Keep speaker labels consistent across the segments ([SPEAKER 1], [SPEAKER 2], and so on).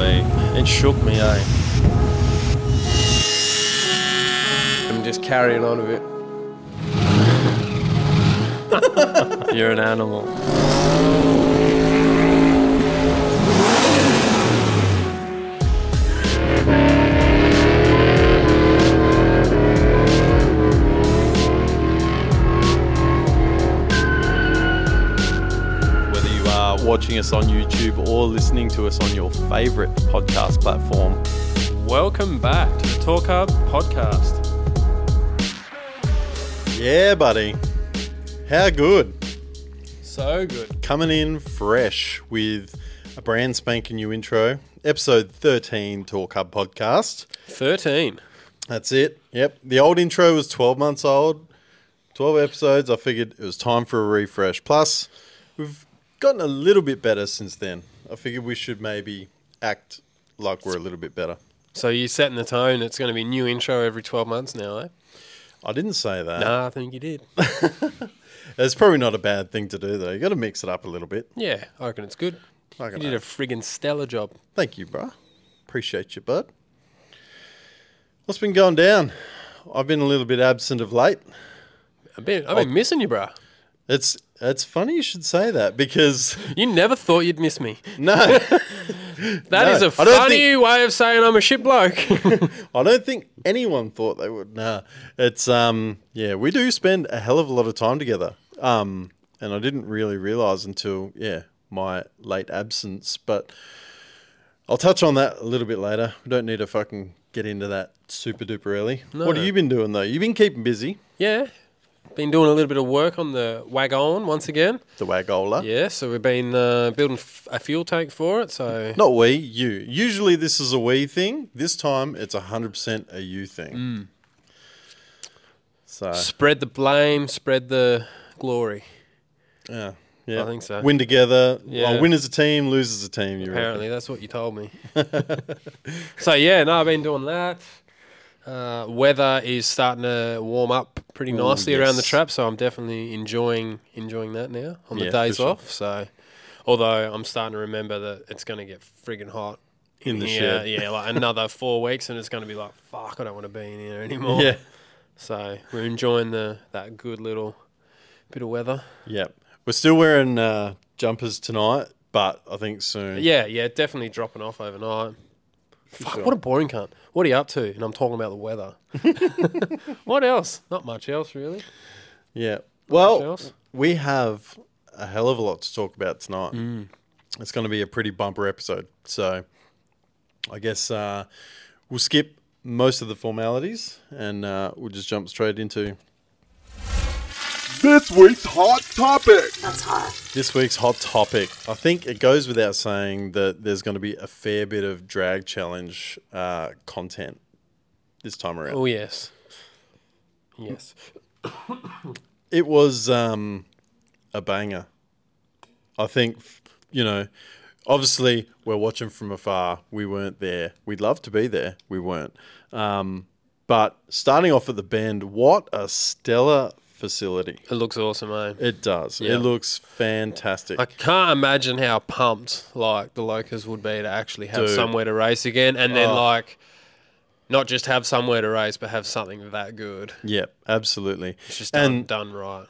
[SPEAKER 1] It shook me, eh? I'm just carrying on a bit. You're an animal.
[SPEAKER 2] Whether you are watching us on YouTube or listening to us on your favorite podcast platform,
[SPEAKER 1] Welcome back to the Talk Hub podcast.
[SPEAKER 2] yeah, buddy. How good.
[SPEAKER 1] So good.
[SPEAKER 2] Coming in fresh with a brand spanking new intro, episode 13 Talk Hub podcast.
[SPEAKER 1] 13.
[SPEAKER 2] That's it. Yep. The old intro was 12 months old, 12 episodes. I figured it was time for a refresh. Plus, we've gotten a little bit better since then. I figured we should maybe act like we're a little bit better.
[SPEAKER 1] So you're setting the tone. It's going to be new intro every 12 months now, eh?
[SPEAKER 2] I didn't say that.
[SPEAKER 1] Nah, I think you did.
[SPEAKER 2] It's probably not a bad thing to do, though. You got to mix it up a little bit.
[SPEAKER 1] Yeah, I reckon it's good.
[SPEAKER 2] I
[SPEAKER 1] You
[SPEAKER 2] can
[SPEAKER 1] did a friggin' stellar job.
[SPEAKER 2] Thank you, bruh. Appreciate you, bud. What's been going down? I've been a little bit absent of late.
[SPEAKER 1] I've been,
[SPEAKER 2] Oh.
[SPEAKER 1] I've been missing you, bruh.
[SPEAKER 2] It's it's funny you should say that because
[SPEAKER 1] You never thought you'd miss me.
[SPEAKER 2] no,
[SPEAKER 1] That
[SPEAKER 2] No,
[SPEAKER 1] is a
[SPEAKER 2] I don't
[SPEAKER 1] funny way of saying I'm a shit bloke.
[SPEAKER 2] I don't think anyone thought they would. Nah, it's um yeah, we do spend a hell of a lot of time together. Um, and I didn't really realize until yeah my late absence, but I'll touch on that a little bit later. We don't need to fucking get into that super duper early. What have you been doing though? You've been keeping busy.
[SPEAKER 1] yeah. Been doing a little bit of work on the wagon once again.
[SPEAKER 2] The Wagola.
[SPEAKER 1] Yeah, so we've been uh, building f- a fuel tank for it. So
[SPEAKER 2] Not we, you. Usually this is a we thing. This time it's 100% a you thing. So,
[SPEAKER 1] spread the blame, spread the glory.
[SPEAKER 2] yeah. Yeah.
[SPEAKER 1] I think so.
[SPEAKER 2] Win together. Yeah.
[SPEAKER 1] Yeah.
[SPEAKER 2] win as a team, lose as a team. You reckon?
[SPEAKER 1] Apparently, that's what you told me. so yeah, no, I've been doing that. Uh, weather is starting to warm up pretty
[SPEAKER 2] Ooh,
[SPEAKER 1] nicely around the
[SPEAKER 2] yes.
[SPEAKER 1] trap, so I'm definitely enjoying enjoying that now on the
[SPEAKER 2] Yeah, for
[SPEAKER 1] days
[SPEAKER 2] sure.
[SPEAKER 1] off. So, although I'm starting to remember that it's going to get friggin' hot
[SPEAKER 2] In the
[SPEAKER 1] yeah,
[SPEAKER 2] shed.
[SPEAKER 1] yeah, like another four weeks, and it's going to be like, fuck, I don't want to be in here anymore.
[SPEAKER 2] Yeah.
[SPEAKER 1] So we're enjoying the that good little bit of weather.
[SPEAKER 2] Yep. We're still wearing uh, jumpers tonight, but I think soon.
[SPEAKER 1] Yeah, yeah, definitely dropping off overnight. Fuck,
[SPEAKER 2] sure.
[SPEAKER 1] what a boring cunt. What are you up to? And I'm talking about the weather. what else? Not much else, really.
[SPEAKER 2] Yeah. Well,
[SPEAKER 1] else?
[SPEAKER 2] we have a hell of a lot to talk about tonight.
[SPEAKER 1] Mm.
[SPEAKER 2] It's going to be a pretty bumper episode. So I guess uh, we'll skip most of the formalities and uh, we'll just jump straight into
[SPEAKER 3] This week's hot topic.
[SPEAKER 4] That's hot.
[SPEAKER 2] this week's hot topic. I think it goes without saying that there's going to be a fair bit of drag challenge uh, content this time around.
[SPEAKER 1] Oh, yes. Yes.
[SPEAKER 2] It was um, a banger. I think, f- you know, obviously we're watching from afar. We weren't there. We'd love to be there. We weren't. Um, but starting off at the bend, what a stellar facility.
[SPEAKER 1] It looks awesome, eh?
[SPEAKER 2] It does.
[SPEAKER 1] Yeah.
[SPEAKER 2] It looks fantastic.
[SPEAKER 1] I can't imagine how pumped, like, the locals would be to actually have
[SPEAKER 2] Dude.
[SPEAKER 1] somewhere to race again. And then,
[SPEAKER 2] Oh.
[SPEAKER 1] like, not just have somewhere to race, but have something that good.
[SPEAKER 2] yeah, absolutely.
[SPEAKER 1] It's just done,
[SPEAKER 2] and
[SPEAKER 1] done right.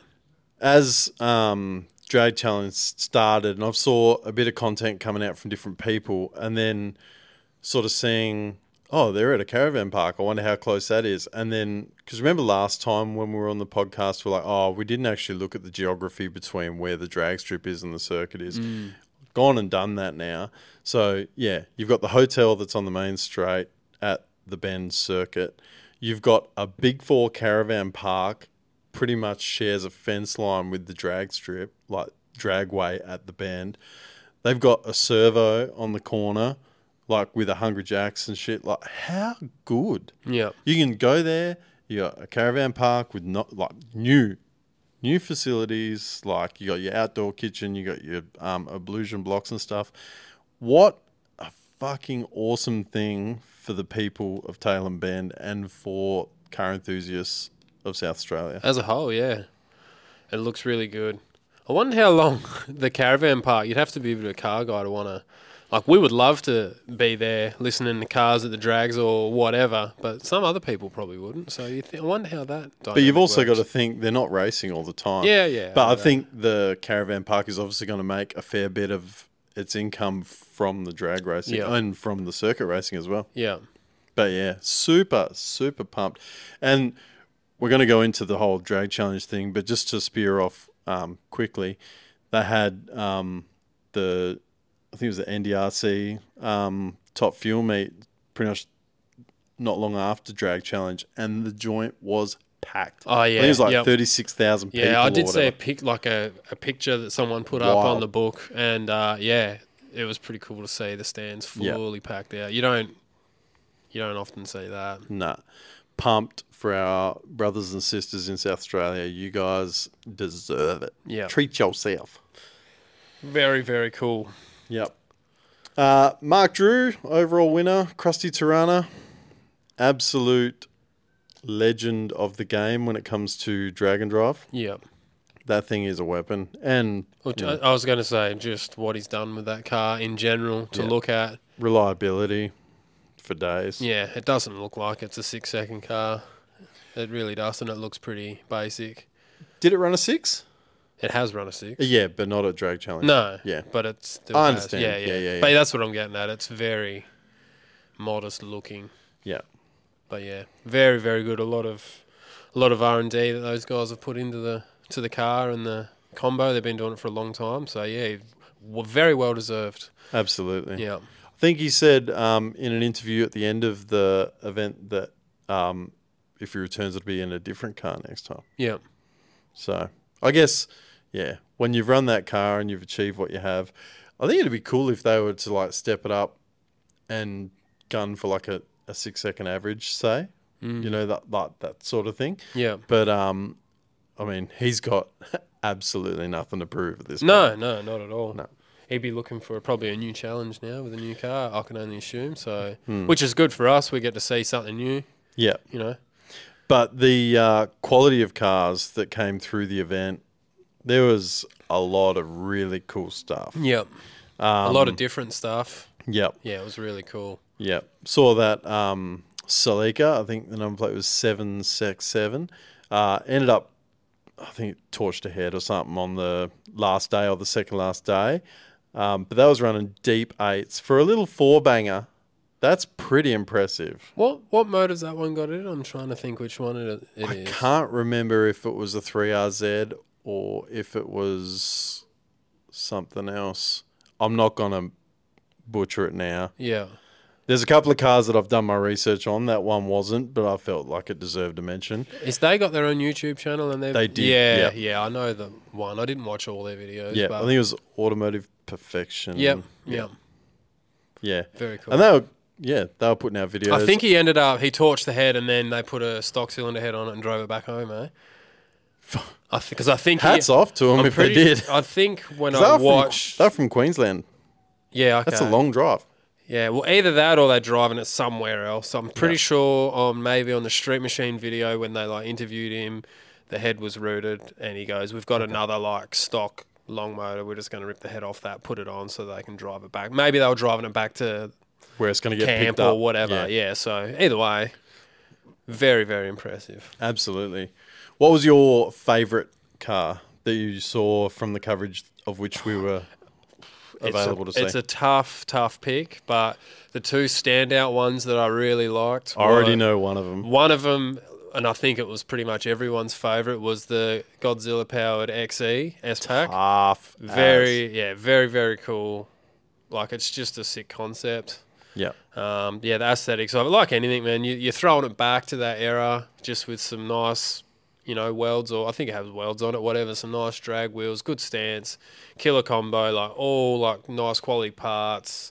[SPEAKER 2] as um, drag challenge started, and I saw a bit of content coming out from different people, and then sort of seeing, oh, they're at a caravan park. I wonder how close that is. And then, because remember last time when we were on the podcast, we're like, oh, we didn't actually look at the geography between where the drag strip is and the circuit is. Gone and done that now. So yeah, you've got the hotel that's on the main straight at the Bend Circuit. You've got a Big Four caravan park pretty much shares a fence line with the drag strip, like dragway at the bend. They've got a servo on the corner, like with a Hungry Jacks and shit. Like, how good?
[SPEAKER 1] Yeah.
[SPEAKER 2] You can go there. You got a caravan park with not like new, new facilities. Like you got your outdoor kitchen. You got your um, ablution blocks and stuff. What a fucking awesome thing for the people of Tail and Bend and for car enthusiasts of South Australia.
[SPEAKER 1] As a whole, yeah. It looks really good. I wonder how long the caravan park, you'd have to be a bit of a car guy to want to Like we would love to be there listening to cars at the drags or whatever, but some other people probably wouldn't. So you th- I wonder how that.
[SPEAKER 2] But you've also got to think they're not racing all the time.
[SPEAKER 1] Yeah, yeah, I
[SPEAKER 2] But
[SPEAKER 1] know
[SPEAKER 2] I
[SPEAKER 1] that.
[SPEAKER 2] think the caravan park is obviously going to make a fair bit of its income from the drag racing
[SPEAKER 1] Yeah.
[SPEAKER 2] and from the circuit racing as well.
[SPEAKER 1] Yeah.
[SPEAKER 2] But yeah, super, super pumped. And we're going to go into the whole drag challenge thing, but just to spear off um, quickly, they had um, the, I think it was the NDRC um, top fuel meet pretty much not long after drag challenge, and the joint was packed.
[SPEAKER 1] Oh,
[SPEAKER 2] I think it was
[SPEAKER 1] yeah,
[SPEAKER 2] like
[SPEAKER 1] yep.
[SPEAKER 2] 36,000 people.
[SPEAKER 1] Yeah, I
[SPEAKER 2] or
[SPEAKER 1] did see a
[SPEAKER 2] whatever.
[SPEAKER 1] pic, like a, a picture that someone put up on
[SPEAKER 2] Wild.
[SPEAKER 1] the book, and uh, yeah, it was pretty cool to see the stands
[SPEAKER 2] Yeah.
[SPEAKER 1] fully packed out. You don't, you don't often see that.
[SPEAKER 2] Nah. Pumped for our brothers and sisters in South Australia. You guys deserve it.
[SPEAKER 1] Yeah.
[SPEAKER 2] Treat yourself.
[SPEAKER 1] Very, very cool.
[SPEAKER 2] Yep. Uh, Mark Drew, overall winner. Krusty Tirana, absolute legend of the game when it comes to Dragon Drive.
[SPEAKER 1] Yeah.
[SPEAKER 2] That thing is a weapon. And
[SPEAKER 1] Which I, I was going to say, just what he's done with that car in general to
[SPEAKER 2] Yeah.
[SPEAKER 1] look at.
[SPEAKER 2] reliability for days.
[SPEAKER 1] Yeah, it doesn't look like it's a six second car. It really does, and it looks pretty basic.
[SPEAKER 2] Did it run a six?
[SPEAKER 1] It has run a six.
[SPEAKER 2] Uh, Yeah, but not at Drag Challenge.
[SPEAKER 1] No.
[SPEAKER 2] Yeah.
[SPEAKER 1] But it's still.
[SPEAKER 2] I
[SPEAKER 1] has.
[SPEAKER 2] understand.
[SPEAKER 1] Yeah yeah.
[SPEAKER 2] Yeah, yeah,
[SPEAKER 1] But
[SPEAKER 2] yeah.
[SPEAKER 1] that's what I'm getting at. It's very modest looking.
[SPEAKER 2] Yeah.
[SPEAKER 1] But yeah, very very good. A lot of a lot of R and D that those guys have put into the to the car and the combo. They've been doing it for a long time. So yeah, w- very well deserved.
[SPEAKER 2] Absolutely.
[SPEAKER 1] Yeah.
[SPEAKER 2] I think he said um, in an interview at the end of the event that um, if he returns, it'll be in a different car next time.
[SPEAKER 1] Yeah.
[SPEAKER 2] So I guess, yeah, when you've run that car and you've achieved what you have, I think it'd be cool if they were to like step it up and gun for like a, a six second average, say, you know, that, that, that sort of thing.
[SPEAKER 1] Yeah.
[SPEAKER 2] But, um, I mean, he's got absolutely nothing to prove at this point.
[SPEAKER 1] No, no, not at all.
[SPEAKER 2] No.
[SPEAKER 1] He'd be looking for probably a new challenge now with a new car. I can only assume so,
[SPEAKER 2] Hmm.
[SPEAKER 1] which is good for us. We get to see something new.
[SPEAKER 2] Yeah.
[SPEAKER 1] You know.
[SPEAKER 2] But the uh, quality of cars that came through the event, there was a lot of really cool stuff.
[SPEAKER 1] Yeah. a lot
[SPEAKER 2] Um,
[SPEAKER 1] of different stuff.
[SPEAKER 2] Yep.
[SPEAKER 1] Yeah, it was really cool.
[SPEAKER 2] Yeah, saw that um, Salika. I think the number plate was seven six seven. Uh, ended up, I think, it torched a head or something on the last day or the second last day. Um, but that was running deep eights for a little four banger. That's pretty impressive.
[SPEAKER 1] What what motors that one got in? I'm trying to think which one it, it is.
[SPEAKER 2] Can't remember if it was a three RZ or if it was something else. I'm not gonna butcher it now.
[SPEAKER 1] Yeah.
[SPEAKER 2] There's a couple of cars that I've done my research on. That one wasn't, but I felt like it deserved a mention.
[SPEAKER 1] Is they got their own YouTube channel and they
[SPEAKER 2] They did,
[SPEAKER 1] Yeah,
[SPEAKER 2] yeah.
[SPEAKER 1] yeah, I know the one. I didn't watch all their videos.
[SPEAKER 2] Yeah,
[SPEAKER 1] but
[SPEAKER 2] I think Mm, it was Automotive Perfection.
[SPEAKER 1] Yep, yep,
[SPEAKER 2] yeah,
[SPEAKER 1] very cool.
[SPEAKER 2] And they were, yeah, they were putting out videos.
[SPEAKER 1] I think he ended up he torched the head and then they put a stock cylinder head on it and drove it back home, eh? I because I think he-
[SPEAKER 2] hats off to them
[SPEAKER 1] I'm
[SPEAKER 2] if
[SPEAKER 1] pretty-
[SPEAKER 2] they did.
[SPEAKER 1] I think when
[SPEAKER 2] They
[SPEAKER 1] I
[SPEAKER 2] were from-
[SPEAKER 1] watched,
[SPEAKER 2] They're from Queensland.
[SPEAKER 1] yeah,
[SPEAKER 2] That's
[SPEAKER 1] okay.
[SPEAKER 2] a long drive.
[SPEAKER 1] Yeah, well, either that or they're driving it somewhere else. I'm pretty sure on maybe on the Street Machine video when they like interviewed him, the head was rooted, and he goes, "We've got another like stock long motor. We're just going to rip the head off that, put it on, so they can drive it back. Maybe they were driving it back to
[SPEAKER 2] Where it's going to get
[SPEAKER 1] camp
[SPEAKER 2] picked
[SPEAKER 1] or
[SPEAKER 2] up.
[SPEAKER 1] whatever. Yeah.
[SPEAKER 2] Yeah,
[SPEAKER 1] so either way, very very impressive.
[SPEAKER 2] absolutely. What was your favourite car that you saw from the coverage of which we were available
[SPEAKER 1] it's
[SPEAKER 2] to
[SPEAKER 1] a,
[SPEAKER 2] see?
[SPEAKER 1] It's a tough tough pick, but the two standout ones that I really liked.
[SPEAKER 2] I already
[SPEAKER 1] were-
[SPEAKER 2] know one of them.
[SPEAKER 1] One of them, and I think it was pretty much everyone's favorite, was the Godzilla powered XE S Pack.
[SPEAKER 2] Half
[SPEAKER 1] Very, yeah, very, very cool. Like, it's just a sick concept.
[SPEAKER 2] yeah.
[SPEAKER 1] Um, yeah, the aesthetics of it, like anything, man, you, you're throwing it back to that era just with some nice, you know, welds, or I think it has welds on it, whatever, some nice drag wheels, good stance, killer combo, like all like nice quality parts,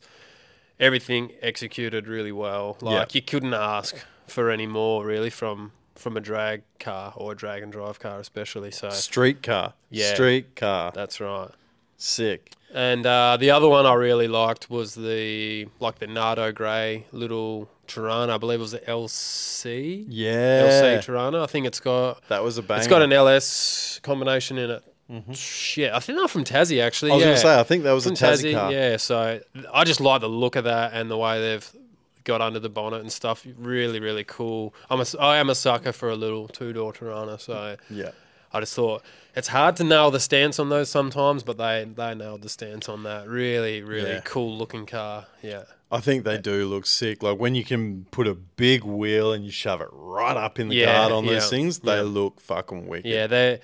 [SPEAKER 1] everything executed really well.
[SPEAKER 2] Yeah.
[SPEAKER 1] Like you couldn't ask for any more really from from a drag car or a drag and drive car, especially. So
[SPEAKER 2] Street car.
[SPEAKER 1] Yeah.
[SPEAKER 2] Street car.
[SPEAKER 1] that's right.
[SPEAKER 2] Sick.
[SPEAKER 1] And uh, the other one I really liked was the like the Nardo Grey little Tirana. I believe it was the LC
[SPEAKER 2] Yeah.
[SPEAKER 1] LC Tirana. I think it's got
[SPEAKER 2] That was a bang.
[SPEAKER 1] it's got an LS combination in it Shit, I think they're from Tassie actually.
[SPEAKER 2] Mm-hmm. I was
[SPEAKER 1] yeah.
[SPEAKER 2] gonna say I think that was
[SPEAKER 1] from
[SPEAKER 2] a Tassie, car.
[SPEAKER 1] Yeah, so I just like the look of that and the way they've got under the bonnet and stuff. Really, really cool. I'm a, I am a sucker for a little two door Tirana, so
[SPEAKER 2] Yeah.
[SPEAKER 1] I just thought it's hard to nail the stance on those sometimes, but they they nailed the stance on that. Really, really
[SPEAKER 2] Yeah.
[SPEAKER 1] cool looking car. Yeah.
[SPEAKER 2] I think they do look sick. Like when you can put a big wheel and you shove it right up in the
[SPEAKER 1] Yeah,
[SPEAKER 2] guard on
[SPEAKER 1] yeah,
[SPEAKER 2] those things, they
[SPEAKER 1] yeah.
[SPEAKER 2] look fucking wicked.
[SPEAKER 1] Yeah, they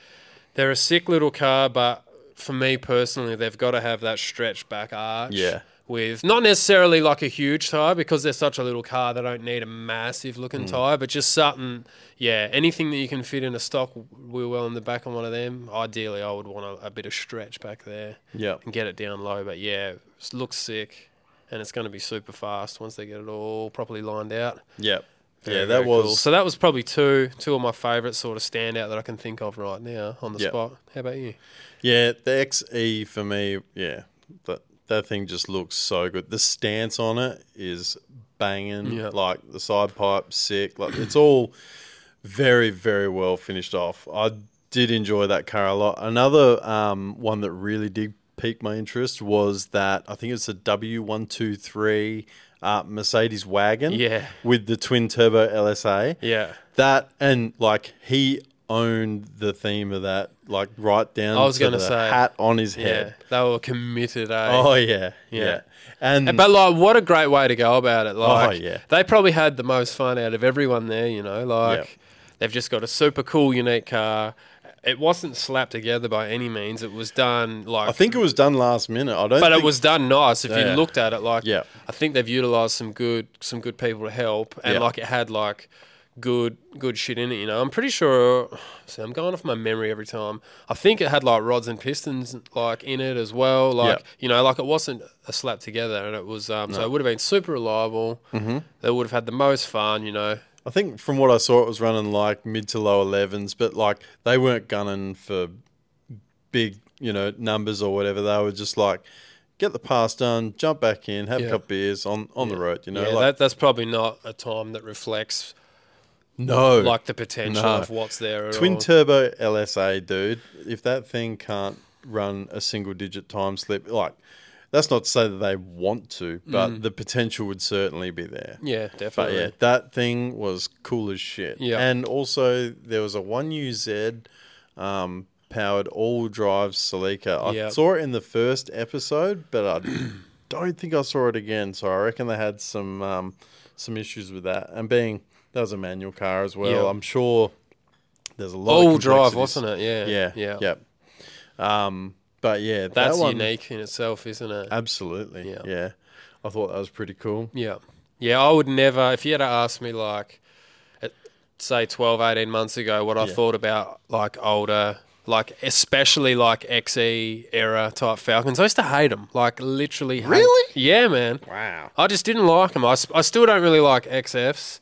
[SPEAKER 1] they're a sick little car, but for me personally, they've got to have that stretched back arch.
[SPEAKER 2] Yeah.
[SPEAKER 1] With not necessarily like a huge tire because they're such a little car, they don't need a massive
[SPEAKER 2] Mm.
[SPEAKER 1] looking tire, but just something, yeah, anything that you can fit in a stock wheel well in the back on one of them. Ideally, I would want a, a bit of stretch back there
[SPEAKER 2] Yeah.
[SPEAKER 1] and get it down low, but yeah, it looks sick and it's going to be super fast once they get it all properly lined out.
[SPEAKER 2] Yeah.
[SPEAKER 1] Very,
[SPEAKER 2] yeah,
[SPEAKER 1] very
[SPEAKER 2] that
[SPEAKER 1] cool.
[SPEAKER 2] was
[SPEAKER 1] So that was probably two two of my favourite sort of standout that I can think of right now on the
[SPEAKER 2] Yeah.
[SPEAKER 1] spot. How about you?
[SPEAKER 2] Yeah, the XE for me, yeah, that that thing just looks so good. The stance on it is banging.
[SPEAKER 1] Yeah.
[SPEAKER 2] Like the side pipe, sick. Like it's all very, very well finished off. I did enjoy that car a lot. Another um, one that really did pique my interest was that I think it's a W123 uh, Mercedes wagon.
[SPEAKER 1] Yeah.
[SPEAKER 2] With the twin turbo LSA.
[SPEAKER 1] Yeah.
[SPEAKER 2] That and like he owned the theme of that, like right down.
[SPEAKER 1] I was
[SPEAKER 2] to
[SPEAKER 1] gonna
[SPEAKER 2] the
[SPEAKER 1] say.
[SPEAKER 2] hat on his
[SPEAKER 1] Yeah.
[SPEAKER 2] head.
[SPEAKER 1] They were committed, eh?
[SPEAKER 2] Oh yeah,
[SPEAKER 1] Yeah.
[SPEAKER 2] yeah, and
[SPEAKER 1] But like what a great way to go about it. Like
[SPEAKER 2] Oh, yeah.
[SPEAKER 1] they probably had the most fun out of everyone there, you know. Like
[SPEAKER 2] Yep.
[SPEAKER 1] they've just got a super cool, unique car. It wasn't slapped together by any means. It was done like
[SPEAKER 2] I think it was done last minute. I don't.
[SPEAKER 1] but
[SPEAKER 2] think,
[SPEAKER 1] it was done nice if
[SPEAKER 2] Yeah.
[SPEAKER 1] you looked at it like
[SPEAKER 2] Yeah.
[SPEAKER 1] i think they've utilized some good some good people to help and
[SPEAKER 2] Yeah.
[SPEAKER 1] like it had like good good shit in it you know i'm pretty sure see i'm going off my memory every time i think it had like rods and pistons like in it as well like
[SPEAKER 2] Yeah.
[SPEAKER 1] you know like it wasn't a slap together and it was um so it would have been super reliable mm-hmm. they would have had the most fun you know
[SPEAKER 2] I think from what I saw, it was running like mid to low elevens, but like they weren't gunning for big, you know, numbers or whatever. They were just like, get the pass done, jump back in, have
[SPEAKER 1] Yeah.
[SPEAKER 2] a couple beers on on the road. You know,
[SPEAKER 1] yeah,
[SPEAKER 2] like
[SPEAKER 1] that, that's probably not a time that reflects
[SPEAKER 2] no,
[SPEAKER 1] like the potential
[SPEAKER 2] No.
[SPEAKER 1] of what's there at
[SPEAKER 2] Twin
[SPEAKER 1] all.
[SPEAKER 2] turbo LSA, dude. If that thing can't run a single digit time slip, like that's not to say that they want to, but the potential would certainly be there.
[SPEAKER 1] Mm. yeah
[SPEAKER 2] But
[SPEAKER 1] definitely
[SPEAKER 2] yeah, that thing was cool as shit.
[SPEAKER 1] Yeah.
[SPEAKER 2] And also there was a one UZ um, powered all drive Celica. I
[SPEAKER 1] Yeah.
[SPEAKER 2] saw it in the first episode, but I don't think I saw it again. So I reckon they had some um, some issues with that. And being that was a manual car as well.
[SPEAKER 1] Yeah.
[SPEAKER 2] I'm sure there's a lot
[SPEAKER 1] all
[SPEAKER 2] of
[SPEAKER 1] drive
[SPEAKER 2] complexities.
[SPEAKER 1] wasn't it yeah
[SPEAKER 2] Yeah. Yeah. Yeah. Um, but yeah, that
[SPEAKER 1] That's
[SPEAKER 2] one,
[SPEAKER 1] unique in itself, isn't it?
[SPEAKER 2] Absolutely.
[SPEAKER 1] Yeah.
[SPEAKER 2] Yeah. Yeah. I thought that was pretty cool.
[SPEAKER 1] yeah. Yeah, I would never, if you had to ask me, like, at, say 12, 18 months ago, what I
[SPEAKER 2] Yeah.
[SPEAKER 1] thought about, like, older, like, especially like XE era type Falcons, I used to hate them. Like, literally hate
[SPEAKER 2] Really?
[SPEAKER 1] Yeah, man.
[SPEAKER 2] Wow.
[SPEAKER 1] I just didn't like them. I, s- I still don't really like XFs.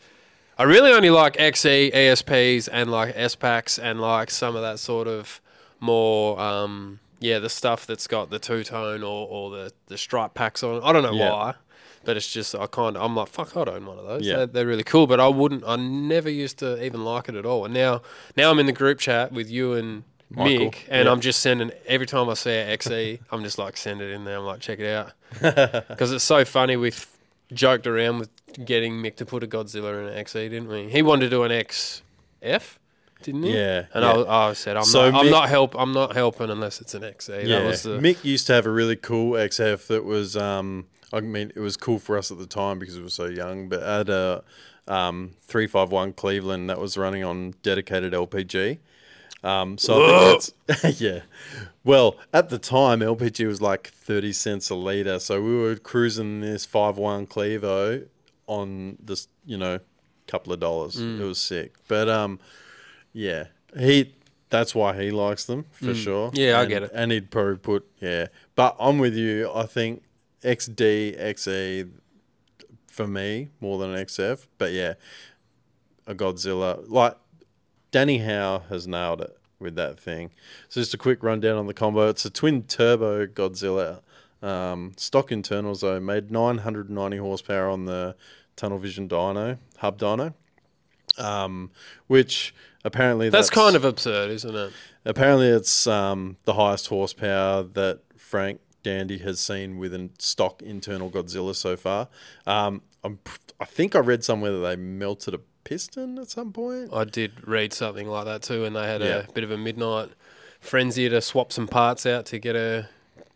[SPEAKER 1] I really only like E, XE, ESPs, and like S packs, and like some of that sort of more, um, yeah, the stuff that's got the two tone or, or the, the stripe packs on. it. I don't know
[SPEAKER 2] Yeah.
[SPEAKER 1] why, but it's just, I kind of, I'm like, fuck, I'd own one of those.
[SPEAKER 2] Yeah.
[SPEAKER 1] They're, they're really cool, but I wouldn't, I never used to even like it at all. And now, now I'm in the group chat with you and
[SPEAKER 2] Michael,
[SPEAKER 1] Mick, and
[SPEAKER 2] yeah.
[SPEAKER 1] I'm just sending, every time I see a XE, I'm just like, send it in there. I'm like, check it out because it's so funny. We have joked around with getting Mick to put a Godzilla in an XE, didn't we? He wanted to do an XF, didn't he?
[SPEAKER 2] Yeah,
[SPEAKER 1] And I,
[SPEAKER 2] yeah.
[SPEAKER 1] was- I said, I'm,
[SPEAKER 2] So
[SPEAKER 1] not, I'm
[SPEAKER 2] Mick-
[SPEAKER 1] not help. I'm not helping unless it's an XE.
[SPEAKER 2] Yeah.
[SPEAKER 1] That was the,
[SPEAKER 2] Mick used to have a really cool XF that was, um, I mean, it was cool for us at the time because it was so young, but at a um, 351 Cleveland that was running on dedicated LPG. Um, so I think that's, yeah. Well, at the time, LPG was like 30 cents a litre. So we were cruising this 5.1 Clevo on this, you know, couple of dollars.
[SPEAKER 1] Mm.
[SPEAKER 2] It was sick. But um, yeah, he that's why he likes them for sure.
[SPEAKER 1] Mm. Yeah, I
[SPEAKER 2] And-
[SPEAKER 1] get it.
[SPEAKER 2] And he'd probably put, yeah. But I'm with you. I think XD, XE E for me more than an XF. But yeah, a Godzilla. Like, Danny Howe has nailed it with that thing. So just a quick rundown on the combo. It's a twin turbo Godzilla. Um, stock internals though made 990 horsepower on the Tunnel Vision dyno hub dyno, um, which Apparently,
[SPEAKER 1] That's kind of absurd, isn't it?
[SPEAKER 2] Apparently, it's um, the highest horsepower that Frank Dandy has seen with a stock internal Godzilla so far. Um, I'm, pr- I think I read somewhere that they melted a piston at some point.
[SPEAKER 1] I did read something like that too, and they had
[SPEAKER 2] Yeah.
[SPEAKER 1] a bit of a midnight frenzy to swap some parts out to get a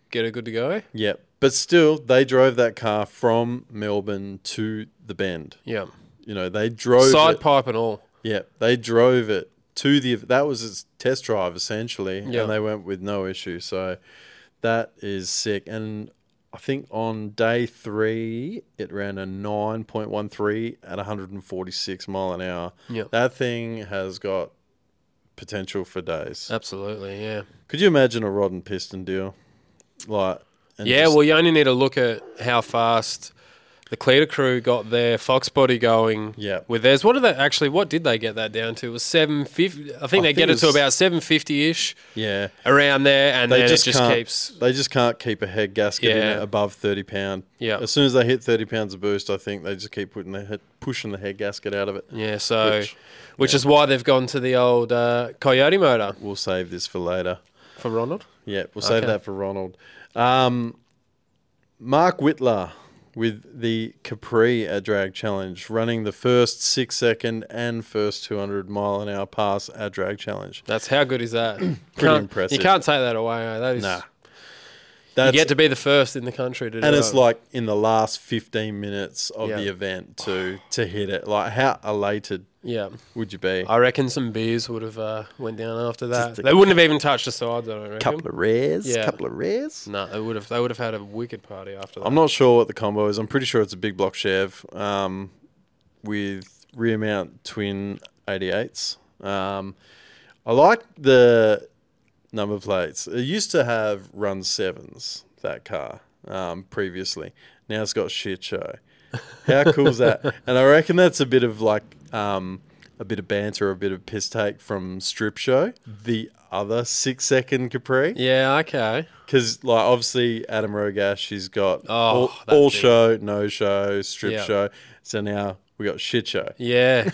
[SPEAKER 1] get a good to go.
[SPEAKER 2] Yeah, but still, they drove that car from Melbourne to the Bend.
[SPEAKER 1] Yeah,
[SPEAKER 2] You know, they drove
[SPEAKER 1] side
[SPEAKER 2] Oh, it-
[SPEAKER 1] pipe and all.
[SPEAKER 2] Yeah, they drove it to the that was its test drive essentially,
[SPEAKER 1] Yeah.
[SPEAKER 2] and they went with no issue. So that is sick. And I think on day three it ran a nine point one three at one hundred and forty six mile an hour.
[SPEAKER 1] Yeah.
[SPEAKER 2] that thing has got potential for days.
[SPEAKER 1] Uh, Absolutely, yeah,
[SPEAKER 2] Could you imagine a rod and piston deal? Like and
[SPEAKER 1] yeah.
[SPEAKER 2] just-
[SPEAKER 1] Well, you only need to look at how fast the Cleater crew got their Fox body going.
[SPEAKER 2] Yeah.
[SPEAKER 1] with theirs. What did they actually? What did they get that down to? It was seven fifty. I think they
[SPEAKER 2] think
[SPEAKER 1] get
[SPEAKER 2] it
[SPEAKER 1] it to
[SPEAKER 2] was-
[SPEAKER 1] about seven fifty ish
[SPEAKER 2] yeah.
[SPEAKER 1] around there, and
[SPEAKER 2] They
[SPEAKER 1] then
[SPEAKER 2] just,
[SPEAKER 1] it just
[SPEAKER 2] can't,
[SPEAKER 1] keeps.
[SPEAKER 2] They just can't keep a head gasket in
[SPEAKER 1] Yeah.
[SPEAKER 2] it above thirty pound.
[SPEAKER 1] Yeah.
[SPEAKER 2] As soon as they hit thirty pounds of boost, I think they just keep putting the head, pushing the head gasket out of it.
[SPEAKER 1] Yeah, so
[SPEAKER 2] Which-
[SPEAKER 1] which, is why they've gone to the old uh, Coyote motor
[SPEAKER 2] We'll save this for later.
[SPEAKER 1] for Ronald.
[SPEAKER 2] Yeah, we'll save
[SPEAKER 1] Okay.
[SPEAKER 2] that for Ronald. Um, Mark Whitler with the Capri at Drag Challenge, running the first six second and first two hundred mile an hour pass at Drag Challenge.
[SPEAKER 1] That's how good is that? Pretty
[SPEAKER 2] impressive.
[SPEAKER 1] You can't take that away. eh? That is,
[SPEAKER 2] Nah,
[SPEAKER 1] you
[SPEAKER 2] that's
[SPEAKER 1] get to be the first in the country to do
[SPEAKER 2] and it's
[SPEAKER 1] it.
[SPEAKER 2] like in the last fifteen minutes of
[SPEAKER 1] Yeah.
[SPEAKER 2] the event to to hit it. Like how elated
[SPEAKER 1] yeah,
[SPEAKER 2] would you be?
[SPEAKER 1] I reckon some beers would have uh, went down after that.
[SPEAKER 2] Just a
[SPEAKER 1] They wouldn't have even touched the sides. I don't reckon.
[SPEAKER 2] couple of rares,
[SPEAKER 1] Yeah.
[SPEAKER 2] couple of rares.
[SPEAKER 1] no, they would have. They would have had a wicked party after that.
[SPEAKER 2] I'm not sure what the combo is. I'm pretty sure it's a big block Chev um, with rear mount twin 88s. Um, I like the number plates. It used to have run sevens that car um, previously. Now it's got shit show. How cool is that? And I reckon that's a bit of like um, a bit of banter, a bit of piss take from Strip Show, the other six second Capri.
[SPEAKER 1] yeah. Okay.
[SPEAKER 2] Because like obviously Adam Rogash, he's got all,
[SPEAKER 1] Oh, that
[SPEAKER 2] all
[SPEAKER 1] dude.
[SPEAKER 2] show, no show, strip
[SPEAKER 1] Yeah.
[SPEAKER 2] show. So now we got shit show.
[SPEAKER 1] Yeah.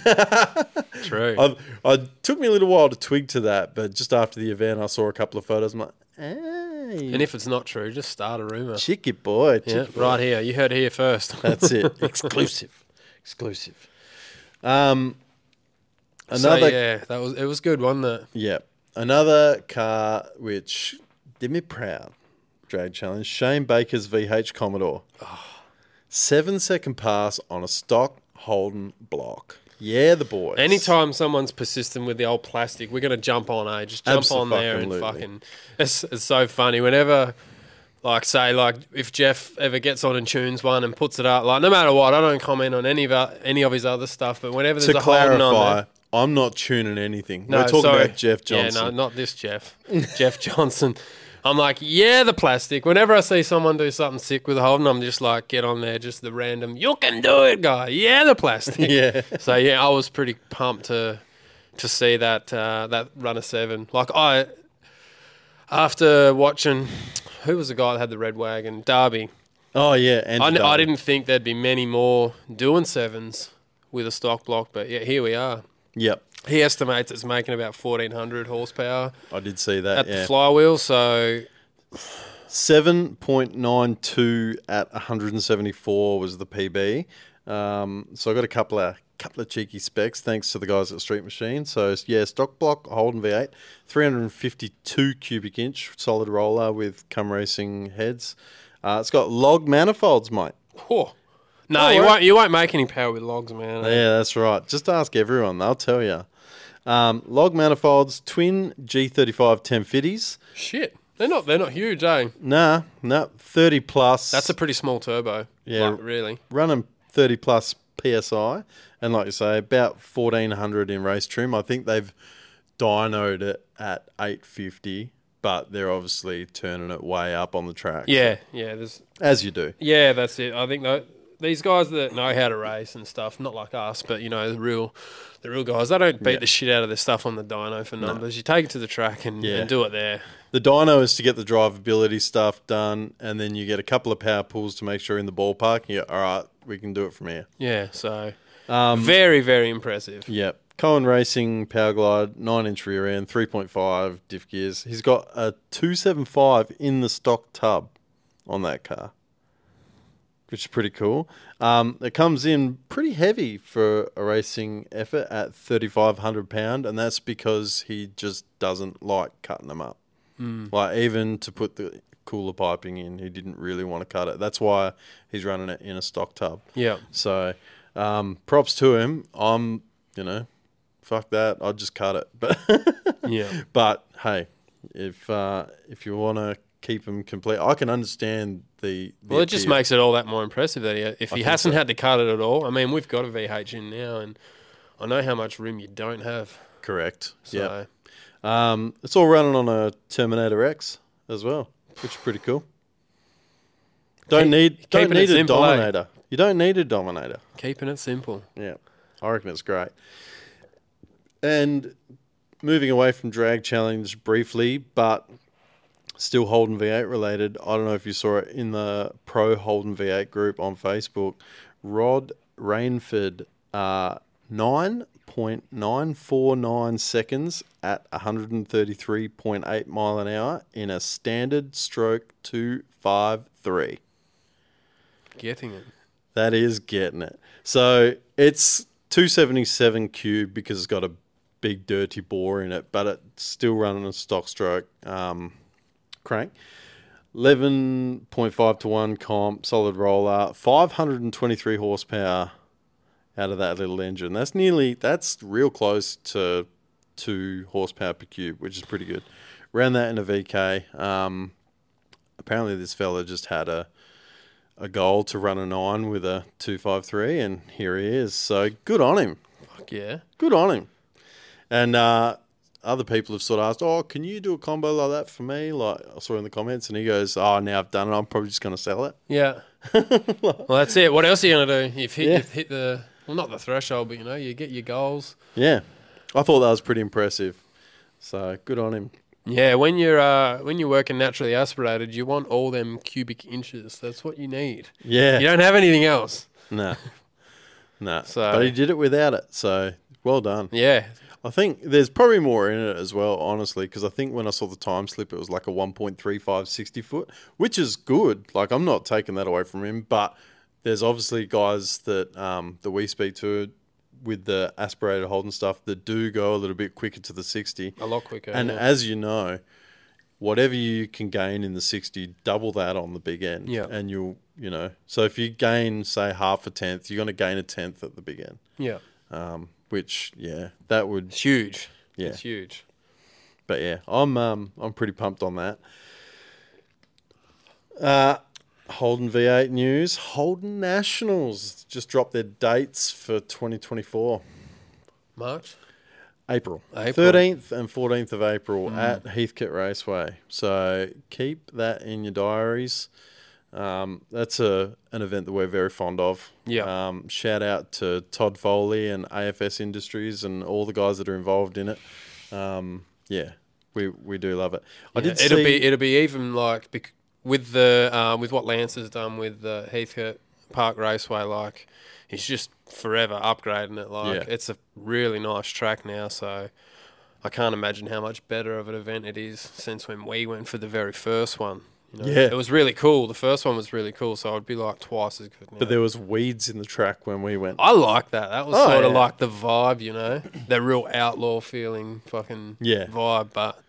[SPEAKER 1] True.
[SPEAKER 2] I, I took me a little while to twig to that, but just after the event, I saw a couple of photos. I'm like, hey,
[SPEAKER 1] and if it's not true, just start a rumor.
[SPEAKER 2] chicky boy,
[SPEAKER 1] Yeah,
[SPEAKER 2] chicky boy."
[SPEAKER 1] right here. You heard it here first.
[SPEAKER 2] That's it, exclusive, exclusive. Um, another
[SPEAKER 1] So, yeah, that was it. Was good, wasn't it?
[SPEAKER 2] Yeah. Another car which did me proud. Drag challenge. Shane Baker's VH Commodore.
[SPEAKER 1] Ah.
[SPEAKER 2] Seven second pass on a stock Holden block. Yeah, the boys.
[SPEAKER 1] Anytime someone's persistent with the old plastic, we're gonna jump on, eh? Just jump on there and
[SPEAKER 2] Abso-fucking-lutely.
[SPEAKER 1] fucking. It's, it's so funny. Whenever, like, say, like, if Jeff ever gets on and tunes one and puts it up, like, no matter what, I don't comment on any of our, any of his other stuff. But whenever there's
[SPEAKER 2] To
[SPEAKER 1] a Holden on
[SPEAKER 2] clarify,
[SPEAKER 1] there,
[SPEAKER 2] I'm not tuning anything.
[SPEAKER 1] no,
[SPEAKER 2] We're talking
[SPEAKER 1] sorry.
[SPEAKER 2] about Jeff Johnson.
[SPEAKER 1] Yeah, no, not this Jeff. Jeff Johnson. I'm like, yeah, the plastic. Whenever I see someone do something sick with a Holden, I'm just like, get on there, just the random, you can do it, guy. Yeah, the plastic.
[SPEAKER 2] yeah.
[SPEAKER 1] So yeah, I was pretty pumped to to see that uh, that runner seven. Like I, after watching, who was the guy that had the red wagon? Derby.
[SPEAKER 2] Oh yeah, and
[SPEAKER 1] I, kn- I didn't think there'd be many more doing sevens with a stock block, but yeah, here we are.
[SPEAKER 2] Yep,
[SPEAKER 1] He estimates it's making about fourteen hundred horsepower
[SPEAKER 2] I did see that.
[SPEAKER 1] at
[SPEAKER 2] yeah.
[SPEAKER 1] the flywheel. So
[SPEAKER 2] Seven point nine two at one hundred and seventy four was the PB. Um, so I got a couple of couple of cheeky specs thanks to the guys at Street Machine. So yeah, stock block Holden V eight, three hundred and fifty two cubic inch solid roller with cum racing heads. Uh, it's got log manifolds, mate.
[SPEAKER 1] whew. no,
[SPEAKER 2] Oh,
[SPEAKER 1] you
[SPEAKER 2] right.
[SPEAKER 1] won't you won't make any power with logs, man.
[SPEAKER 2] Yeah, that's right. Just ask everyone; they'll tell you. Um, log manifolds, twin G35 1050s.
[SPEAKER 1] Shit, they're not they're not huge, eh?
[SPEAKER 2] Nah, nah, 30 plus.
[SPEAKER 1] That's a pretty small turbo.
[SPEAKER 2] Yeah.
[SPEAKER 1] like, really.
[SPEAKER 2] running 30 plus psi and like you say about 1400 in race trim i think they've dynoed it at 850 but they're obviously turning it way up on the track
[SPEAKER 1] Yeah, yeah. There's
[SPEAKER 2] as you do
[SPEAKER 1] Yeah, that's it. I think tho- these guys that know how to race and stuff, not like us, but you know the real, the real guys. They don't beat the shit out of their stuff on the dyno for numbers. You take it to the track and,
[SPEAKER 2] Yeah.
[SPEAKER 1] and do it there.
[SPEAKER 2] the dyno is to get the drivability stuff done and then you get a couple of power pulls to make sure you're in the ballpark and you're all right we can do it from here
[SPEAKER 1] Yeah, so very very impressive.
[SPEAKER 2] yep Cohen Racing Power Glide, nine inch rear end, three point five diff gears. He's got a two seven five in the stock tub on that car, which is pretty cool. Um, it comes in pretty heavy for a racing effort at thirty five hundred pound, and that's because he just doesn't like cutting them up. Like even to put the cooler piping in, he didn't really want to cut it. That's why he's running it in a stock tub.
[SPEAKER 1] Yeah.
[SPEAKER 2] So, um, props to him. I'm, you know, fuck that. I'd just cut it. But,
[SPEAKER 1] Yeah.
[SPEAKER 2] but hey, if uh, if you want to keep him complete, I can understand the. the
[SPEAKER 1] Well, it just
[SPEAKER 2] appeal.
[SPEAKER 1] makes it all that more impressive that he, if he
[SPEAKER 2] think
[SPEAKER 1] hasn't
[SPEAKER 2] so.
[SPEAKER 1] had to cut it at all. I mean, we've got a VH in now, and I know how much room you don't have.
[SPEAKER 2] correct.
[SPEAKER 1] So
[SPEAKER 2] Yeah. Um, it's all running on a Terminator X as well, which is pretty cool. Don't
[SPEAKER 1] Keep-
[SPEAKER 2] need don't
[SPEAKER 1] keeping it
[SPEAKER 2] need a
[SPEAKER 1] simple, eh?
[SPEAKER 2] dominator. You don't need a dominator.
[SPEAKER 1] keeping it simple.
[SPEAKER 2] Yeah, I reckon it's great. And moving away from drag challenge briefly, but still Holden V8 related. I don't know if you saw it in the pro Holden V8 group on Facebook. Rod Rainford, uh, nine point nine four nine seconds at one hundred and thirty three point eight mile an hour in a standard stroke two five three.
[SPEAKER 1] Getting it.
[SPEAKER 2] That is getting it. So it's 277 cube because it's got a big dirty bore in it, but it's still running a stock stroke um, crank. 11.5 to 1 comp, solid roller, 523 horsepower out of that little engine. That's nearly, that's real close to two horsepower per cube, which is pretty good. Ran that in a VK. Um, apparently, this fella just had a a goal to run a nine with a 253, and here he is. So good on him.
[SPEAKER 1] Fuck yeah.
[SPEAKER 2] Good on him. And uh, other people have sort of asked, Oh, can you do a combo like that for me? Like I saw in the comments, and he goes, Oh, now I've done it. I'm probably just going to sell it.
[SPEAKER 1] Yeah. well, that's it. What else are you gonna do? You've hit,
[SPEAKER 2] Yeah.
[SPEAKER 1] you've hit the well, not the threshold, but you know, you get your goals.
[SPEAKER 2] Yeah. I thought that was pretty impressive. So good on him.
[SPEAKER 1] Yeah. When you're uh, when you're working naturally aspirated, you want all them cubic inches. That's what you need.
[SPEAKER 2] Yeah.
[SPEAKER 1] You don't have anything else.
[SPEAKER 2] No. No.
[SPEAKER 1] So-
[SPEAKER 2] But he did it without it. So well done.
[SPEAKER 1] Yeah.
[SPEAKER 2] I think there's probably more in it as well, honestly, because I think when I saw the time slip, it was like a 1.35 60 foot, which is good. Like, I'm not taking that away from him, but there's obviously guys that um, that we speak to with the aspirated Holden stuff that do go a little bit quicker to the 60.
[SPEAKER 1] A lot quicker.
[SPEAKER 2] And
[SPEAKER 1] Oh, yeah.
[SPEAKER 2] as you know, whatever you can gain in the 60, double that on the big end.
[SPEAKER 1] Yeah.
[SPEAKER 2] And you'll, you know, so if you gain, say, half a tenth, you're going to gain a tenth at the big end,
[SPEAKER 1] yeah.
[SPEAKER 2] um, which, yeah, that would.
[SPEAKER 1] It's huge.
[SPEAKER 2] Yeah.
[SPEAKER 1] It's huge.
[SPEAKER 2] But yeah, I'm um, I'm pretty pumped on that. Uh, Holden V8 news. Holden Nationals just dropped their dates for 2024.
[SPEAKER 1] March.
[SPEAKER 2] April.
[SPEAKER 1] April. Mm.
[SPEAKER 2] 13th and 14th of April at Heathcote Raceway. So keep that in your diaries. Um, that's a an event that we're very fond of.
[SPEAKER 1] Yeah.
[SPEAKER 2] Um, shout out to Todd Foley and AFS Industries and all the guys that are involved in it. Um, yeah, we we do love it. I did
[SPEAKER 1] it'll
[SPEAKER 2] see,
[SPEAKER 1] be it'll be even like bec- with the uh, with what Lance has done with the Heathcote Park Raceway. Like he's just forever upgrading it. Like
[SPEAKER 2] Yeah.
[SPEAKER 1] it's a really nice track now. So I can't imagine how much better of an event it is since when we went for the very first one. You know?
[SPEAKER 2] Yeah.
[SPEAKER 1] it was really cool. The first one was really cool. So I'd be like twice as good. Now.
[SPEAKER 2] but there was weeds in the track when we went.
[SPEAKER 1] I like that. That was
[SPEAKER 2] Oh,
[SPEAKER 1] sort of
[SPEAKER 2] yeah.
[SPEAKER 1] like the vibe, you know, that real outlaw feeling, fucking
[SPEAKER 2] Yeah.
[SPEAKER 1] vibe. But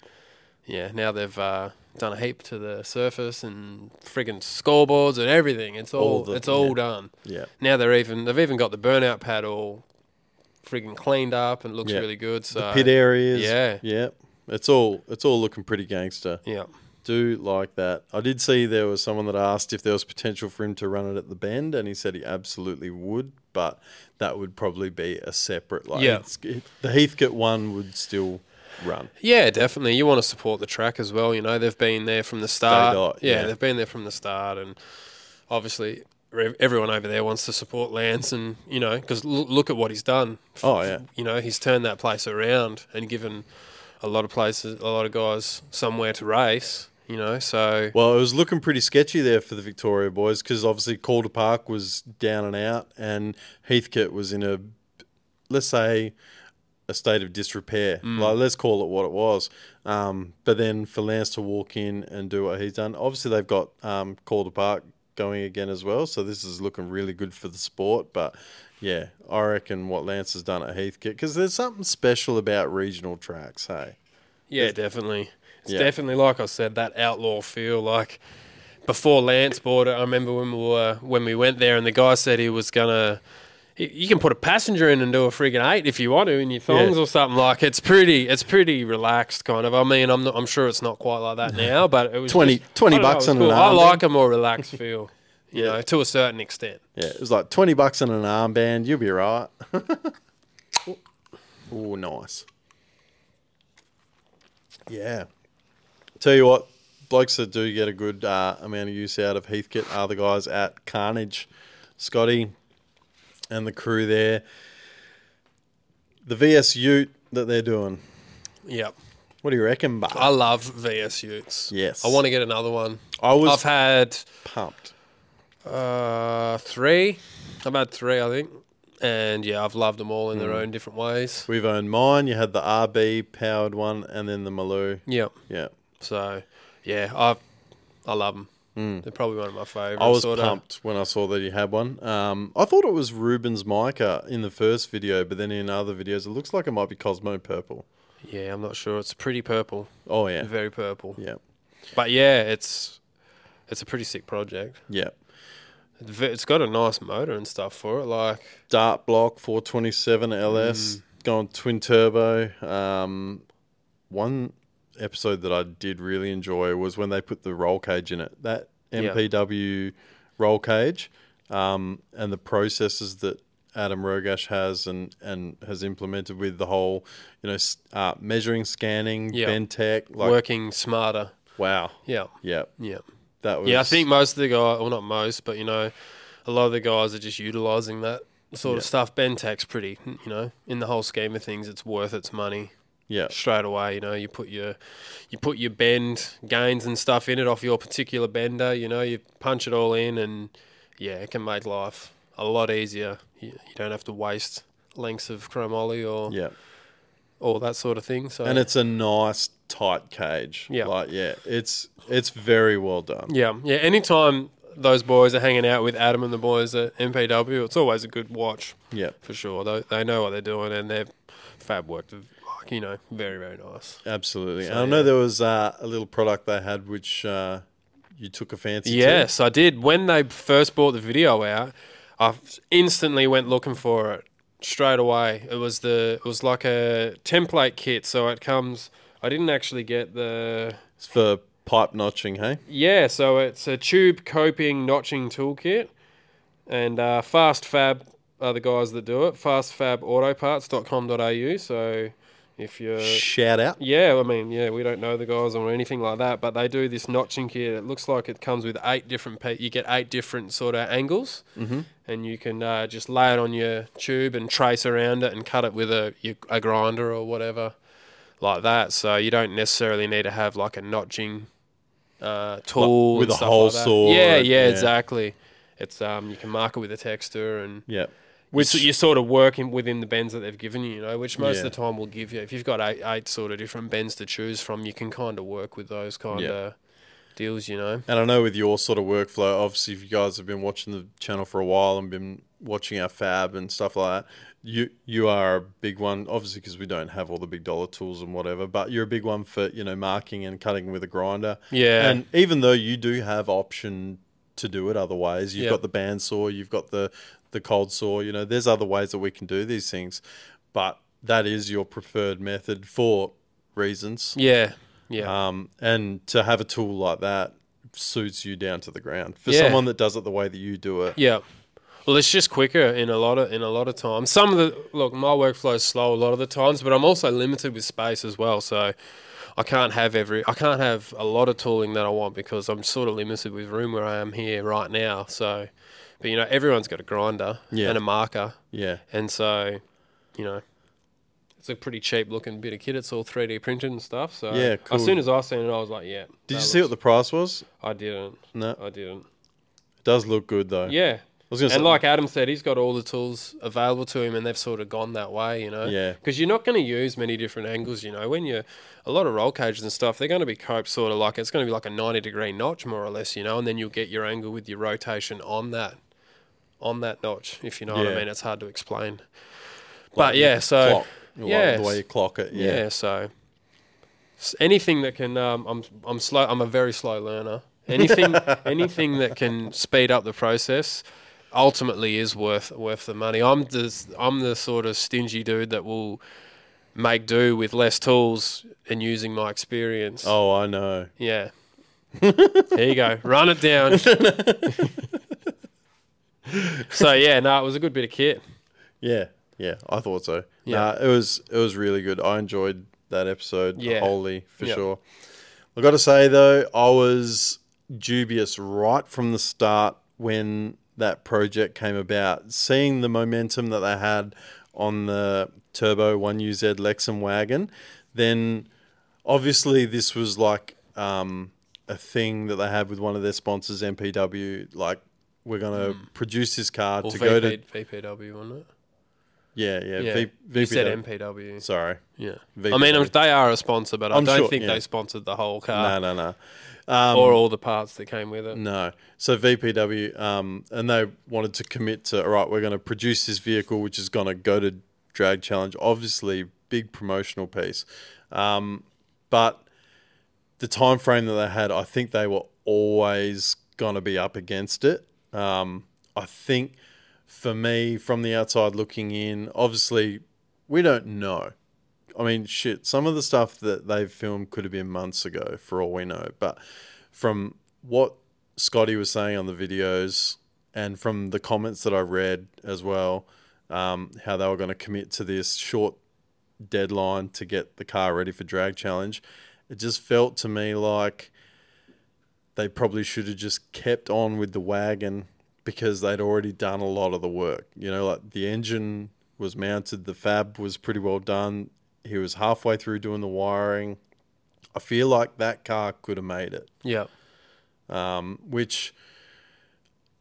[SPEAKER 1] yeah, now they've uh, done a heap to the surface and friggin' scoreboards and everything. It's all,
[SPEAKER 2] All the-
[SPEAKER 1] it's all
[SPEAKER 2] yeah.
[SPEAKER 1] done.
[SPEAKER 2] Yeah.
[SPEAKER 1] Now they're even they've even got the burnout pad all friggin' cleaned up and looks
[SPEAKER 2] Yeah.
[SPEAKER 1] really good. So
[SPEAKER 2] Pit areas.
[SPEAKER 1] Yeah.
[SPEAKER 2] Yeah. It's all it's all looking pretty gangster.
[SPEAKER 1] yeah,
[SPEAKER 2] do like that. I did see there was someone that asked if there was potential for him to run it at the bend, and he said he absolutely would, but that would probably be a separate. Like,
[SPEAKER 1] Yeah.
[SPEAKER 2] it's- it- the Heathcote one would still run.
[SPEAKER 1] yeah, definitely. You want to support the track as well. You know, they've been there from the start.
[SPEAKER 2] dot,
[SPEAKER 1] yeah,
[SPEAKER 2] yeah.
[SPEAKER 1] they've been there from the start, and obviously re- everyone over there wants to support Lance, and you know, because look at what he's done.
[SPEAKER 2] Oh yeah,
[SPEAKER 1] you know, he's turned that place around and given a lot of places, a lot of guys somewhere to race. You know, so
[SPEAKER 2] Well, it was looking pretty sketchy there for the Victoria boys because obviously Calder Park was down and out, and Heathcote was in a, let's say, a state of disrepair. Like let's call it what it was. Um, but then for Lance to walk in and do what he's done, obviously they've got um, Calder Park going again as well. So this is looking really good for the sport. But yeah, I reckon what Lance has done at Heathcote because there's something special about regional tracks. Hey,
[SPEAKER 1] Yeah, definitely. It's
[SPEAKER 2] Yeah.
[SPEAKER 1] definitely like I said, that outlaw feel. Like before Lance bought it, I remember when we were when we went there, and the guy said he was gonna. y- You can put a passenger in and do a friggin' eight if you want to in your thongs or something like. It's pretty, it's pretty relaxed kind of. I mean, I'm not, I'm sure it's not quite like that now, but it was
[SPEAKER 2] 20
[SPEAKER 1] just-
[SPEAKER 2] 20
[SPEAKER 1] I don't know, it
[SPEAKER 2] bucks on
[SPEAKER 1] was
[SPEAKER 2] an
[SPEAKER 1] cool. I
[SPEAKER 2] armband.
[SPEAKER 1] like a more relaxed feel, you
[SPEAKER 2] Yeah.
[SPEAKER 1] know, to a certain extent.
[SPEAKER 2] yeah, it was like twenty bucks and an armband. You'll be right. oh, nice. Yeah. Tell you what, blokes that do get a good uh, amount of use out of Heathcote are the guys at Carnage, Scotty, and the crew there. The VS Ute that they're doing.
[SPEAKER 1] Yep.
[SPEAKER 2] What do you reckon, Bar?
[SPEAKER 1] I love VS Utes.
[SPEAKER 2] Yes.
[SPEAKER 1] I want to get another one.
[SPEAKER 2] I was-
[SPEAKER 1] I've had
[SPEAKER 2] pumped.
[SPEAKER 1] Uh, three. I've had three, I think. And yeah, I've loved them all in
[SPEAKER 2] Hmm.
[SPEAKER 1] their own different ways.
[SPEAKER 2] We've owned mine. You had the RB powered one, and then the Maloo.
[SPEAKER 1] Yeah.
[SPEAKER 2] Yeah.
[SPEAKER 1] So, yeah, I I love them. They're probably one of my favorites.
[SPEAKER 2] Hmm. I was
[SPEAKER 1] sorta.
[SPEAKER 2] pumped when I saw that you had one. Um, I thought it was Ruben's mica in the first video, but then in other videos, it looks like it might be Cosmo Purple.
[SPEAKER 1] Yeah, I'm not sure. It's pretty purple,
[SPEAKER 2] Oh yeah,
[SPEAKER 1] very purple.
[SPEAKER 2] yeah,
[SPEAKER 1] But yeah, it's it's a pretty sick project.
[SPEAKER 2] yeah.
[SPEAKER 1] It's ve- It's got a nice motor and stuff for it. Like,
[SPEAKER 2] Dart block 427 LS
[SPEAKER 1] Mm.
[SPEAKER 2] going twin turbo. Um, one episode that I did really enjoy was when they put the roll cage in it. That
[SPEAKER 1] Yeah.
[SPEAKER 2] MPW roll cage um, and the processes that Adam Rogash has and, and has implemented with the whole, you know, s- uh, measuring, scanning,
[SPEAKER 1] Yeah.
[SPEAKER 2] Bentec. Like,
[SPEAKER 1] working smarter.
[SPEAKER 2] wow.
[SPEAKER 1] Yeah.
[SPEAKER 2] Yeah.
[SPEAKER 1] Yeah.
[SPEAKER 2] That was.
[SPEAKER 1] Yeah, I think most of the guys, well, not most, but you know, a lot of the guys are just utilizing that sort of stuff. Bentac's pretty, you know, in the whole scheme of things, it's worth its money
[SPEAKER 2] Yeah.
[SPEAKER 1] straight away. You know, you put your you put your bend gains and stuff in it off your particular bender. You know, you punch it all in, and yeah, it can make life a lot easier. You, you don't have to waste lengths of chromoly or
[SPEAKER 2] Yeah.
[SPEAKER 1] all that sort of thing. So
[SPEAKER 2] And it's a nice tight cage.
[SPEAKER 1] Yeah.
[SPEAKER 2] Like, yeah, it's it's very well done.
[SPEAKER 1] Yeah, yeah. Anytime those boys are hanging out with Adam and the boys at MPW, it's always a good watch.
[SPEAKER 2] Yeah.
[SPEAKER 1] for sure. They, they know what they're doing, and they're fab worked. Like you know, very very nice.
[SPEAKER 2] Absolutely. and I know there was uh, a little product they had which uh, you took a fancy
[SPEAKER 1] Yes, I did. When they first brought the video out, I instantly went looking for it straight away. It was the it was like a template kit, so it comes. I didn't actually get the
[SPEAKER 2] to for pipe notching, hey?
[SPEAKER 1] Yeah, so it's a tube coping notching toolkit, and uh, Fast Fab are the guys that do it. FastFabAutoparts.com.au. So if you're
[SPEAKER 2] Shout out.
[SPEAKER 1] yeah, I mean, yeah, we don't know the guys or anything like that, but they do this notching kit. It looks like it comes with eight different, pe- you get eight different sort of angles, mm-hmm. and you can uh, just lay it on your tube and trace around it and cut it with a, your- a grinder or whatever like that. So you don't necessarily need to have like a notching uh, tool
[SPEAKER 2] with
[SPEAKER 1] and
[SPEAKER 2] a
[SPEAKER 1] stuff
[SPEAKER 2] whole
[SPEAKER 1] like that.
[SPEAKER 2] saw
[SPEAKER 1] Yeah,
[SPEAKER 2] and-
[SPEAKER 1] yeah,
[SPEAKER 2] yeah.
[SPEAKER 1] exactly. It's um, you can mark it with a texture and
[SPEAKER 2] Yeah.
[SPEAKER 1] which you're sort of working within the bends that they've given you, you know, which most
[SPEAKER 2] Yeah.
[SPEAKER 1] of the time will give you. If you've got eight, eight sort of different bends to choose from, you can kind of work with those kind
[SPEAKER 2] Yeah.
[SPEAKER 1] of deals, you know.
[SPEAKER 2] And I know with your sort of workflow, obviously, if you guys have been watching the channel for a while and been watching our fab and stuff like that, you you are a big one, obviously, because we don't have all the big dollar tools and whatever. But you're a big one for you know marking and cutting with a grinder.
[SPEAKER 1] Yeah.
[SPEAKER 2] And even though you do have option to do it other ways, you've
[SPEAKER 1] Yeah.
[SPEAKER 2] got the band saw, you've got the the cold saw. You know, there's other ways that we can do these things, but that is your preferred method for reasons.
[SPEAKER 1] Yeah, yeah,
[SPEAKER 2] Um, and to have a tool like that suits you down to the ground for
[SPEAKER 1] Yeah.
[SPEAKER 2] someone that does it the way that you do it.
[SPEAKER 1] yeah. Well, it's just quicker in a lot of in a lot of times. Some of the look, my workflow's slow a lot of the times, but I'm also limited with space as well, so. I can't have every I can't have a lot of tooling that I want because I'm sort of limited with room where I am here right now. So, but you know everyone's got a grinder
[SPEAKER 2] Yeah.
[SPEAKER 1] and a marker,
[SPEAKER 2] Yeah,
[SPEAKER 1] And so, you know, it's a pretty cheap looking bit of kit. It's all 3D printed and stuff. So
[SPEAKER 2] Yeah, cool.
[SPEAKER 1] as soon as I seen it, I was like, yeah.
[SPEAKER 2] Did you see what the price was?
[SPEAKER 1] I didn't.
[SPEAKER 2] No.
[SPEAKER 1] I didn't.
[SPEAKER 2] It does look good though.
[SPEAKER 1] Yeah.
[SPEAKER 2] was gonna say,
[SPEAKER 1] And like Adam said, he's got all the tools available to him, and they've sort of gone that way, you know.
[SPEAKER 2] Yeah.
[SPEAKER 1] Because you're not going to use many different angles, you know. When you're a lot of roll cages and stuff, they're going to be coped sort of like it's going to be like a 90 degree notch more or less, you know, and then you'll get your angle with your rotation on that, on that notch. If you know what
[SPEAKER 2] Yeah.
[SPEAKER 1] I mean, it's hard to explain.
[SPEAKER 2] like
[SPEAKER 1] but yeah, so
[SPEAKER 2] clock, yeah,
[SPEAKER 1] uh, yes.
[SPEAKER 2] the way you clock it,
[SPEAKER 1] yeah.
[SPEAKER 2] yeah,
[SPEAKER 1] so s- anything that can, um, I'm I'm slow. I'm a very slow learner. Anything anything that can speed up the process ultimately is worth worth the money. I'm the s- I'm the sort of stingy dude that will make do with less tools and using my experience.
[SPEAKER 2] Oh, I know.
[SPEAKER 1] Yeah. there you go. Run it down. so yeah, no, it was a good bit of kit.
[SPEAKER 2] Yeah, yeah, I thought so.
[SPEAKER 1] Yeah.
[SPEAKER 2] Yeah, it was it was really good. I enjoyed that episode
[SPEAKER 1] Yeah.
[SPEAKER 2] wholly for
[SPEAKER 1] Yeah.
[SPEAKER 2] sure. I got to say though, I was dubious right from the start when that project came about. Seeing the momentum that they had on the Turbo One UZ Lexan wagon, then obviously this was like um, a thing that they had with one of their sponsors, MPW. Like we're gonna
[SPEAKER 1] Mm.
[SPEAKER 2] produce this car
[SPEAKER 1] Or
[SPEAKER 2] to
[SPEAKER 1] VP,
[SPEAKER 2] go to
[SPEAKER 1] VPW, wasn't it?
[SPEAKER 2] yeah, yeah.
[SPEAKER 1] Yeah.
[SPEAKER 2] V-
[SPEAKER 1] you said
[SPEAKER 2] VPW.
[SPEAKER 1] MPW.
[SPEAKER 2] Sorry.
[SPEAKER 1] Yeah.
[SPEAKER 2] VPW.
[SPEAKER 1] I mean, I'm- they are a sponsor, but I
[SPEAKER 2] I'm
[SPEAKER 1] don't
[SPEAKER 2] sure,
[SPEAKER 1] think
[SPEAKER 2] yeah.
[SPEAKER 1] they sponsored the whole
[SPEAKER 2] No,
[SPEAKER 1] car
[SPEAKER 2] no, no,
[SPEAKER 1] or all the parts that came with it.
[SPEAKER 2] no. So VPW, um, and they wanted to commit to all right. We're going to produce this vehicle, which is going to go to Drag Challenge. Obviously, big promotional piece, um, but the time frame that they had, I think they were always going to be up against it. Um, I think for me, from the outside looking in, obviously we don't know. I mean, shit, some of the stuff that they've filmed could have been months ago for all we know. But from what Scotty was saying on the videos and from the comments that I read as well, um, how they were going to commit to this short deadline to get the car ready for Drag Challenge, it just felt to me like they probably should have just kept on with the wagon because they'd already done a lot of the work. You know, like the engine was mounted, the fab was pretty well done. He was halfway through doing the wiring. I feel like that car could have made it,
[SPEAKER 1] Yeah.
[SPEAKER 2] which,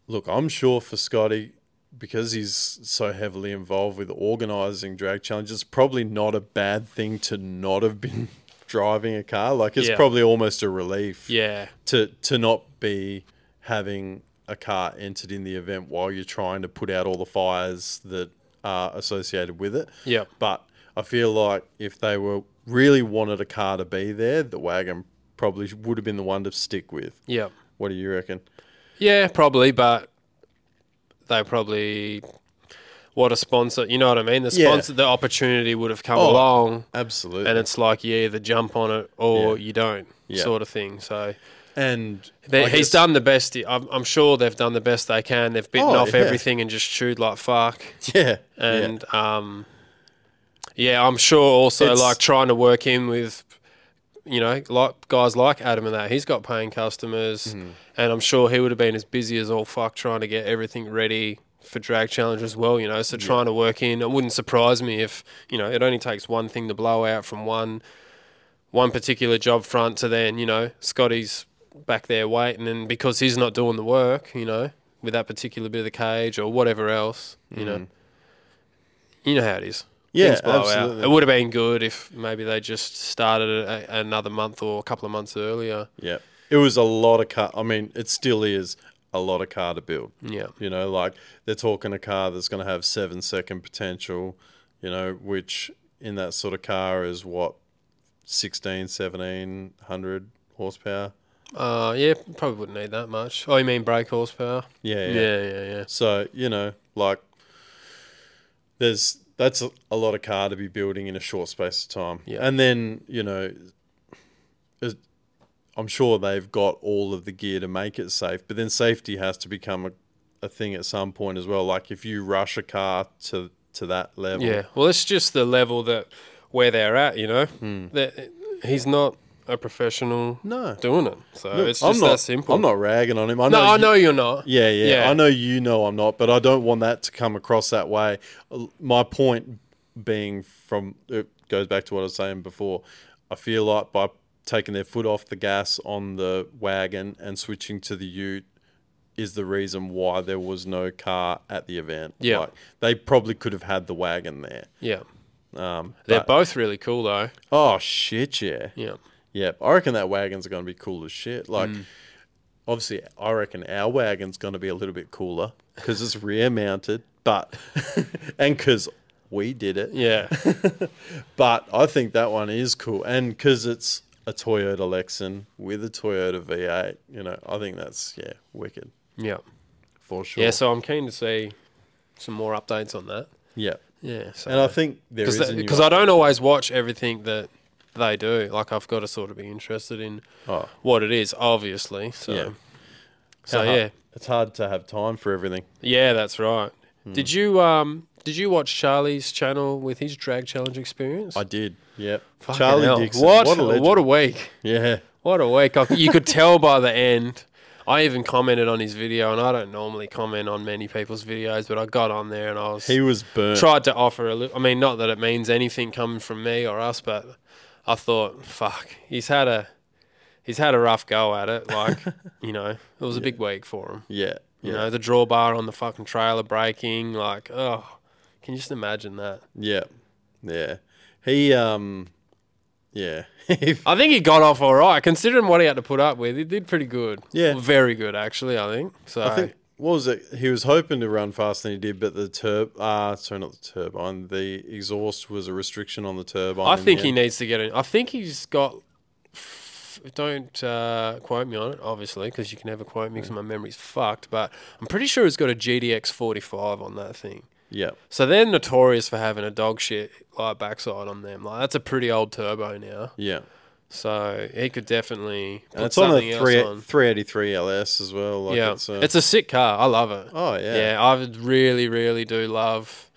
[SPEAKER 2] look, I'm sure for Scotty, because he's so heavily involved with organising drag challenges, probably not a bad thing to not have been driving a car. Like, it's
[SPEAKER 1] Yeah.
[SPEAKER 2] probably almost a relief
[SPEAKER 1] Yeah.
[SPEAKER 2] to to not be having a car entered in the event while you're trying to put out all the fires that are associated with it.
[SPEAKER 1] Yep.
[SPEAKER 2] But I feel like if they were really wanted a car to be there, the wagon probably would have been the one to stick with.
[SPEAKER 1] Yeah.
[SPEAKER 2] What do you reckon?
[SPEAKER 1] Yeah, probably, but they probably what a sponsor. You know what I mean? The
[SPEAKER 2] Yeah.
[SPEAKER 1] sponsor, the opportunity would have come
[SPEAKER 2] Oh,
[SPEAKER 1] along,
[SPEAKER 2] Absolutely.
[SPEAKER 1] and it's like you either jump on it or
[SPEAKER 2] Yeah.
[SPEAKER 1] you don't,
[SPEAKER 2] Yeah.
[SPEAKER 1] sort of thing. So.
[SPEAKER 2] and
[SPEAKER 1] They,
[SPEAKER 2] I
[SPEAKER 1] he's
[SPEAKER 2] guess-
[SPEAKER 1] done the best. he- I'm, I'm sure they've done the best they can. They've bitten
[SPEAKER 2] Oh,
[SPEAKER 1] off
[SPEAKER 2] yeah.
[SPEAKER 1] everything and just chewed like fuck.
[SPEAKER 2] Yeah. yeah.
[SPEAKER 1] and yeah. um yeah i'm sure also
[SPEAKER 2] It's-
[SPEAKER 1] like trying to work in with you know like guys like adam and that he's got paying customers
[SPEAKER 2] Mm-hmm.
[SPEAKER 1] and i'm sure he would have been as busy as all fuck trying to get everything ready for drag challenge as well you know so trying to work in it wouldn't surprise me if you know it only takes one thing to blow out from one one particular job front to then you know scotty's back there waiting and because he's not doing the work you know with that particular bit of the cage or whatever else
[SPEAKER 2] Mm-hmm.
[SPEAKER 1] you know you know how it is.
[SPEAKER 2] Mm. Yeah,
[SPEAKER 1] Things blow out.
[SPEAKER 2] absolutely.
[SPEAKER 1] It would have been good if maybe they just started a, a- another month or a couple of months earlier.
[SPEAKER 2] Yeah. It was a lot of car. I mean, it still is a lot of car to build.
[SPEAKER 1] Yeah.
[SPEAKER 2] You know, like they're talking a car that's going to have seven second potential, you know, which in that sort of car is what, 16, 1700 horsepower?
[SPEAKER 1] Uh, yeah, probably wouldn't need that much. Oh, you mean brake horsepower?
[SPEAKER 2] Yeah.
[SPEAKER 1] Yeah, yeah, yeah. yeah.
[SPEAKER 2] So, you know, like there's that's a, a lot of car to be building in a short space of time.
[SPEAKER 1] Yeah.
[SPEAKER 2] And then, you know, it- I'm sure they've got all of the gear to make it safe, but then safety has to become a, a thing at some point as well. Like if you rush a car to to that level.
[SPEAKER 1] Yeah. Well, it's just the level that where they're at, you know. That he's not a professional
[SPEAKER 2] Hmm. No.
[SPEAKER 1] doing it. So it's
[SPEAKER 2] I'm
[SPEAKER 1] just
[SPEAKER 2] not
[SPEAKER 1] that simple.
[SPEAKER 2] I'm not ragging on him. I
[SPEAKER 1] No,
[SPEAKER 2] know
[SPEAKER 1] I
[SPEAKER 2] you-
[SPEAKER 1] know you're not.
[SPEAKER 2] Yeah, yeah,
[SPEAKER 1] Yeah.
[SPEAKER 2] I know you know I'm not, but I don't want that to come across that way. L- My point being from it goes back to what I was saying before. I feel like by taking their foot off the gas on the wagon and switching to the ute, is the reason why there was no car at the event.
[SPEAKER 1] Yeah.
[SPEAKER 2] Like, they probably could have had the wagon there.
[SPEAKER 1] Yeah.
[SPEAKER 2] Um,
[SPEAKER 1] They're
[SPEAKER 2] but-
[SPEAKER 1] both really cool though.
[SPEAKER 2] oh shit, yeah.
[SPEAKER 1] Yeah.
[SPEAKER 2] Yeah, I reckon that wagon's going to be cool as shit. Like,
[SPEAKER 1] Mm.
[SPEAKER 2] obviously, I reckon our wagon's going to be a little bit cooler because it's rear mounted, but and because we did it.
[SPEAKER 1] Yeah.
[SPEAKER 2] But I think that one is cool, and because it's a Toyota Lexus with a Toyota V8, you know, I think that's yeah, wicked
[SPEAKER 1] yeah.
[SPEAKER 2] for sure.
[SPEAKER 1] Yeah, so I'm keen to see some more updates on that.
[SPEAKER 2] yeah.
[SPEAKER 1] Yeah. So
[SPEAKER 2] And I think there is a new
[SPEAKER 1] because I don't always watch everything that they do. Like I've got to sort of be interested in
[SPEAKER 2] Oh.
[SPEAKER 1] what it is, obviously. So
[SPEAKER 2] Yeah. Uh-huh.
[SPEAKER 1] so
[SPEAKER 2] How-
[SPEAKER 1] Oh, yeah,
[SPEAKER 2] it's hard to have time for everything.
[SPEAKER 1] yeah, that's right.
[SPEAKER 2] Hmm.
[SPEAKER 1] Did you um did you watch Charlie's channel with his drag challenge experience?
[SPEAKER 2] I did. Yep.
[SPEAKER 1] Fucking
[SPEAKER 2] Charlie
[SPEAKER 1] hell.
[SPEAKER 2] Dixon.
[SPEAKER 1] What
[SPEAKER 2] What a legend.
[SPEAKER 1] what a week!
[SPEAKER 2] yeah.
[SPEAKER 1] What a week! I- you could tell by the end. I even commented on his video, and I don't normally comment on many people's videos, but I got on there and I was
[SPEAKER 2] He was burnt.
[SPEAKER 1] tried to offer a little. I mean, not that it means anything coming from me or us, but I thought, fuck, he's had a he's had a rough go at it. Like, you know, it was a big week for him.
[SPEAKER 2] yeah.
[SPEAKER 1] You
[SPEAKER 2] Yeah.
[SPEAKER 1] know, the drawbar on the fucking trailer breaking. Like, oh, can you just imagine that?
[SPEAKER 2] Yeah. Yeah. He um yeah. He-
[SPEAKER 1] I think he got off all right, considering what he had to put up with. He did pretty good.
[SPEAKER 2] Yeah.
[SPEAKER 1] very good actually. I think so.
[SPEAKER 2] I think what was it? He was hoping to run faster than he did, but the turb uh sorry not the turbine, the exhaust was a restriction on the turbine.
[SPEAKER 1] I
[SPEAKER 2] in the
[SPEAKER 1] think he
[SPEAKER 2] end.
[SPEAKER 1] needs to get in. I think he's got. Don't uh, quote me on it, obviously, because you can never quote me because my memory's fucked. But I'm pretty sure he's got a GDX 45 on that thing.
[SPEAKER 2] Yeah.
[SPEAKER 1] So they're notorious for having a dog shit like backside on them. Like that's a pretty old turbo now.
[SPEAKER 2] Yeah.
[SPEAKER 1] So he could definitely put
[SPEAKER 2] And it's on a
[SPEAKER 1] something
[SPEAKER 2] three
[SPEAKER 1] else on.
[SPEAKER 2] three eighty three LS as well. Like
[SPEAKER 1] yeah,
[SPEAKER 2] it's a,
[SPEAKER 1] sick car. I love it.
[SPEAKER 2] Oh, yeah.
[SPEAKER 1] yeah. I would really, really do love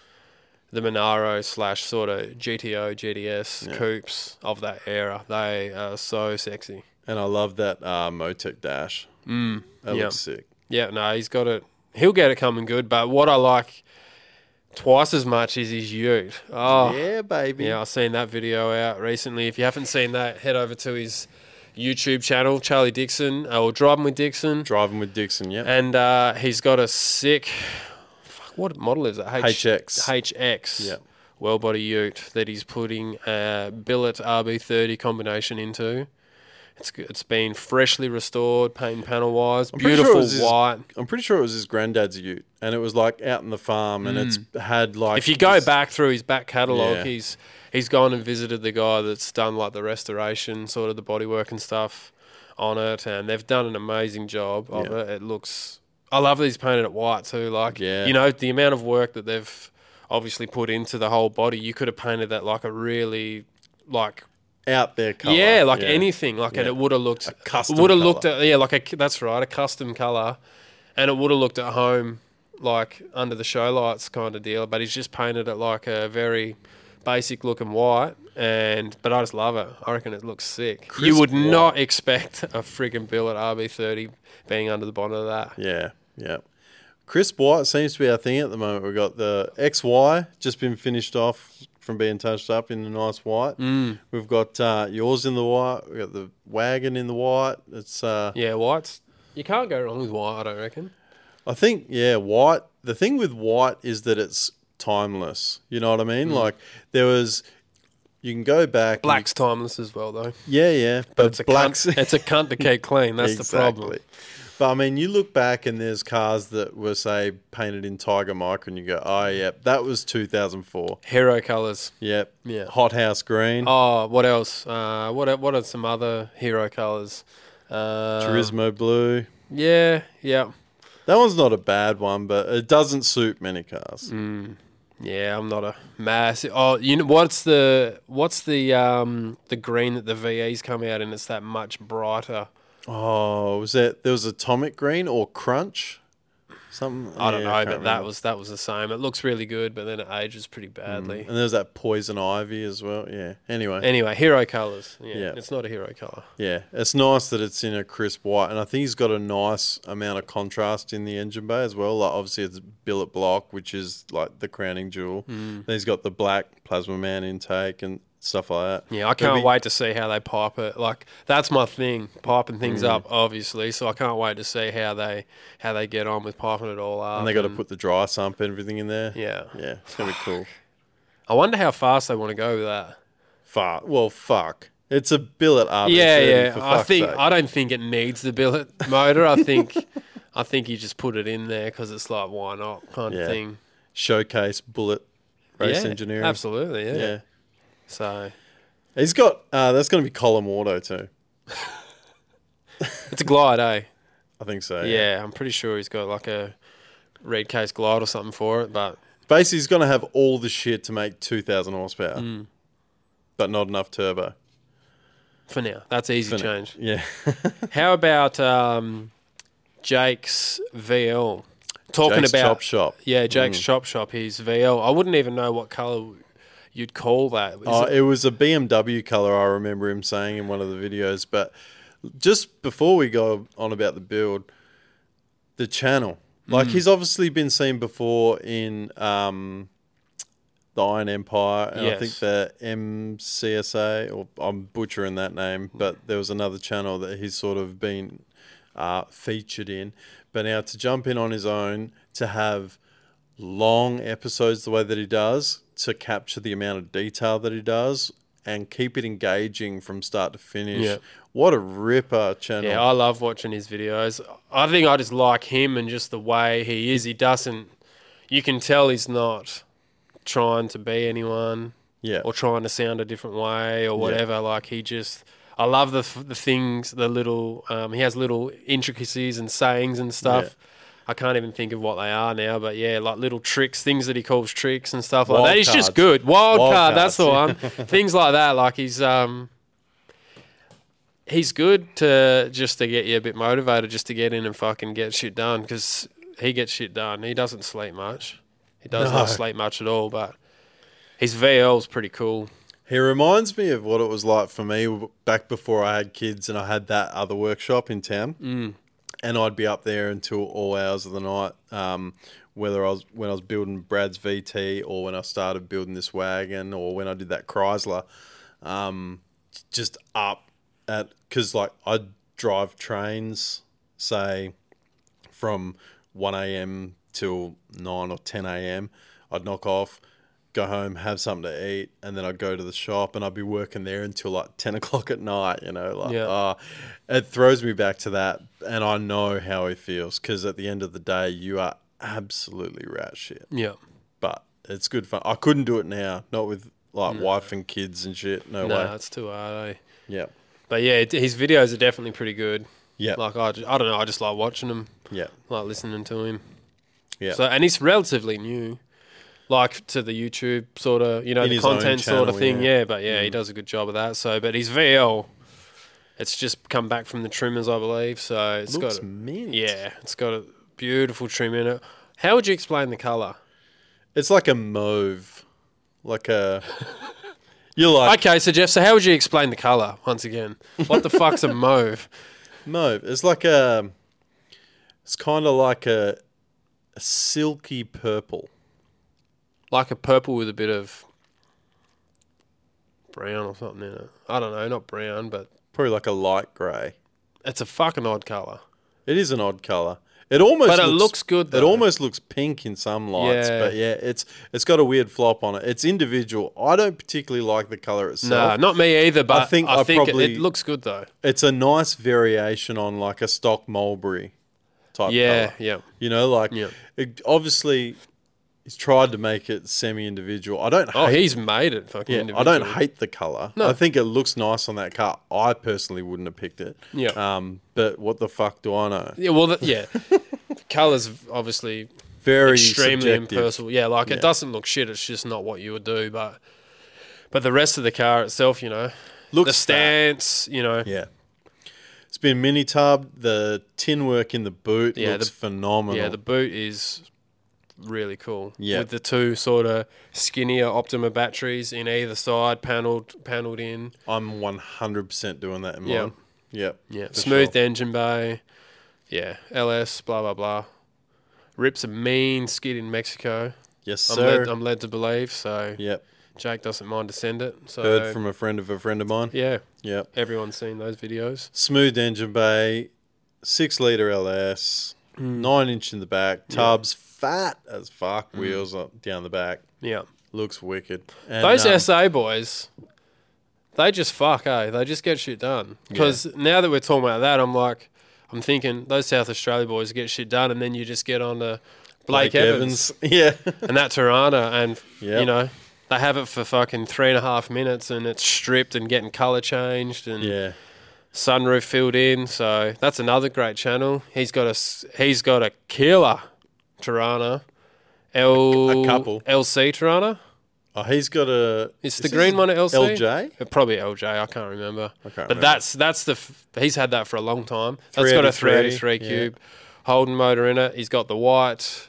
[SPEAKER 1] the Monaro slash sort of GTO GDS coupes of that era. They are so sexy.
[SPEAKER 2] and I love that uh Motec dash. Mm. That
[SPEAKER 1] yeah.
[SPEAKER 2] looks sick.
[SPEAKER 1] Yeah, no, he's got it. He'll get it coming good. But what I like twice as much is his Ute. Oh, yeah.
[SPEAKER 2] Yeah, baby.
[SPEAKER 1] I've seen that video out recently. If you haven't seen that, head over to his YouTube channel, Charlie Dixon, uh, or Driving with Dixon.
[SPEAKER 2] Driving with Dixon, yeah.
[SPEAKER 1] and uh, he's got a sick. Fuck, what model is it? H-
[SPEAKER 2] HX.
[SPEAKER 1] HX.
[SPEAKER 2] Yeah.
[SPEAKER 1] Well body ute that he's putting a billet RB30 combination into. It's g- it's been freshly restored, paint and panel wise,
[SPEAKER 2] pretty sure it
[SPEAKER 1] beautiful
[SPEAKER 2] was his-
[SPEAKER 1] white.
[SPEAKER 2] I'm pretty sure it was his granddad's ute, and it was like out in the farm, and it's had like.
[SPEAKER 1] Mm. If you go
[SPEAKER 2] this-
[SPEAKER 1] back through his back catalogue,
[SPEAKER 2] Yeah.
[SPEAKER 1] he's he's gone and visited the guy that's done like the restoration, sort of the bodywork and stuff on it, and they've done an amazing job of
[SPEAKER 2] Yeah.
[SPEAKER 1] it. It looks, I love that he's painted it white too. Like,
[SPEAKER 2] Yeah.
[SPEAKER 1] you know, the amount of work that they've obviously put into the whole body, you could have painted that like a really like
[SPEAKER 2] out there, colour.
[SPEAKER 1] yeah, like anything, like and
[SPEAKER 2] Yeah.
[SPEAKER 1] it would have looked a
[SPEAKER 2] custom
[SPEAKER 1] would have
[SPEAKER 2] colour.
[SPEAKER 1] looked at yeah, like a that's right, a custom color, and it would have looked at home like under the show lights kind of deal. But he's just painted it like a very basic looking white, and but I just love it. I reckon it looks sick. you
[SPEAKER 2] Crisp
[SPEAKER 1] would
[SPEAKER 2] white.
[SPEAKER 1] not expect a friggin' bill at RB30 being under the bonnet of that.
[SPEAKER 2] Yeah, yeah. Chris White seems to be our thing at the moment. We've got the XY just been finished off from being touched up in a nice white. Mm. We've got uh, yours in the white. We've got the wagon in the white. It's uh,
[SPEAKER 1] Yeah, whites. You can't go wrong with white. I don't reckon.
[SPEAKER 2] I think, yeah, white. The thing with white is that it's timeless. You know what I mean? Like there was, you can go back. and
[SPEAKER 1] Mm. Black's timeless as well though.
[SPEAKER 2] you- yeah, yeah, but,
[SPEAKER 1] It's a
[SPEAKER 2] blacks.
[SPEAKER 1] cunt. It's a cunt to keep clean. That's the problem.
[SPEAKER 2] But I mean, you look back and there's cars that were say painted in Tiger Mike, and you go, "Oh, yep, that was 2004.
[SPEAKER 1] Hero colors.
[SPEAKER 2] Yep,
[SPEAKER 1] Yeah.
[SPEAKER 2] hot house green,
[SPEAKER 1] Oh, what else? Uh, what are- what are some other hero colors? Uh,
[SPEAKER 2] Turismo blue."
[SPEAKER 1] Yeah, yeah,
[SPEAKER 2] That one's not a bad one, but it doesn't suit many cars.
[SPEAKER 1] Mm. yeah. I'm not a massive. Oh, you know what's the what's the um the green that the VEs come out and it's that much brighter.
[SPEAKER 2] Oh, was that there was Atomic Green or Crunch? Something
[SPEAKER 1] I don't
[SPEAKER 2] yeah,
[SPEAKER 1] know,
[SPEAKER 2] can't
[SPEAKER 1] but that
[SPEAKER 2] remember. Mm.
[SPEAKER 1] was that was the same. It looks really good, but then it ages pretty badly.
[SPEAKER 2] And there's that poison ivy as well. Yeah. Anyway,
[SPEAKER 1] Anyway, hero colors. Yeah,
[SPEAKER 2] Yeah.
[SPEAKER 1] it's not a hero color.
[SPEAKER 2] yeah, it's nice that it's in a crisp white, and I think he's got a nice amount of contrast in the engine bay as well. Like obviously it's
[SPEAKER 1] Mm.
[SPEAKER 2] billet block, which is like the crowning jewel. Then he's got the black plasma man intake, and stuff like that.
[SPEAKER 1] Yeah, I
[SPEAKER 2] It'll
[SPEAKER 1] can't
[SPEAKER 2] be-
[SPEAKER 1] wait to see how they pipe it. Like that's my thing, piping
[SPEAKER 2] Mm.
[SPEAKER 1] things up, obviously. So I can't wait to see how they how they get on with piping it all up.
[SPEAKER 2] And they got to put the dry sump and everything in there.
[SPEAKER 1] Mm. yeah.
[SPEAKER 2] yeah, it's gonna be cool.
[SPEAKER 1] I wonder how fast they want to go with that.
[SPEAKER 2] Fuck. Well, fuck. It's a billet arbiter.
[SPEAKER 1] yeah, yeah.
[SPEAKER 2] For
[SPEAKER 1] I
[SPEAKER 2] fuck's
[SPEAKER 1] think
[SPEAKER 2] sake.
[SPEAKER 1] I don't think it needs the billet motor. I think I think you just put it in there because it's like why not kind
[SPEAKER 2] Yeah.
[SPEAKER 1] of thing.
[SPEAKER 2] showcase bullet race
[SPEAKER 1] Yeah,
[SPEAKER 2] engineering.
[SPEAKER 1] Absolutely. Yeah.
[SPEAKER 2] Yeah.
[SPEAKER 1] So
[SPEAKER 2] He's got. Uh, that's gonna be Colin Wardo too.
[SPEAKER 1] it's a glide, eh?
[SPEAKER 2] I think so.
[SPEAKER 1] Yeah, I'm pretty sure he's got like a red case glide or something for it, but
[SPEAKER 2] Basically, he's gonna have all the shit to make two thousand horsepower, but not enough turbo.
[SPEAKER 1] for now, that's easy
[SPEAKER 2] Fin-
[SPEAKER 1] change.
[SPEAKER 2] Yeah.
[SPEAKER 1] How about um, Jake's VL? Talking
[SPEAKER 2] Jake's
[SPEAKER 1] about
[SPEAKER 2] chop shop.
[SPEAKER 1] yeah, Jake's chop shop. His VL. I wouldn't even know what color you'd call that. Is
[SPEAKER 2] Oh,
[SPEAKER 1] it-
[SPEAKER 2] it was a BMW color. I remember him saying in one of the videos. But just before we go on about the build, the channel, like
[SPEAKER 1] Mm.
[SPEAKER 2] he's obviously been seen before in um, the Iron Empire, and I think
[SPEAKER 1] Yes.
[SPEAKER 2] the MCSA, or I'm butchering that name, but there was another channel that he's sort of been uh, featured in. But now to jump in on his own to have long episodes the way that he does to capture the amount of detail that he does and keep it engaging from start to finish.
[SPEAKER 1] Yeah.
[SPEAKER 2] What a ripper channel.
[SPEAKER 1] yeah, I love watching his videos. I think I just like him and just the way he is. He doesn't. You can tell he's not trying to be anyone.
[SPEAKER 2] yeah.
[SPEAKER 1] or trying to sound a different way or whatever. Like he just, I love the f- the things, the little. Um, he has little intricacies and sayings and stuff. I can't even think of what they are now, but yeah, like little tricks, things that he calls tricks and stuff like
[SPEAKER 2] Wild
[SPEAKER 1] that. He's just
[SPEAKER 2] cards.
[SPEAKER 1] good. Wild,
[SPEAKER 2] Wild
[SPEAKER 1] card, Oh, that's the one.
[SPEAKER 2] cards,
[SPEAKER 1] things like that. Like he's um. He's good to just to get you a bit motivated, just to get in and fucking get shit done. Because he gets shit done. He doesn't sleep much. He does
[SPEAKER 2] No.
[SPEAKER 1] not sleep much at all. But his VL's pretty cool.
[SPEAKER 2] He reminds me of what it was like for me w- back before I had kids and I had that other workshop in town. Mm. And I'd be up there until all hours of the night, um, whether I was when I was building Brad's VT or when I started building this wagon or when I did that Chrysler, um, just up at because like I'd drive trains, say from 1 a.m. till 9 or 10 a.m. I'd knock off, go home, have something to eat, and then I'd go to the shop and I'd be working there until like 10 o'clock at night, you know? Like,
[SPEAKER 1] Yeah.
[SPEAKER 2] ah, it throws me back to that. And I know how it feels because at the end of the day, you are absolutely rat shit.
[SPEAKER 1] Yeah.
[SPEAKER 2] But it's good fun. I couldn't do it now, not with like wife and kids and shit. No,
[SPEAKER 1] No,
[SPEAKER 2] way.
[SPEAKER 1] it's too hard. Eh?
[SPEAKER 2] Yeah.
[SPEAKER 1] But yeah, it- his videos are definitely pretty good.
[SPEAKER 2] Yeah.
[SPEAKER 1] Like I, ju- I don't know, I just like watching him,
[SPEAKER 2] yeah.
[SPEAKER 1] like listening to him.
[SPEAKER 2] Yeah.
[SPEAKER 1] So and he's relatively new, like to the YouTube sort of, you know,
[SPEAKER 2] In
[SPEAKER 1] the
[SPEAKER 2] his own
[SPEAKER 1] content sort
[SPEAKER 2] channel,
[SPEAKER 1] of
[SPEAKER 2] yeah.
[SPEAKER 1] thing.
[SPEAKER 2] Mm.
[SPEAKER 1] Yeah. But yeah, he does a good job of that. So, but his VL, it's just come back from the trimmers, I believe. So it's
[SPEAKER 2] Looks
[SPEAKER 1] got, a-
[SPEAKER 2] mint.
[SPEAKER 1] yeah, it's got a beautiful trim in it. How would you explain the color?
[SPEAKER 2] It's like a mauve. Like a. You're like,
[SPEAKER 1] Okay, so Jeff, so how would you explain the color once again? What the fuck's a mauve?
[SPEAKER 2] mauve. It's like a. It's kind of like a, a silky purple.
[SPEAKER 1] like a purple with a bit of brown or something in it. I don't know, not brown, but
[SPEAKER 2] Probably like a light grey.
[SPEAKER 1] it's a fucking odd color.
[SPEAKER 2] It is an odd color. It almost
[SPEAKER 1] But it looks good,
[SPEAKER 2] It
[SPEAKER 1] though.
[SPEAKER 2] almost looks pink in some lights,
[SPEAKER 1] Yeah.
[SPEAKER 2] but yeah, it's it's got a weird flop on it. It's individual. I don't particularly like the color
[SPEAKER 1] No,
[SPEAKER 2] itself.
[SPEAKER 1] not me either. But I
[SPEAKER 2] think
[SPEAKER 1] think
[SPEAKER 2] I
[SPEAKER 1] I think it-
[SPEAKER 2] probably-
[SPEAKER 1] it looks good though.
[SPEAKER 2] It's a nice variation on like a stock mulberry type
[SPEAKER 1] Yeah,
[SPEAKER 2] color.
[SPEAKER 1] yeah.
[SPEAKER 2] You know, like
[SPEAKER 1] Yeah.
[SPEAKER 2] it, obviously he's tried to make it semi-individual. I don't
[SPEAKER 1] Oh,
[SPEAKER 2] hate
[SPEAKER 1] he's made it fucking.
[SPEAKER 2] Yeah, I
[SPEAKER 1] individual.
[SPEAKER 2] don't hate the color. I think it looks nice on that car. I personally wouldn't have picked it.
[SPEAKER 1] Yeah.
[SPEAKER 2] Um, but what the fuck do I know?
[SPEAKER 1] Yeah, well, th yeah. Colors obviously
[SPEAKER 2] Very
[SPEAKER 1] extremely
[SPEAKER 2] subjective.
[SPEAKER 1] impersonal. Yeah, like it doesn't look shit. It's just not what you would do. But but the rest of the car itself, you know,
[SPEAKER 2] Looks
[SPEAKER 1] the stance, you know,
[SPEAKER 2] Yeah. It's been mini tub. The tin work in the boot
[SPEAKER 1] Yeah,
[SPEAKER 2] looks
[SPEAKER 1] the-
[SPEAKER 2] phenomenal.
[SPEAKER 1] Yeah, the boot is really cool.
[SPEAKER 2] Yeah.
[SPEAKER 1] with the two sort of skinnier Optima batteries in either side, paneled paneled in.
[SPEAKER 2] I'm 100% doing that in
[SPEAKER 1] Yeah.
[SPEAKER 2] mine. Yep.
[SPEAKER 1] Yeah,
[SPEAKER 2] for
[SPEAKER 1] smoothed
[SPEAKER 2] sure.
[SPEAKER 1] engine bay. Yeah, LS. Blah blah blah. Rips a mean skid in Mexico.
[SPEAKER 2] Yes,
[SPEAKER 1] I'm
[SPEAKER 2] sir.
[SPEAKER 1] led, I'm led to believe. So
[SPEAKER 2] Yep.
[SPEAKER 1] Jake doesn't mind to send it. So
[SPEAKER 2] Heard from a friend of a friend of mine.
[SPEAKER 1] yeah,
[SPEAKER 2] Yep.
[SPEAKER 1] everyone's seen those videos.
[SPEAKER 2] Smooth engine bay, six litre LS,
[SPEAKER 1] Hmm.
[SPEAKER 2] nine inch in the back, tubs fat as fuck, wheels up, down the back.
[SPEAKER 1] Yeah,
[SPEAKER 2] Looks wicked. And,
[SPEAKER 1] those
[SPEAKER 2] um,
[SPEAKER 1] SA boys, they just fuck, eh? They just get shit done. Because now that we're talking about that, I'm like, I'm thinking those South Australia boys get shit done, and then you just get on to Blake, Evans,
[SPEAKER 2] Yeah.
[SPEAKER 1] and that Tirana, and you
[SPEAKER 2] Yep.
[SPEAKER 1] know. They have it for fucking three and a half minutes, and it's stripped and getting color changed, and
[SPEAKER 2] yeah.
[SPEAKER 1] sunroof filled in. So that's another great channel. He's got a s- he's got a killer Tirana, L
[SPEAKER 2] A couple.
[SPEAKER 1] LC Tirana.
[SPEAKER 2] Oh, he's got a.
[SPEAKER 1] It's
[SPEAKER 2] is
[SPEAKER 1] the
[SPEAKER 2] this
[SPEAKER 1] green
[SPEAKER 2] a
[SPEAKER 1] one at LC.
[SPEAKER 2] LJ?
[SPEAKER 1] Uh, Probably LJ. I can't remember.
[SPEAKER 2] can't
[SPEAKER 1] but
[SPEAKER 2] remember.
[SPEAKER 1] that's that's the f- he's had that for a long time. That's got a 383
[SPEAKER 2] 383, yeah.
[SPEAKER 1] cube, Holden motor in it. He's got the white.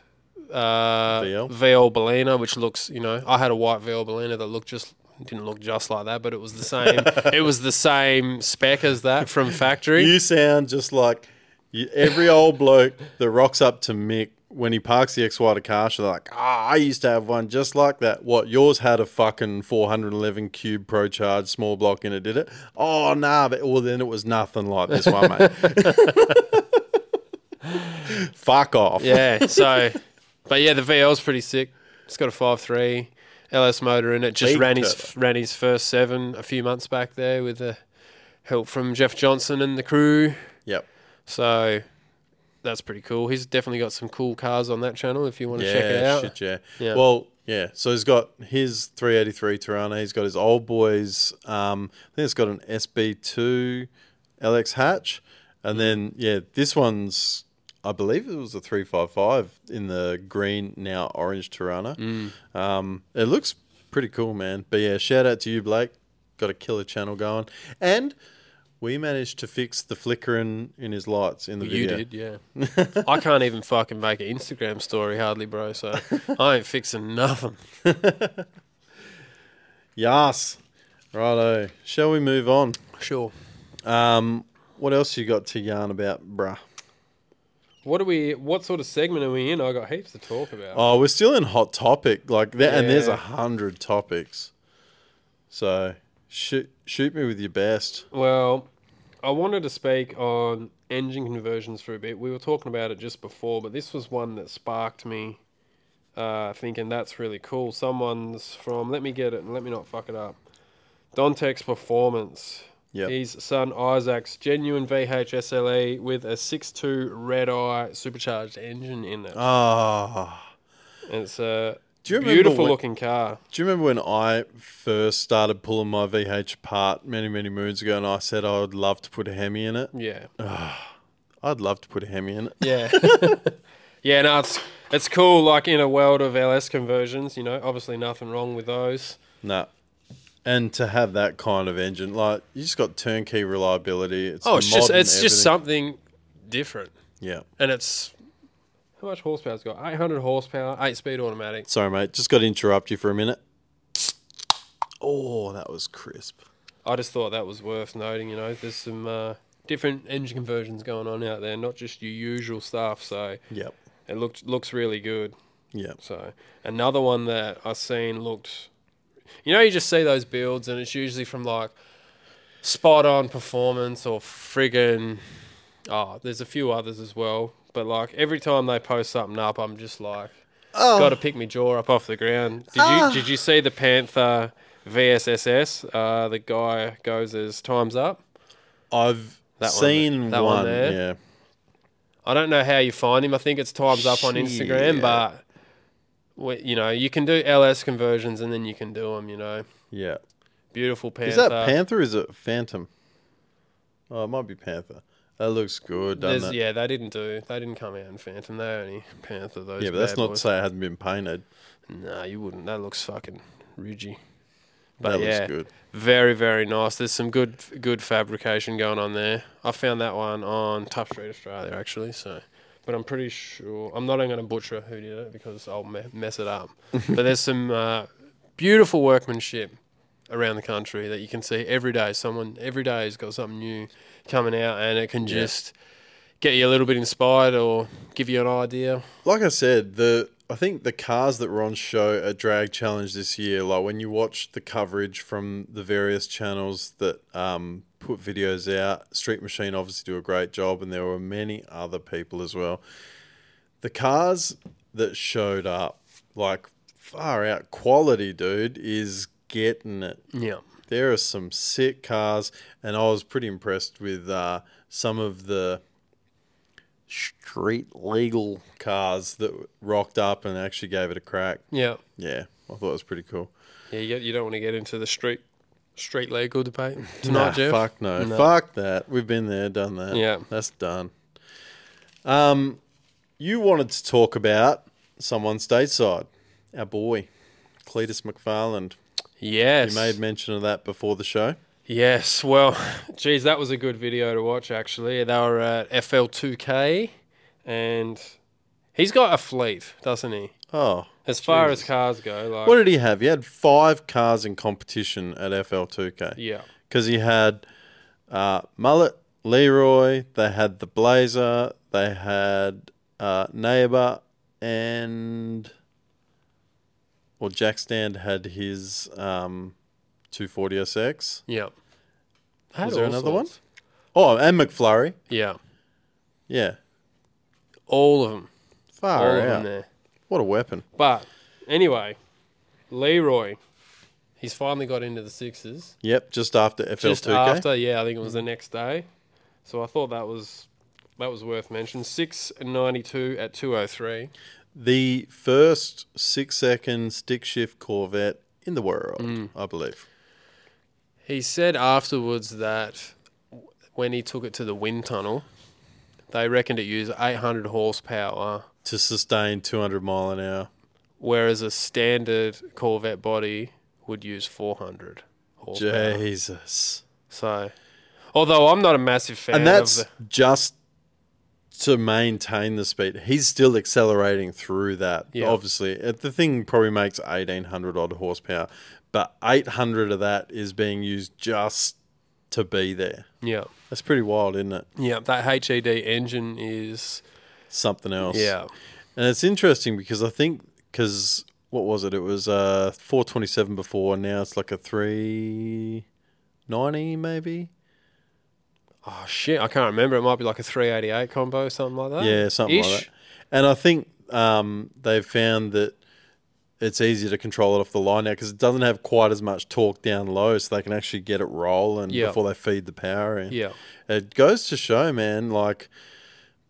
[SPEAKER 1] Uh,
[SPEAKER 2] VL.
[SPEAKER 1] VL Bellina, which looks, you know, I had a white VL Bellina that looked just didn't look just like that, but it was the same. it was the same spec as that from factory.
[SPEAKER 2] You sound just like you, every old bloke that rocks up to Mick when he parks the XY to Carsha. They're like, ah, I used to have one just like that. What, yours had a fucking 411 cube pro charge small block in it, did it? Oh, nah, but well, then it was nothing like this one, mate. Fuck off.
[SPEAKER 1] Yeah. So, but yeah, the VL's pretty sick. It's got a five three LS motor in it. Just
[SPEAKER 2] Big
[SPEAKER 1] ran his ran his first seven a few months back there with the help from Jeff Johnson and the crew.
[SPEAKER 2] Yep.
[SPEAKER 1] So that's pretty cool. He's definitely got some cool cars on that channel if you want to check it out.
[SPEAKER 2] Shit, yeah.
[SPEAKER 1] Yeah.
[SPEAKER 2] Well, yeah. So he's got his 383 Tirana. He's got his old boys. Um, I think it's got an SB2 LX hatch, and then yeah, this one's. I believe it was a 355 in the green now orange Tirana.
[SPEAKER 1] Mm.
[SPEAKER 2] Um, it looks pretty cool, man. But yeah, shout out to you, Blake. Got a killer channel going, and we managed to fix the flickering in his lights in the
[SPEAKER 1] You
[SPEAKER 2] video.
[SPEAKER 1] did, yeah. I can't even fucking make an Instagram story hardly, bro. So I ain't fixing nothing.
[SPEAKER 2] Yes. Righto. Shall we move on?
[SPEAKER 1] Sure.
[SPEAKER 2] Um, what else you got to yarn about, bruh?
[SPEAKER 1] What are we? What sort of segment are we in? I got heaps to talk about.
[SPEAKER 2] Oh, we're still in hot topic, like there, and there's
[SPEAKER 1] Yeah.
[SPEAKER 2] a hundred topics. So shoot, shoot me with your best.
[SPEAKER 1] Well, I wanted to speak on engine conversions for a bit. We were talking about it just before, but this was one that sparked me uh, thinking that's really cool. Someone's from, let me get it and let me not fuck it up. Dontex Performance.
[SPEAKER 2] Yep.
[SPEAKER 1] His son Isaac's genuine VH SLE E with a 6.2 red eye supercharged engine in it.
[SPEAKER 2] Ah,
[SPEAKER 1] It's a
[SPEAKER 2] Uh, Do you remember
[SPEAKER 1] beautiful
[SPEAKER 2] when-
[SPEAKER 1] looking car.
[SPEAKER 2] do you remember when I first started pulling my VH apart many, many moons ago, and I said I would love to put a Hemi in it.
[SPEAKER 1] Yeah.
[SPEAKER 2] I'd love to put a Hemi in it.
[SPEAKER 1] Yeah. yeah, no, it's it's cool. Like in a world of LS conversions, you know, obviously nothing wrong with those.
[SPEAKER 2] Nah. And to have that kind of engine, like you just got turnkey reliability. It's
[SPEAKER 1] Oh, it's just
[SPEAKER 2] modern,
[SPEAKER 1] it's just
[SPEAKER 2] everything.
[SPEAKER 1] something different,
[SPEAKER 2] Yeah.
[SPEAKER 1] and it's how much horsepower's it got? Eight hundred horsepower, eight speed automatic.
[SPEAKER 2] Sorry, mate. Just got to interrupt you for a minute. Oh, that was crisp.
[SPEAKER 1] I just thought that was worth noting. You know, there's some uh, different engine conversions going on out there, not just your usual stuff. So
[SPEAKER 2] Yep.
[SPEAKER 1] it looked looks really good.
[SPEAKER 2] Yep.
[SPEAKER 1] So another one that I seen looked, you know, you just see those builds and it's usually from like spot on performance or friggin' oh, there's a few others as well. But like every time they post something up, I'm just like,
[SPEAKER 2] Oh.
[SPEAKER 1] got to pick my jaw up off the ground. Did you did you see the Panther VSSS? Uh, the guy goes as times up.
[SPEAKER 2] I've
[SPEAKER 1] That one
[SPEAKER 2] seen
[SPEAKER 1] there.
[SPEAKER 2] one.
[SPEAKER 1] That one there.
[SPEAKER 2] Yeah.
[SPEAKER 1] I don't know how you find him. I think it's times up on Instagram,
[SPEAKER 2] Shit.
[SPEAKER 1] but we- you know you can do LS conversions and then you can do them. You know,
[SPEAKER 2] Yeah.
[SPEAKER 1] beautiful panther.
[SPEAKER 2] Is that Panther? or Is it Phantom? Oh, it might be Panther. That looks good, doesn't
[SPEAKER 1] There's-
[SPEAKER 2] it?
[SPEAKER 1] yeah, they didn't do. They didn't come out in Phantom. They only Panther those.
[SPEAKER 2] Yeah, but that's
[SPEAKER 1] bad
[SPEAKER 2] not to
[SPEAKER 1] boys.
[SPEAKER 2] say it hadn't been painted.
[SPEAKER 1] Nah, you wouldn't. That looks fucking ridgy.
[SPEAKER 2] That
[SPEAKER 1] But
[SPEAKER 2] looks
[SPEAKER 1] yeah,
[SPEAKER 2] good.
[SPEAKER 1] Very very nice. There's some good good fabrication going on there. I found that one on Tough Street Australia actually. So, but I'm pretty sure I'm not going to butcher who did it because I'll me- mess it up. but there's some uh, beautiful workmanship around the country that you can see every day. Someone every day has got something new coming out, and it can just get you a little bit inspired or give you an idea.
[SPEAKER 2] Like I said, the I I think the cars that were on show at Drag Challenge this year, like when you watch the coverage from the various channels that um, put videos out, Street Machine obviously do a great job, and there were many other people as well. The cars that showed up, like far out quality, dude, is getting it.
[SPEAKER 1] Yeah.
[SPEAKER 2] There are some sick cars, and I was pretty impressed with uh, some of the street legal cars that rocked up and actually gave it a crack.
[SPEAKER 1] Yeah.
[SPEAKER 2] Yeah, I thought it was pretty cool.
[SPEAKER 1] Yeah, you, you don't want to get into the street street legal debate
[SPEAKER 2] Nah,
[SPEAKER 1] tonight, Jeff.
[SPEAKER 2] Fuck no.
[SPEAKER 1] No.
[SPEAKER 2] Fuck that. We've been there, done that.
[SPEAKER 1] Yeah.
[SPEAKER 2] That's done. Um, you wanted to talk about someone stateside, our boy, Cletus McFarland.
[SPEAKER 1] Yes.
[SPEAKER 2] You made mention of that before the show.
[SPEAKER 1] Yes, well, geez, that was a good video to watch. Actually, they were at FL2K, and he's got a fleet, doesn't he?
[SPEAKER 2] Oh.
[SPEAKER 1] As far as cars go, like
[SPEAKER 2] What did he have? He had five cars in competition at FL2K.
[SPEAKER 1] yeah,
[SPEAKER 2] because he had uh, mullet Leroy, they had the blazer, they had uh, neighbor, and well, Jack Stand had his um, 240 SX.
[SPEAKER 1] yeah.
[SPEAKER 2] Was there another one? Oh, and McFlurry.
[SPEAKER 1] Yeah,
[SPEAKER 2] Yeah,
[SPEAKER 1] all of them, all
[SPEAKER 2] far
[SPEAKER 1] of them
[SPEAKER 2] out.
[SPEAKER 1] there.
[SPEAKER 2] What a weapon!
[SPEAKER 1] But anyway, Leroy, he's finally got into the sixes.
[SPEAKER 2] Yep, just after FL2K.
[SPEAKER 1] Just after, yeah, I think it was the
[SPEAKER 2] Mm-hmm.
[SPEAKER 1] next day. So I thought that was that was worth mention. Six ninety two at two oh three.
[SPEAKER 2] the first six-second stick shift Corvette in the world,
[SPEAKER 1] Mm.
[SPEAKER 2] I believe.
[SPEAKER 1] He said afterwards that w- when he took it to the wind tunnel, they reckoned it used 800 horsepower,
[SPEAKER 2] To sustain 200 mile an hour.
[SPEAKER 1] whereas a standard Corvette body would use 400 horsepower.
[SPEAKER 2] Jesus.
[SPEAKER 1] So, although I'm not a massive fan
[SPEAKER 2] And that's
[SPEAKER 1] of
[SPEAKER 2] just to maintain the speed. He's still accelerating through that.
[SPEAKER 1] Yeah.
[SPEAKER 2] Obviously, Uh, the thing probably makes 1800 odd horsepower, but 800 of that is being used just to be there.
[SPEAKER 1] the, yeah,
[SPEAKER 2] That's pretty wild, isn't it?
[SPEAKER 1] yeah, that HED engine is
[SPEAKER 2] Something else.
[SPEAKER 1] yeah,
[SPEAKER 2] And it's interesting because I think because what was it? It was uh 427 before. Now it's like a 390 maybe.
[SPEAKER 1] oh shit, I can't remember. It might be like a 388 combo, something like that.
[SPEAKER 2] Yeah, something like
[SPEAKER 1] Ish.
[SPEAKER 2] that. And I think um, they've found that it's easier to control it off the line now because it doesn't have quite as much torque down low, so they can actually get it rolling
[SPEAKER 1] Yeah.
[SPEAKER 2] before they feed the power in.
[SPEAKER 1] Yeah.
[SPEAKER 2] It goes to show, man, like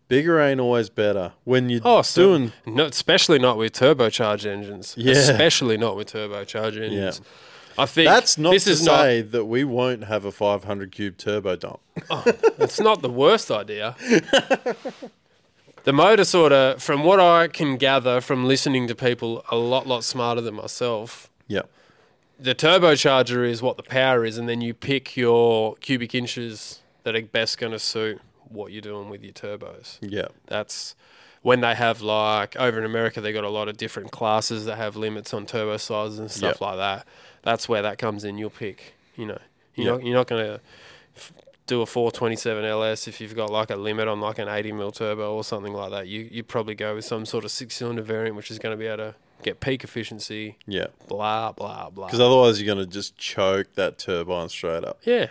[SPEAKER 2] bigger ain't always better when you're
[SPEAKER 1] Oh, so
[SPEAKER 2] doing.
[SPEAKER 1] no, especially not with turbocharged engines.
[SPEAKER 2] Yeah.
[SPEAKER 1] especially not with turbocharged engines. I think
[SPEAKER 2] That's not
[SPEAKER 1] this
[SPEAKER 2] to
[SPEAKER 1] is
[SPEAKER 2] say that we won't have a 500 cube turbo dump.
[SPEAKER 1] not. It's not the worst idea. the motor sort of, from what I can gather from listening to people a lot, lot smarter than myself,
[SPEAKER 2] yeah,
[SPEAKER 1] the turbocharger is what the power is, and then you pick your cubic inches that are best going to suit what you're doing with your turbos.
[SPEAKER 2] yeah,
[SPEAKER 1] That's when they have like over in America they got a lot of different classes that have limits on turbo sizes and stuff
[SPEAKER 2] Yep.
[SPEAKER 1] like that. That's where that comes in. You'll pick, you know, you're
[SPEAKER 2] Yep.
[SPEAKER 1] not you're not gonna f- do a 427 LS if you've got like a limit on like an 80 mil turbo or something like that. You you probably go with some sort of six cylinder variant which is going to be able to get peak efficiency.
[SPEAKER 2] yeah.
[SPEAKER 1] Blah blah blah.
[SPEAKER 2] Because otherwise, you're going to just choke that turbine straight up.
[SPEAKER 1] Yeah.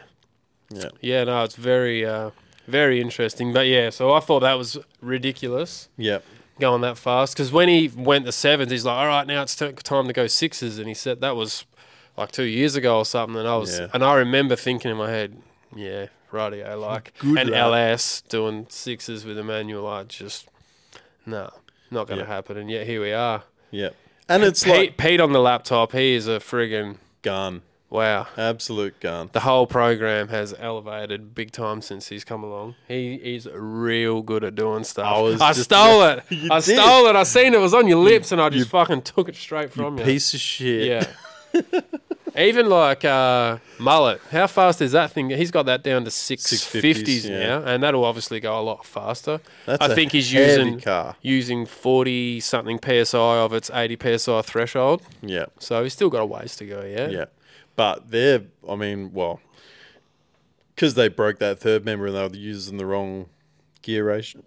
[SPEAKER 2] Yeah.
[SPEAKER 1] Yeah. No, it's very uh, very interesting. But yeah, so I thought that was ridiculous.
[SPEAKER 2] Yeah,
[SPEAKER 1] going that fast because when he went the sevens, he's like, "All right, now it's t- time to go sixes. and he said that was like two years ago or something. And I was,
[SPEAKER 2] Yeah.
[SPEAKER 1] and I remember thinking in my head, "Yeah, rightio, like
[SPEAKER 2] Good
[SPEAKER 1] an
[SPEAKER 2] lad.
[SPEAKER 1] LS doing sixes with a manual, I just no, not going to
[SPEAKER 2] Yeah.
[SPEAKER 1] happen." And yet here we are.
[SPEAKER 2] yeah. And it's
[SPEAKER 1] Pete,
[SPEAKER 2] like
[SPEAKER 1] Pete on the laptop, he is a friggin'
[SPEAKER 2] gun.
[SPEAKER 1] wow.
[SPEAKER 2] Absolute gun.
[SPEAKER 1] The whole program has elevated big time since he's come along. He is real good at doing stuff.
[SPEAKER 2] I
[SPEAKER 1] I,
[SPEAKER 2] was just-
[SPEAKER 1] stole it.
[SPEAKER 2] You
[SPEAKER 1] I
[SPEAKER 2] did.
[SPEAKER 1] stole it. I seen it was on your lips, and I just fucking took it straight from you.
[SPEAKER 2] Piece of shit.
[SPEAKER 1] Yeah. Even like uh, mullet, how fast is that thing? He's got that down to six
[SPEAKER 2] 650s,
[SPEAKER 1] fifties
[SPEAKER 2] yeah.
[SPEAKER 1] now, and that'll obviously go a lot faster.
[SPEAKER 2] That's
[SPEAKER 1] I
[SPEAKER 2] a
[SPEAKER 1] think he's
[SPEAKER 2] heavy
[SPEAKER 1] using
[SPEAKER 2] car.
[SPEAKER 1] using forty something psi of its eighty psi threshold,
[SPEAKER 2] Yeah.
[SPEAKER 1] so he's still got a ways to go. Yeah,
[SPEAKER 2] Yeah. But they're, I mean, well, because they broke that third member and they were using the wrong gear ratio,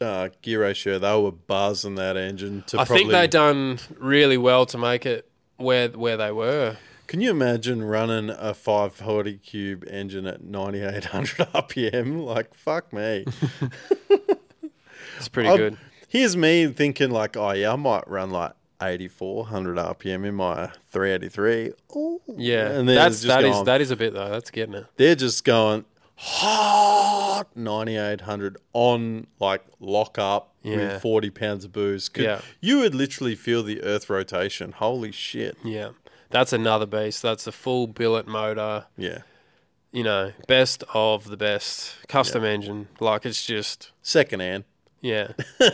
[SPEAKER 2] uh, gear ratio, they were buzzing that engine to
[SPEAKER 1] I
[SPEAKER 2] probably.
[SPEAKER 1] think they done really well to make it where where they were.
[SPEAKER 2] Can you imagine running a 540 cube engine at 9800 RPM? Like, fuck me.
[SPEAKER 1] It's pretty
[SPEAKER 2] I'd-
[SPEAKER 1] good.
[SPEAKER 2] Here's me thinking, like, oh, yeah, I might run like 8400 RPM in my 383. Ooh.
[SPEAKER 1] Yeah,
[SPEAKER 2] And then
[SPEAKER 1] that's
[SPEAKER 2] that's,
[SPEAKER 1] that is that is a bit though. That's getting it.
[SPEAKER 2] They're just going hot 9800 on like lock up
[SPEAKER 1] Yeah.
[SPEAKER 2] with 40 pounds of booze. 'Cause
[SPEAKER 1] Yeah.
[SPEAKER 2] You would literally feel the earth rotation. Holy shit.
[SPEAKER 1] Yeah, that's another beast. That's a full billet motor.
[SPEAKER 2] Yeah.
[SPEAKER 1] You know, best of the best custom engine. Like it's just
[SPEAKER 2] Second hand.
[SPEAKER 1] yeah.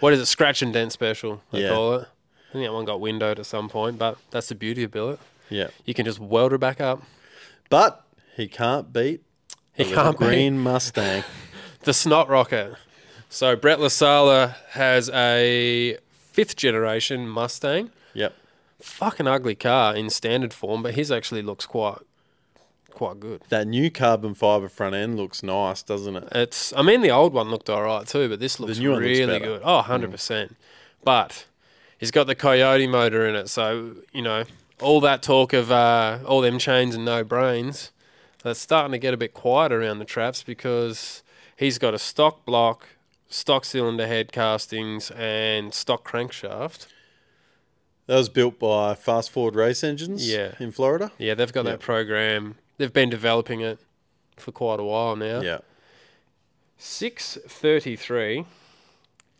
[SPEAKER 1] what is it? Scratch and dent special. They
[SPEAKER 2] Yeah.
[SPEAKER 1] call it. I think that one got windowed at some point, but that's the beauty of billet.
[SPEAKER 2] Yeah.
[SPEAKER 1] You can just weld her back up.
[SPEAKER 2] But he can't beat
[SPEAKER 1] He
[SPEAKER 2] the
[SPEAKER 1] can't be.
[SPEAKER 2] green Mustang.
[SPEAKER 1] the snot rocket. So Brett Lasala has a fifth generation Mustang.
[SPEAKER 2] Yep.
[SPEAKER 1] Fucking ugly car in standard form, but his actually looks quite quite good.
[SPEAKER 2] That new carbon fiber front end looks nice, doesn't it?
[SPEAKER 1] It's I mean the old one looked alright too, but this looks
[SPEAKER 2] new one looks
[SPEAKER 1] really
[SPEAKER 2] better.
[SPEAKER 1] good. Oh, 100 percent. But he's got the coyote motor in it, so you know, all that talk of uh, all them chains and no brains, that's starting to get a bit quiet around the traps because he's got a stock block, stock cylinder head castings, and stock crankshaft.
[SPEAKER 2] That was built by Fast Forward Race Engines
[SPEAKER 1] Yeah.
[SPEAKER 2] in Florida.
[SPEAKER 1] Yeah, they've got
[SPEAKER 2] Yeah.
[SPEAKER 1] that program. They've been developing it for quite a while now.
[SPEAKER 2] Yeah.
[SPEAKER 1] 633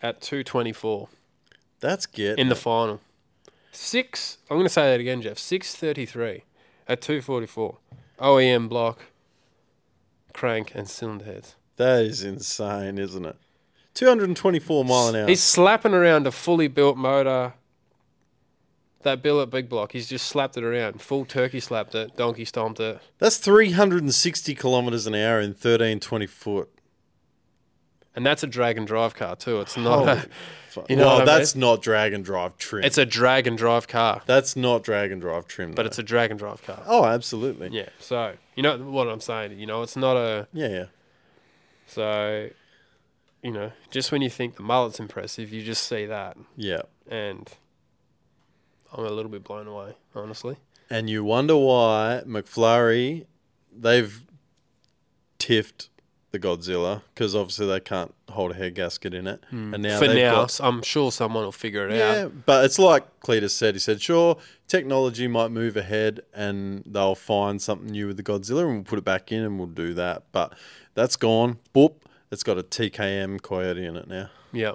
[SPEAKER 1] at 224.
[SPEAKER 2] That's getting
[SPEAKER 1] in the
[SPEAKER 2] it.
[SPEAKER 1] final. Six. I'm going to say that again, Jeff. Six thirty-three at two forty-four. OEM block, crank, and cylinder heads.
[SPEAKER 2] That is insane, isn't it? 224 mile an hour.
[SPEAKER 1] He's slapping around a fully built motor. That billet big block. He's just slapped it around. Full turkey slapped it. Donkey stomped it.
[SPEAKER 2] That's 360 kilometers an hour in 1320 foot.
[SPEAKER 1] And that's a drag and drive car too. It's not. A,
[SPEAKER 2] Fuck.
[SPEAKER 1] You know what
[SPEAKER 2] well,
[SPEAKER 1] I
[SPEAKER 2] that's not drag and drive trim.
[SPEAKER 1] it's a drag and drive car,
[SPEAKER 2] that's not drag and drive trim.
[SPEAKER 1] but it's a drag and drive car.
[SPEAKER 2] oh, absolutely.
[SPEAKER 1] Yeah. So you know what I'm saying. You know, it's not a.
[SPEAKER 2] yeah, yeah.
[SPEAKER 1] So, you know, just when you think the mullet's impressive, you just see that,
[SPEAKER 2] yeah.
[SPEAKER 1] and I'm a little bit blown away, honestly.
[SPEAKER 2] And you wonder why McFlurry, they've tiffed the Godzilla because obviously they can't hold a head gasket in it. And now
[SPEAKER 1] Hmm. For
[SPEAKER 2] they've
[SPEAKER 1] now,
[SPEAKER 2] got-
[SPEAKER 1] s- I'm sure someone will figure it
[SPEAKER 2] yeah,
[SPEAKER 1] out.
[SPEAKER 2] but it's like Cletus said. He said, sure, technology might move ahead and they'll find something new with the Godzilla and we'll put it back in and we'll do that. But that's gone. Boop. It's got a TKM Coyote in it now,
[SPEAKER 1] Yeah,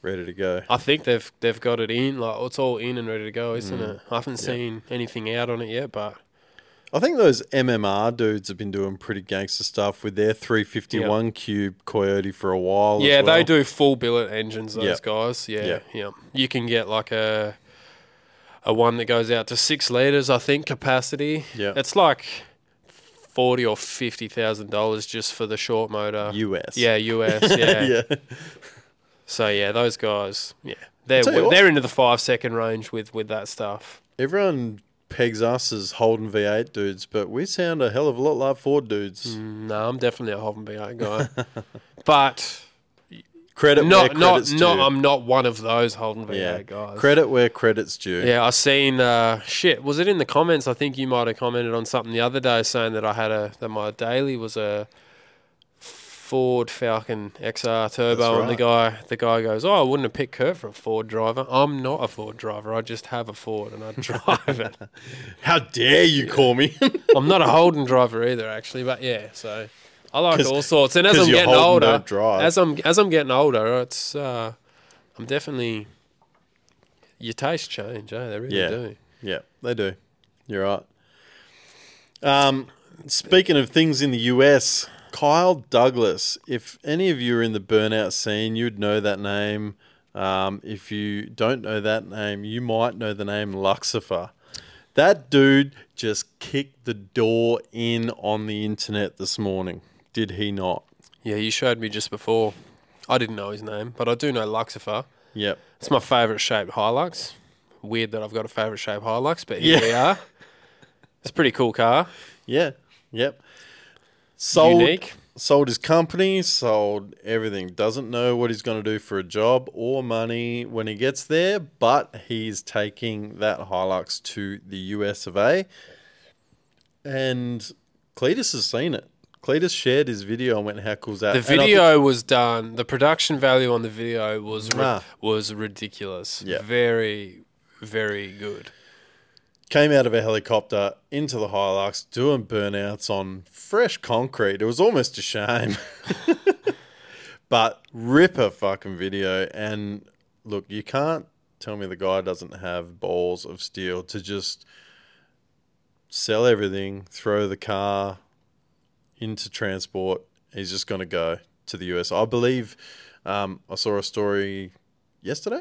[SPEAKER 2] ready to go.
[SPEAKER 1] I think they've they've got it in. Like it's all in and ready to go, isn't
[SPEAKER 2] Mm.
[SPEAKER 1] it? I haven't seen anything out on it yet, but
[SPEAKER 2] I think those MMR dudes have been doing pretty gangster stuff with their 351 cube Coyote for a while. as
[SPEAKER 1] yeah,
[SPEAKER 2] well.
[SPEAKER 1] they do full billet engines. Those
[SPEAKER 2] Yep.
[SPEAKER 1] guys. Yeah, yeah,
[SPEAKER 2] Yep.
[SPEAKER 1] You can get like a a one that goes out to six liters, I think, capacity.
[SPEAKER 2] Yep.
[SPEAKER 1] it's like forty or fifty thousand dollars just for the short motor.
[SPEAKER 2] US.
[SPEAKER 1] Yeah, US. Yeah.
[SPEAKER 2] yeah.
[SPEAKER 1] So yeah, those guys. Yeah, they're
[SPEAKER 2] tell you what.
[SPEAKER 1] they're into the five second range with with that stuff.
[SPEAKER 2] Everyone pegs us as Holden V8 dudes, but we sound a hell of a lot like Ford dudes.
[SPEAKER 1] Mm. No, I'm definitely a Hoven B8 guy, but
[SPEAKER 2] Credit
[SPEAKER 1] not
[SPEAKER 2] where
[SPEAKER 1] not
[SPEAKER 2] credit's
[SPEAKER 1] not.
[SPEAKER 2] due.
[SPEAKER 1] I'm not one of those Holden V8
[SPEAKER 2] yeah.
[SPEAKER 1] guys.
[SPEAKER 2] Credit where credit's due.
[SPEAKER 1] Yeah, I seen uh, shit. Was it in the comments? I think you might have commented on something the other day saying that I had a that my daily was a Ford Falcon XR turbo,
[SPEAKER 2] That's
[SPEAKER 1] and the guy the guy goes, "Oh, I wouldn't have picked Kurt for a Ford driver. I'm not a Ford driver. I just have a Ford and I drive it.
[SPEAKER 2] How dare you call me?
[SPEAKER 1] I'm not a Holden driver either, actually. But yeah, so I like
[SPEAKER 2] 'Cause-
[SPEAKER 1] all sorts. And as
[SPEAKER 2] 'cause
[SPEAKER 1] I'm
[SPEAKER 2] your
[SPEAKER 1] getting
[SPEAKER 2] Holden
[SPEAKER 1] older,
[SPEAKER 2] don't drive.
[SPEAKER 1] as I'm as I'm getting older, it's uh, I'm definitely your tastes change. Eh? They really
[SPEAKER 2] yeah.
[SPEAKER 1] do.
[SPEAKER 2] Yeah, they do. You're right. Um, speaking of things in the US, Kyle Douglas. If any of you are in the burnout scene, you'd know that name. Um, if you don't know that name, you might know the name Luxifer. That dude just kicked the door in on the internet this morning. Did he not?
[SPEAKER 1] Yeah, you showed me just before. I didn't know his name, but I do know Luxifer.
[SPEAKER 2] Yep.
[SPEAKER 1] It's my favourite shape Hilux. Weird that I've got a favourite shape Hilux, but here
[SPEAKER 2] Yeah.
[SPEAKER 1] we are. It's a pretty cool car.
[SPEAKER 2] Yeah. Yep. Sold,
[SPEAKER 1] Unique.
[SPEAKER 2] sold his company, sold everything. Doesn't know what he's going to do for a job or money when he gets there, but he's taking that Hilux to the US of A. And Cletus has seen it. Cletus shared his video and went, "How cool's that?"
[SPEAKER 1] The
[SPEAKER 2] And I think-
[SPEAKER 1] video was done. The production value on the video was ri-
[SPEAKER 2] Nah.
[SPEAKER 1] was ridiculous.
[SPEAKER 2] Yeah.
[SPEAKER 1] Very, very good.
[SPEAKER 2] came out of a helicopter into the Hilux, doing burnouts on fresh concrete. It was almost a shame. but ripper fucking video. And look, you can't tell me the guy doesn't have balls of steel to just sell everything, throw the car into transport. He's just going to go to the US. I believe um, I saw a story yesterday.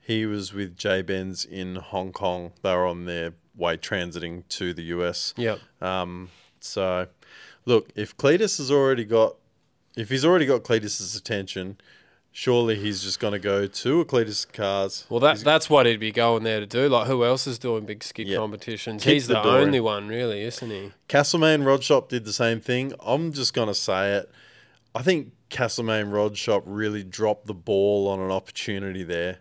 [SPEAKER 2] He was with J Benz in Hong Kong. They were on their way transiting to the US.
[SPEAKER 1] Yep.
[SPEAKER 2] Um, so, look, if Cletus has already got, if he's already got Cletus's attention, surely he's just going to go to a Cletus cars.
[SPEAKER 1] Well, that that's what he'd be going there to do. Like, who else is doing big skid
[SPEAKER 2] Yeah.
[SPEAKER 1] competitions?
[SPEAKER 2] Kick
[SPEAKER 1] He's
[SPEAKER 2] the
[SPEAKER 1] the,
[SPEAKER 2] door in.
[SPEAKER 1] only one, really, isn't he?
[SPEAKER 2] Castlemaine Rod Shop did the same thing. I'm just going to say it. I think Castlemaine Rod Shop really dropped the ball on an opportunity there.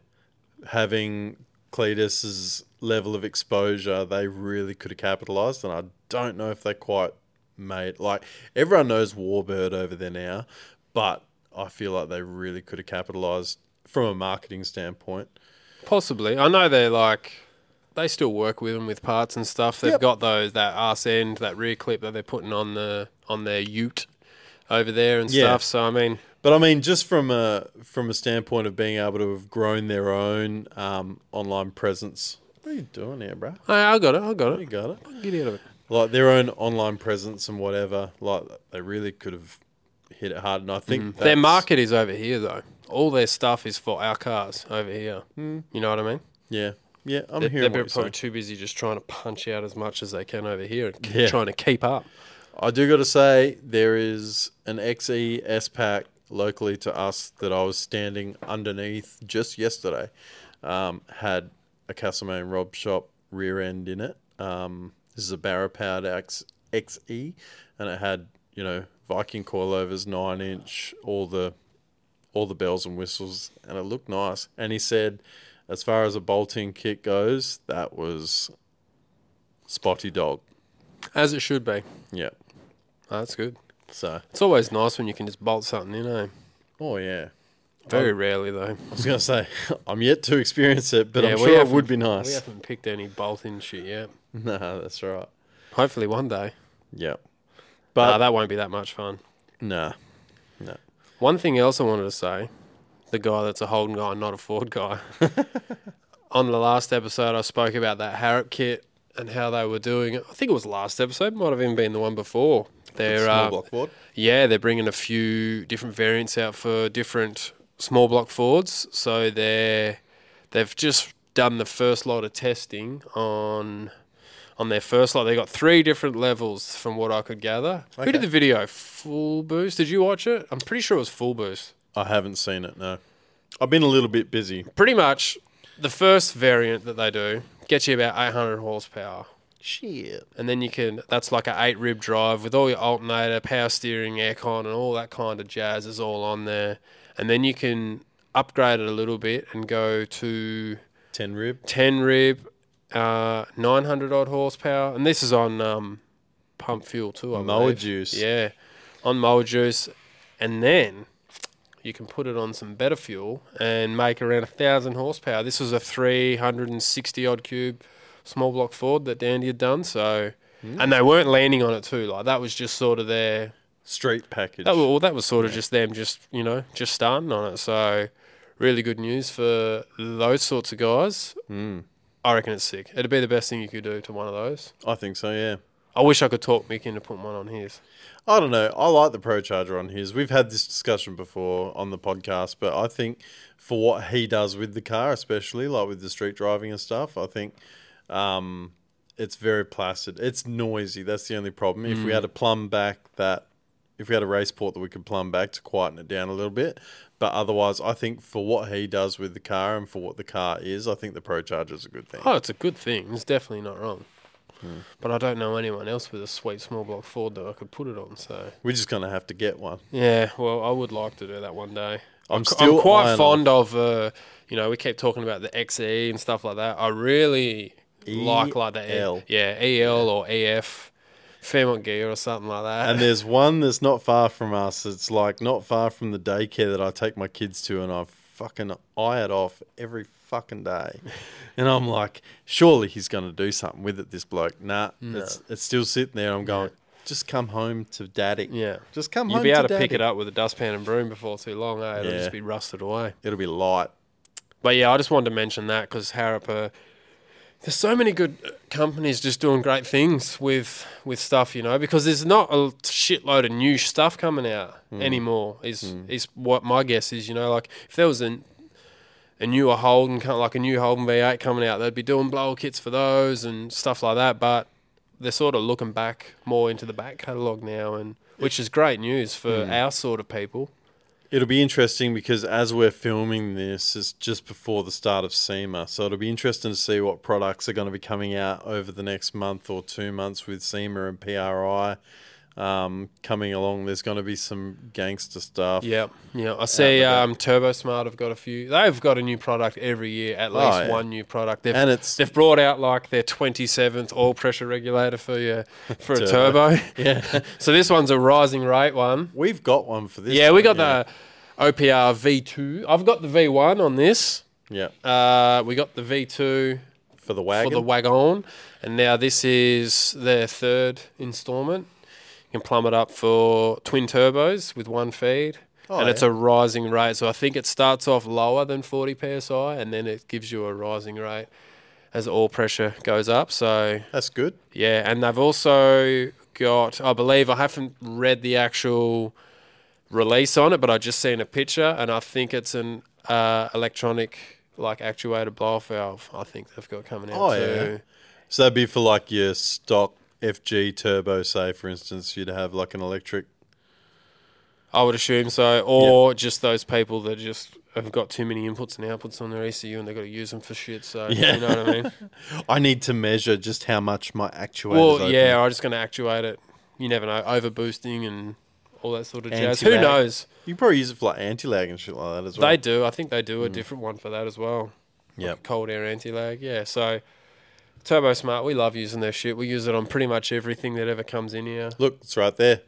[SPEAKER 2] Having Cletus's level of exposure, they really could have capitalized, and I don't know if they quite made like everyone knows Warbird over there now, but I feel like they really could have capitalized from a marketing standpoint.
[SPEAKER 1] Possibly. I know they're like they still work with them with parts and stuff. They've
[SPEAKER 2] Yep.
[SPEAKER 1] got those that arse end, that rear clip that they're putting on the on their Ute over there and
[SPEAKER 2] Yeah.
[SPEAKER 1] stuff. So I mean,
[SPEAKER 2] But I mean, just from a from a standpoint of being able to have grown their own um, online presence. What are you doing here, bro?
[SPEAKER 1] hey, I got it. I got
[SPEAKER 2] You
[SPEAKER 1] it.
[SPEAKER 2] got it.
[SPEAKER 1] Get out of it.
[SPEAKER 2] Like their own online presence and whatever. Like they really could have hit it hard, and I think
[SPEAKER 1] Mm-hmm. Their
[SPEAKER 2] that's-
[SPEAKER 1] market is over here though. All their stuff is for our cars over here. You know what I mean?
[SPEAKER 2] Yeah, yeah. I'm
[SPEAKER 1] They're,
[SPEAKER 2] Hmm. hearing what
[SPEAKER 1] they're
[SPEAKER 2] you're
[SPEAKER 1] probably
[SPEAKER 2] saying.
[SPEAKER 1] too busy just trying to punch out as much as they can over here and
[SPEAKER 2] Yeah.
[SPEAKER 1] trying to keep up.
[SPEAKER 2] I do got to say there is an XE S pack locally to us that I was standing underneath just yesterday. Um, had a Castlemaine Rob Shop rear end in it. Um, this is a Barra powered X, XE, and it had you know Viking coilovers, nine inch, all the all the bells and whistles, and it looked nice. And he said, as far as a bolting kit goes, that was spotty dog.
[SPEAKER 1] As it should be. Ah,
[SPEAKER 2] Yeah,
[SPEAKER 1] That's good.
[SPEAKER 2] so.
[SPEAKER 1] It's always nice when you can just bolt something, you know.
[SPEAKER 2] Oh yeah,
[SPEAKER 1] Very rarely though.
[SPEAKER 2] I was gonna say I'm yet to experience it, but I'm
[SPEAKER 1] we
[SPEAKER 2] sure it
[SPEAKER 1] haven't-
[SPEAKER 2] would be
[SPEAKER 1] We
[SPEAKER 2] nice.
[SPEAKER 1] haven't picked any bolting shit yet.
[SPEAKER 2] Nah, that's right.
[SPEAKER 1] Hopefully one day.
[SPEAKER 2] Yeah,
[SPEAKER 1] Nah,
[SPEAKER 2] but
[SPEAKER 1] that won't be that much fun.
[SPEAKER 2] nah,
[SPEAKER 1] One thing else I wanted to say, the guy that's a Holden guy, not a Ford guy. On the last episode, I spoke about that Harrop kit and how they were doing it. I think it was last episode, might have even been the one before. They're
[SPEAKER 2] small
[SPEAKER 1] uh,
[SPEAKER 2] block board.
[SPEAKER 1] Yeah, they're bringing a few different variants out for different small block Fords. So they're they've just done the first lot of testing on on their first lot. They got three different levels from what I could gather. Who
[SPEAKER 2] Okay.
[SPEAKER 1] did the video? Full Boost. Did you watch it? I'm pretty sure it was Full Boost.
[SPEAKER 2] I haven't seen it. No, I've been a little bit busy.
[SPEAKER 1] Pretty much the first variant that they do gets you about 800 horsepower.
[SPEAKER 2] Shit.
[SPEAKER 1] and then you can that's like a eight rib drive with all your alternator power steering aircon and all that kind of jazz is all on there and then you can upgrade it a little bit and go to
[SPEAKER 2] Ten rib.
[SPEAKER 1] 10 rib uh, 900 odd horsepower and this is on um, pump fuel too I
[SPEAKER 2] Mower
[SPEAKER 1] believe.
[SPEAKER 2] juice.
[SPEAKER 1] yeah on mower juice and then you can put it on some better fuel and make around a thousand horsepower this was a 360 odd cube small block ford that dandy had done so and they weren't landing on it too like that was just sort of their
[SPEAKER 2] Street package.
[SPEAKER 1] that, wa- Oh, well, that was sort of just them, just you know, just starting on it. So, really good news for those sorts of guys. I reckon it's sick. It'd be the best thing you could do to one of those.
[SPEAKER 2] I think so. Yeah.
[SPEAKER 1] I wish I could talk Mick into putting one on his.
[SPEAKER 2] I don't know. I like the Pro Charger on his. We've had this discussion before on the podcast, but I think for what he does with the car, especially like with the street driving and stuff, I think um, it's very placid. It's noisy. That's the only problem. If we
[SPEAKER 1] Mm.
[SPEAKER 2] had to plumb back that, if we had a race port that we could plumb back to quieten it down a little bit. But otherwise, I think for what he does with the car and for what the car is, I think the Pro Charger is a good thing.
[SPEAKER 1] Oh, it's a good thing. It's definitely not wrong. But I don't know anyone else with a sweet small block Ford that I could put it on. So
[SPEAKER 2] We're just gonna have to get one.
[SPEAKER 1] yeah, well, I would like to do that one day.
[SPEAKER 2] I'm
[SPEAKER 1] qu-
[SPEAKER 2] still
[SPEAKER 1] I'm quite
[SPEAKER 2] eyeing
[SPEAKER 1] fond of, uh, you know, we keep talking about the XE and stuff like that. I really like like the
[SPEAKER 2] EL.
[SPEAKER 1] EL. Yeah, EL or EF, Fairmont Gear or something like that.
[SPEAKER 2] And there's one that's not far from us. It's like not far from the daycare that I take my kids to, and I fucking eye it off every fucking day. And I'm like, surely he's going to do something with it, this bloke. Nah,
[SPEAKER 1] Mm.
[SPEAKER 2] it's, it's still sitting there. I'm going, just come home to daddy.
[SPEAKER 1] Yeah.
[SPEAKER 2] Just come
[SPEAKER 1] You'll
[SPEAKER 2] home
[SPEAKER 1] be able to
[SPEAKER 2] daddy.
[SPEAKER 1] pick it up with a dustpan and broom before too long, eh? It'll
[SPEAKER 2] Yeah.
[SPEAKER 1] just be rusted away.
[SPEAKER 2] It'll be light.
[SPEAKER 1] But yeah, I just wanted to mention that because Harrop, there's so many good uh, companies just doing great things with with stuff, you know, because there's not a shitload of new stuff coming out anymore. Is is what my guess is, you know, like if there was a a newer Holden, kind of like a new Holden V8 coming out, they'd be doing blower kits for those and stuff like that. But they're sort of looking back more into the back catalogue now, and which is great news for our sort of people.
[SPEAKER 2] It'll be interesting because as we're filming this, it's just before the start of SEMA. So it'll be interesting to see what products are going to be coming out over the next month or two months with SEMA and PRI um, coming along. There's going to be some gangster stuff.
[SPEAKER 1] Yeah, yeah. I see.
[SPEAKER 2] the
[SPEAKER 1] Um, Turbo Smart have got a few. They've got a new product every year, at least
[SPEAKER 2] yeah.
[SPEAKER 1] one new product. They've,
[SPEAKER 2] And it's-
[SPEAKER 1] they've brought out like their twenty seventh oil pressure regulator for your for a
[SPEAKER 2] Turbo.
[SPEAKER 1] turbo.
[SPEAKER 2] Yeah.
[SPEAKER 1] so this one's a rising rate one.
[SPEAKER 2] We've got one for this.
[SPEAKER 1] Yeah, we got
[SPEAKER 2] haven't
[SPEAKER 1] the OPR V two. I've got the V one on this.
[SPEAKER 2] we? Yeah.
[SPEAKER 1] Uh, we got the V two
[SPEAKER 2] For the
[SPEAKER 1] for
[SPEAKER 2] wagon.
[SPEAKER 1] the wagon, and now this is their third installment. You can plumb it up for twin turbos with one feed,
[SPEAKER 2] Oh,
[SPEAKER 1] and it's
[SPEAKER 2] yeah.
[SPEAKER 1] a rising rate. So I think it starts off lower than 40 psi, and then it gives you a rising rate as oil pressure goes up. So
[SPEAKER 2] That's good.
[SPEAKER 1] yeah, and they've also got, I believe, I haven't read the actual release on it, but I just seen a picture, and I think it's an uh, electronic, like actuated blow off valve. I think they've got coming out
[SPEAKER 2] Oh, yeah.
[SPEAKER 1] too.
[SPEAKER 2] So that'd be for like your stock FG turbo, say, for instance, you'd have like an electric.
[SPEAKER 1] I would assume so, or just those people that just have got too many inputs and outputs on their ECU, and they've got to use them for shit. So
[SPEAKER 2] Yeah.
[SPEAKER 1] you know what I mean.
[SPEAKER 2] I need to measure just how much my actuator
[SPEAKER 1] Well, yeah, I'm just going to actuate it. You never know, over boosting and all that sort of jazz. Who
[SPEAKER 2] Anti-lag.
[SPEAKER 1] knows?
[SPEAKER 2] You can probably use it for like anti lag and shit like that as well.
[SPEAKER 1] They do. I think they do
[SPEAKER 2] Mm.
[SPEAKER 1] a different one for that as well.
[SPEAKER 2] Yeah.
[SPEAKER 1] Like cold air anti lag. Yeah. So Turbo Smart, we love using their shit. We use it on pretty much everything that ever comes in here.
[SPEAKER 2] Look, it's right there.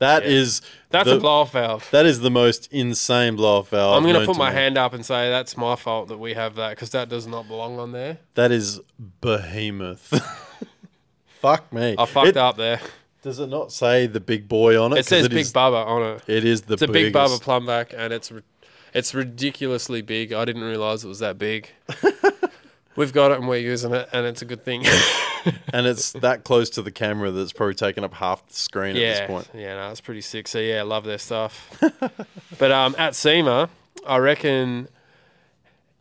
[SPEAKER 2] That
[SPEAKER 1] Yeah.
[SPEAKER 2] is
[SPEAKER 1] That's
[SPEAKER 2] the,
[SPEAKER 1] a blow off valve.
[SPEAKER 2] That is the most insane blow off valve.
[SPEAKER 1] I'm going
[SPEAKER 2] known
[SPEAKER 1] to put my
[SPEAKER 2] me.
[SPEAKER 1] hand up and say that's my fault that we have that because that does not belong on there.
[SPEAKER 2] That is behemoth. Fuck me.
[SPEAKER 1] I fucked
[SPEAKER 2] It-
[SPEAKER 1] up there.
[SPEAKER 2] Does it not say the big boy on it?
[SPEAKER 1] It
[SPEAKER 2] 'Cause
[SPEAKER 1] says
[SPEAKER 2] it
[SPEAKER 1] Big
[SPEAKER 2] is-
[SPEAKER 1] Bubba on it.
[SPEAKER 2] It is the
[SPEAKER 1] It's a Big Bubba
[SPEAKER 2] biggest.
[SPEAKER 1] plumb back and it's ri- it's ridiculously big. I didn't realize it was that big. We've got it and we're using it and it's a good thing.
[SPEAKER 2] and it's that close to the camera that's probably taking up half the screen
[SPEAKER 1] yeah,
[SPEAKER 2] at this point.
[SPEAKER 1] Yeah, no, it's pretty sick. So yeah, love their stuff. but um, at SEMA, I reckon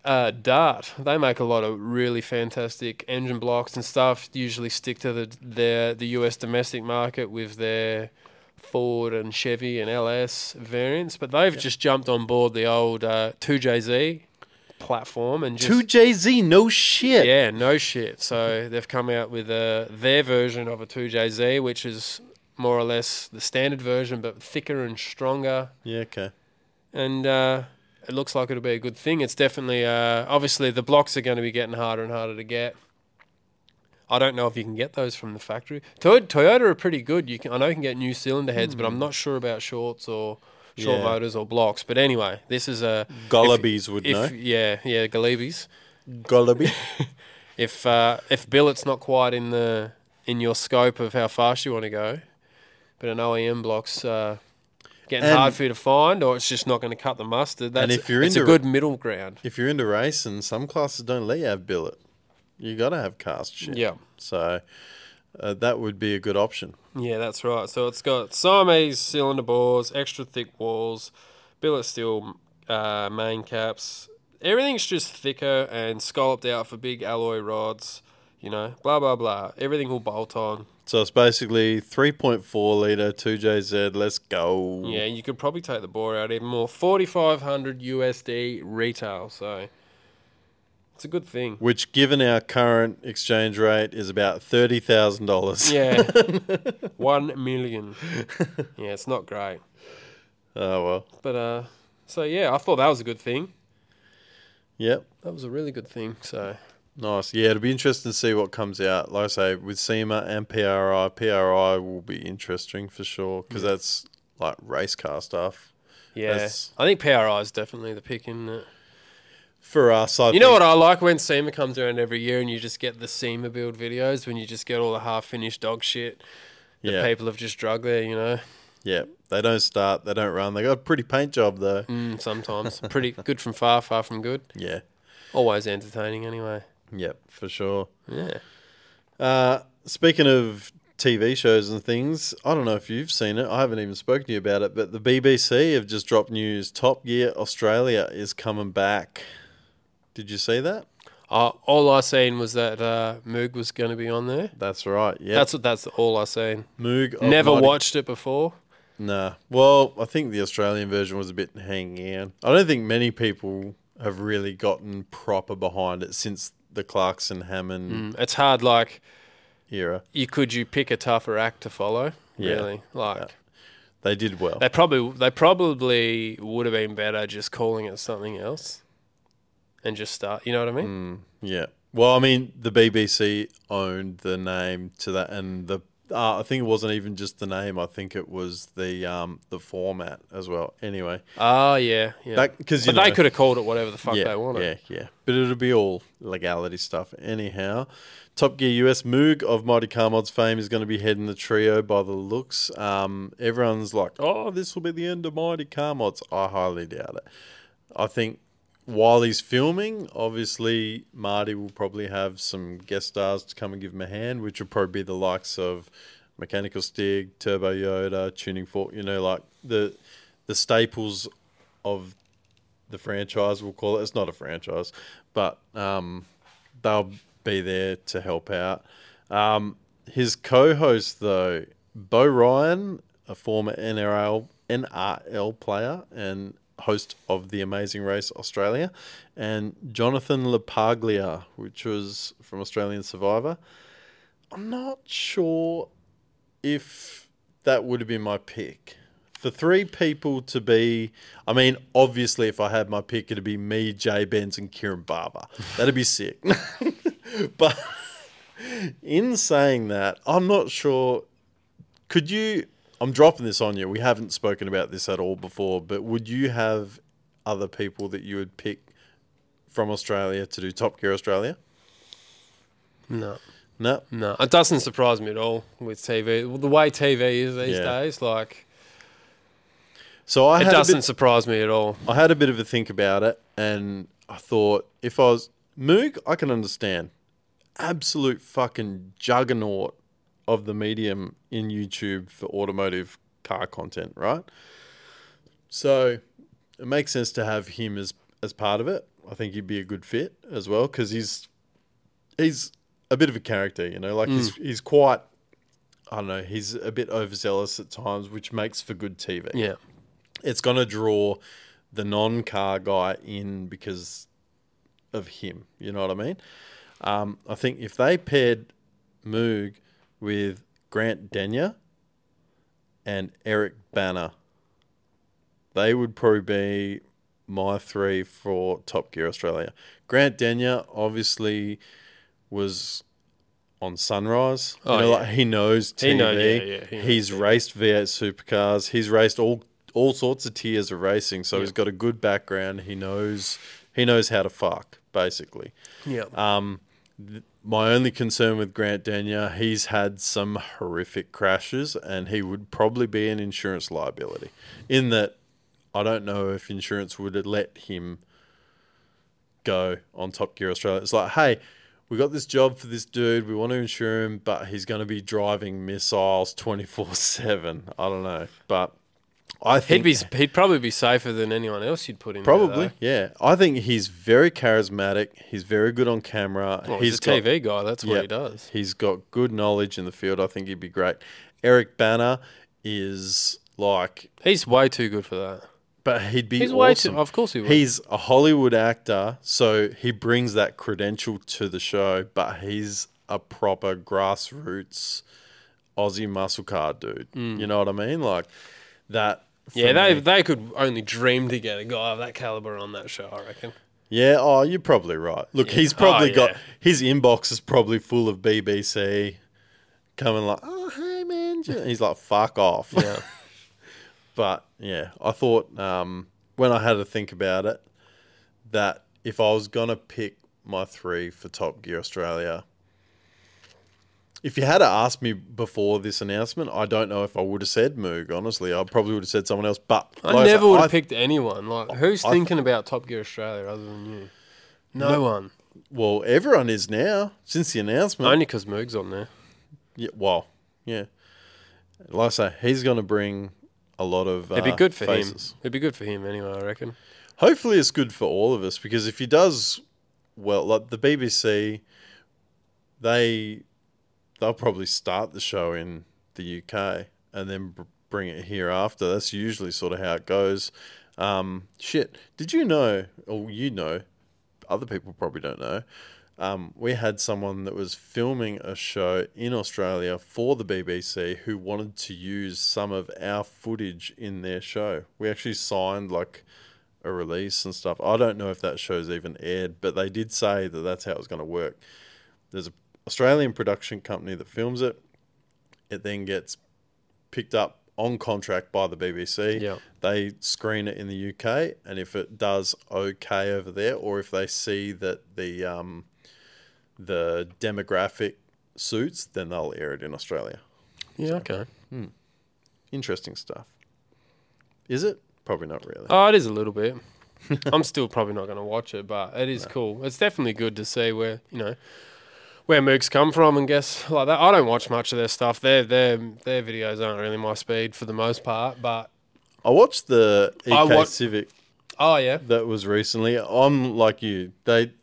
[SPEAKER 1] uh, Dart they make a lot of really fantastic engine blocks and stuff. Usually stick to the their the US domestic market with their Ford and Chevy and LS variants, but they've just jumped on board the old uh, 2JZ platform and just
[SPEAKER 2] Two JZ, no shit.
[SPEAKER 1] yeah, no shit. So they've come out with uh, their version of a 2JZ, which is more or less the standard version, but thicker and stronger.
[SPEAKER 2] Yeah, okay.
[SPEAKER 1] And uh, it looks like it'll be a good thing. It's definitely, uh, obviously, the blocks are going to be getting harder and harder to get. I don't know if you can get those from the factory. Toy- Toyota are pretty good. You can, I know you can get new cylinder heads, but I'm not sure about shorts or short
[SPEAKER 2] Hmm. Yeah.
[SPEAKER 1] motors or blocks. But anyway, this is a
[SPEAKER 2] Gollabies would
[SPEAKER 1] if,
[SPEAKER 2] know.
[SPEAKER 1] yeah, yeah, Galebies
[SPEAKER 2] Gollaby.
[SPEAKER 1] if uh, if billet's not quite in the in your scope of how fast you want to go, but an OEM block's uh, getting
[SPEAKER 2] And-
[SPEAKER 1] hard for you to find, or it's just not going to cut the mustard. That's
[SPEAKER 2] if you're
[SPEAKER 1] it's a
[SPEAKER 2] into-
[SPEAKER 1] good middle ground.
[SPEAKER 2] if you're into racing, some classes don't let you have billet. You gotta have cast shit.
[SPEAKER 1] Yeah.
[SPEAKER 2] So uh, that would be a good option.
[SPEAKER 1] Yeah, that's right. So it's got Siamese cylinder bores, extra thick walls, billet steel uh, main caps. Everything's just thicker and scalloped out for big alloy rods. You know, blah blah blah. Everything will bolt on.
[SPEAKER 2] So it's basically 3.4 liter 2JZ. Let's go.
[SPEAKER 1] Yeah, you could probably take the bore out even more. Forty five hundred USD retail, so it's It's a good thing.
[SPEAKER 2] which, given our current exchange rate, is about thirty thousand dollars.
[SPEAKER 1] Yeah. One million. Yeah, it's not great.
[SPEAKER 2] Oh well.
[SPEAKER 1] But uh so yeah, I thought that was a good thing.
[SPEAKER 2] Yep.
[SPEAKER 1] That was a really good thing. So
[SPEAKER 2] Nice. Yeah, it'll be interesting to see what comes out. Like I say, with SEMA and PRI, PRI will be interesting for sure because that's like race car stuff.
[SPEAKER 1] yeah.
[SPEAKER 2] That's-
[SPEAKER 1] I think PRI is definitely the pick in it.
[SPEAKER 2] For us, I
[SPEAKER 1] You know what I like when SEMA comes around every year and you just get the SEMA build videos when you just get all the half finished dog shit that
[SPEAKER 2] Yeah,
[SPEAKER 1] people have just drug there, you know.
[SPEAKER 2] yeah. They don't start. They don't run. They got a pretty paint job though.
[SPEAKER 1] Mm, sometimes. Pretty good from far, far from good.
[SPEAKER 2] Yeah.
[SPEAKER 1] Always entertaining anyway.
[SPEAKER 2] Yep. For sure.
[SPEAKER 1] Yeah.
[SPEAKER 2] Uh, speaking of TV shows and things, I don't know if you've seen it. I haven't even spoken to you about it, but the BBC have just dropped news. Top Gear Australia is coming back. Did you see that?
[SPEAKER 1] Uh, all I seen was that uh, Moog was going to be on there.
[SPEAKER 2] That's right. Yeah. Oh,
[SPEAKER 1] That's that's all I seen.
[SPEAKER 2] Moog. of
[SPEAKER 1] Never
[SPEAKER 2] Mighty-
[SPEAKER 1] watched it before.
[SPEAKER 2] Nah. Well, I think the Australian version was a bit hanging out. I don't think many people have really gotten proper behind it since the Clarkson Hammond
[SPEAKER 1] Mm, It's hard. Like,
[SPEAKER 2] era.
[SPEAKER 1] you could you pick a tougher act to follow?
[SPEAKER 2] Yeah.
[SPEAKER 1] Really? Like,
[SPEAKER 2] They did well.
[SPEAKER 1] they probably they probably would have been better just calling it something else, and just start. You know what I mean?
[SPEAKER 2] Mm. Yeah. Well, I mean, the BBC owned the name to that, and the uh, I think it wasn't even just the name. I think it was the um, the format as well. Anyway,
[SPEAKER 1] Ah, yeah, yeah.
[SPEAKER 2] That- 'cause you
[SPEAKER 1] but they
[SPEAKER 2] know-
[SPEAKER 1] could have called it whatever the fuck
[SPEAKER 2] yeah,
[SPEAKER 1] they wanted.
[SPEAKER 2] yeah, yeah. But it'll be all legality stuff, anyhow. Top Gear US Moog of Mighty Car Mods fame is going to be heading the trio by the looks. Um, everyone's like, "Oh, this will be the end of Mighty Car Mods." I highly doubt it. I think while he's filming, obviously Marty will probably have some guest stars to come and give him a hand, which will probably be the likes of Mechanical Stig, Turbo Yoda, Tuning Fork. You know, like the the staples of the franchise. We'll call it. It's not a franchise, but um, they'll be there to help out. Um, his co-host though, Bo Ryan, a former NRL NRL player and host of the Amazing Race Australia, and Jonathan Lapaglia, which was from Australian Survivor. I'm not sure if that would have been my pick. For three people to be, I mean, obviously, if I had my pick, it'd be me, Jay Benz, and Kieran Barber. That'd be sick. but in saying that, I'm not sure. Could you? I'm dropping this on you. We haven't spoken about this at all before, but would you have other people that you would pick from Australia to do Top Gear Australia?
[SPEAKER 1] No,
[SPEAKER 2] No.
[SPEAKER 1] no, it doesn't surprise me at all with TV. The way TV is these
[SPEAKER 2] Yeah.
[SPEAKER 1] days, like,
[SPEAKER 2] So I
[SPEAKER 1] it
[SPEAKER 2] had a bit-
[SPEAKER 1] doesn't surprise me at all.
[SPEAKER 2] I had a bit of a think about it, and I thought if I was Moog, I can understand. Absolute fucking juggernaut of the medium in YouTube for automotive car content, right? So it makes sense to have him as as part of it. I think he'd be a good fit as well because he's he's a bit of a character, you know. Like he's he's quite. I don't know. He's a bit overzealous at times, which makes for good TV
[SPEAKER 1] Yeah,
[SPEAKER 2] it's going to draw the non-car guy in because of him. You know what I mean? Um, I think if they paired Moog with Grant Denyer and Eric Banner, they would probably be my three for Top Gear Australia. Grant Denyer obviously was on Sunrise. You
[SPEAKER 1] Oh,
[SPEAKER 2] know,
[SPEAKER 1] yeah.
[SPEAKER 2] like he knows TV.
[SPEAKER 1] He know- yeah, yeah, he knows
[SPEAKER 2] he's raced V8 supercars. He's raced all all sorts of tiers of racing, so he's got a good background. He knows he knows how to fuck basically.
[SPEAKER 1] yeah.
[SPEAKER 2] My only concern with Grant Denyer, he's had some horrific crashes, and he would probably be an insurance liability. In that, I don't know if insurance would let him go on Top Gear Australia. It's like, hey, we got this job for this dude. We want to insure him, but he's going to be driving missiles twenty four seven. I don't know, but I think
[SPEAKER 1] He'd be he'd probably be safer than anyone else you'd put in. there,
[SPEAKER 2] Probably,
[SPEAKER 1] though.
[SPEAKER 2] yeah. I think he's very charismatic. He's very good on camera.
[SPEAKER 1] Well, he's, a
[SPEAKER 2] got-
[SPEAKER 1] TV guy. That's what
[SPEAKER 2] yeah,
[SPEAKER 1] he does.
[SPEAKER 2] He's got good knowledge in the field. I think he'd be great. Eric Banner is like
[SPEAKER 1] He's way too good for that.
[SPEAKER 2] but he'd be
[SPEAKER 1] He's
[SPEAKER 2] awesome.
[SPEAKER 1] way too- of course he would.
[SPEAKER 2] He's a Hollywood actor, so he brings that credential to the show, but he's a proper grassroots Aussie muscle car dude. You know what I mean? Like that. for
[SPEAKER 1] Mm. Yeah, they
[SPEAKER 2] me-
[SPEAKER 1] they could only dream to get a guy of that caliber on that show. I reckon.
[SPEAKER 2] Yeah, oh, you're probably right. Look, he's
[SPEAKER 1] Oh,
[SPEAKER 2] probably got
[SPEAKER 1] yeah.
[SPEAKER 2] his inbox is probably full of BBC coming like, oh, hey man, j-" he's like, fuck off.
[SPEAKER 1] Yeah.
[SPEAKER 2] but yeah, I thought um, when I had to think about it that if I was gonna pick my three for Top Gear Australia, if you had to ask me before this announcement, I don't know if I would have said Moog. Honestly, I probably would have said someone else. But
[SPEAKER 1] I
[SPEAKER 2] like I
[SPEAKER 1] never
[SPEAKER 2] said,
[SPEAKER 1] would
[SPEAKER 2] I-
[SPEAKER 1] have picked anyone. Like, who's
[SPEAKER 2] I-
[SPEAKER 1] thinking about Top Gear Australia other than you? No, one.
[SPEAKER 2] Well, everyone is now since the announcement.
[SPEAKER 1] Only because Moog's on there.
[SPEAKER 2] Yeah, well, yeah. Like I say, he's going to bring a lot of.
[SPEAKER 1] It'd be
[SPEAKER 2] uh,
[SPEAKER 1] good for
[SPEAKER 2] faces.
[SPEAKER 1] him. It'd be good for him anyway. I reckon.
[SPEAKER 2] Hopefully, it's good for all of us because if he does well, like the BBC, they they'll probably start the show in the UK and then br- bring it here after. That's usually sort of how it goes. Um, shit, did you know? Or you know, other people probably don't know. Um, we had someone that was filming a show in Australia for the BBC who wanted to use some of our footage in their show. We actually signed like a release and stuff. I don't know if that show's even aired, but they did say that that's how it was going to work. There's an Australian production company that films it. It then gets picked up on contract by the BBC.
[SPEAKER 1] Yeah.
[SPEAKER 2] They screen it in the UK, and if it does okay over there, or if they see that the um, the demographic suits, then they'll air it in Australia.
[SPEAKER 1] Yeah. Okay.
[SPEAKER 2] Interesting stuff. Is it? Probably not really.
[SPEAKER 1] Oh, it is a little bit. I'm still probably not going to watch it, but it is cool. It's definitely good to see where you know where Moogs come from and guess like that. I don't watch much of their stuff. Their their their videos aren't really my speed for the most part. But
[SPEAKER 2] I watched the EK
[SPEAKER 1] I wa-
[SPEAKER 2] Civic
[SPEAKER 1] oh yeah,
[SPEAKER 2] that was recently. I'm like you. They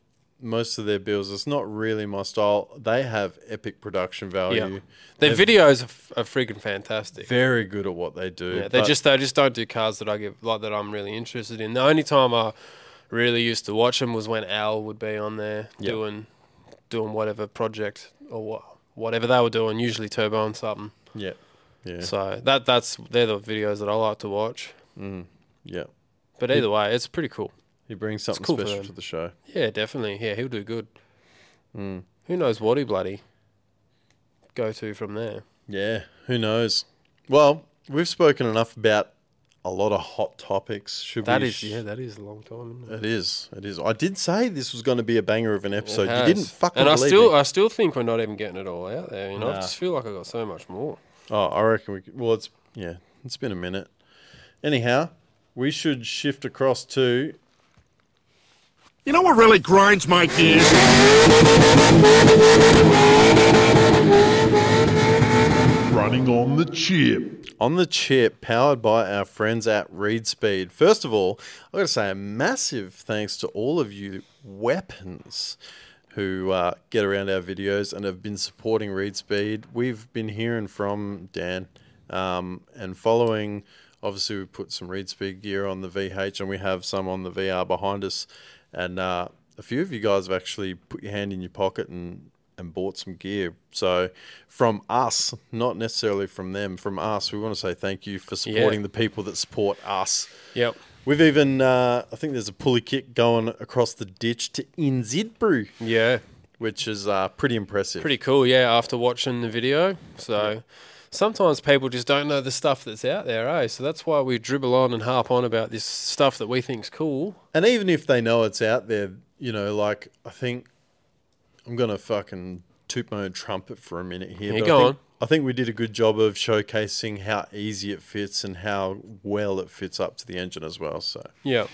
[SPEAKER 2] most of their bills. It's not really my style. They have epic production value.
[SPEAKER 1] yeah. Their videos are, f- are freaking fantastic.
[SPEAKER 2] Very good at what they do.
[SPEAKER 1] Yeah, they
[SPEAKER 2] but-
[SPEAKER 1] just they just don't do cars that I give like that I'm really interested in. The only time I really used to watch them was when Al would be on there
[SPEAKER 2] Yeah.
[SPEAKER 1] doing doing whatever project or what whatever they were doing, usually turbo and something.
[SPEAKER 2] yeah, yeah,
[SPEAKER 1] So that that's they're the videos that I like to watch.
[SPEAKER 2] yeah.
[SPEAKER 1] But either way, it's pretty cool.
[SPEAKER 2] He brings something
[SPEAKER 1] cool for
[SPEAKER 2] special
[SPEAKER 1] them.
[SPEAKER 2] to the show.
[SPEAKER 1] Yeah, definitely. Yeah, he'll do good. Who knows what he bloody go to from there?
[SPEAKER 2] Yeah, who knows? Well, we've spoken enough about a lot of hot topics. Should
[SPEAKER 1] That
[SPEAKER 2] we?
[SPEAKER 1] is
[SPEAKER 2] sh-
[SPEAKER 1] yeah, that is a long time. Isn't it?
[SPEAKER 2] It is. It is. I did say this was going to be a banger of an episode.
[SPEAKER 1] It has.
[SPEAKER 2] you didn't fucking
[SPEAKER 1] and I
[SPEAKER 2] believe
[SPEAKER 1] still
[SPEAKER 2] me.
[SPEAKER 1] I still think we're not even getting it all out there. You know,
[SPEAKER 2] Nah.
[SPEAKER 1] I just feel like I got so much more.
[SPEAKER 2] Oh, I reckon we. Could, well, it's yeah, it's been a minute. Anyhow, we should shift across to
[SPEAKER 3] You know what really grinds my gears? Running on the chip.
[SPEAKER 2] on the chip, powered by our friends at Read Speed. First of all, I got to say a massive thanks to all of you weapons who uh, get around our videos and have been supporting Read Speed. We've been hearing from Dan um, and following. Obviously, we put some Read Speed gear on the VH, and we have some on the VR behind us. And uh, a few of you guys have actually put your hand in your pocket and and bought some gear. So from us, not necessarily from them, from us, we want to say thank you for supporting the people that support us.
[SPEAKER 1] Yep.
[SPEAKER 2] We've even, uh, I think there's a pulley kick going across the ditch to Inzidbrew,
[SPEAKER 1] Yeah.
[SPEAKER 2] which is uh, pretty impressive.
[SPEAKER 1] Pretty cool. Yeah. After watching the video, so sometimes people just don't know the stuff that's out there, eh? So that's why we dribble on and harp on about this stuff that we think's cool.
[SPEAKER 2] And even if they know it's out there, you know, like I think I'm gonna fucking toot my own trumpet for a minute here.
[SPEAKER 1] Yeah,
[SPEAKER 2] but
[SPEAKER 1] go
[SPEAKER 2] I think,
[SPEAKER 1] on.
[SPEAKER 2] I think we did a good job of showcasing how easy it fits and how well it fits up to the engine as well. So
[SPEAKER 1] Yeah.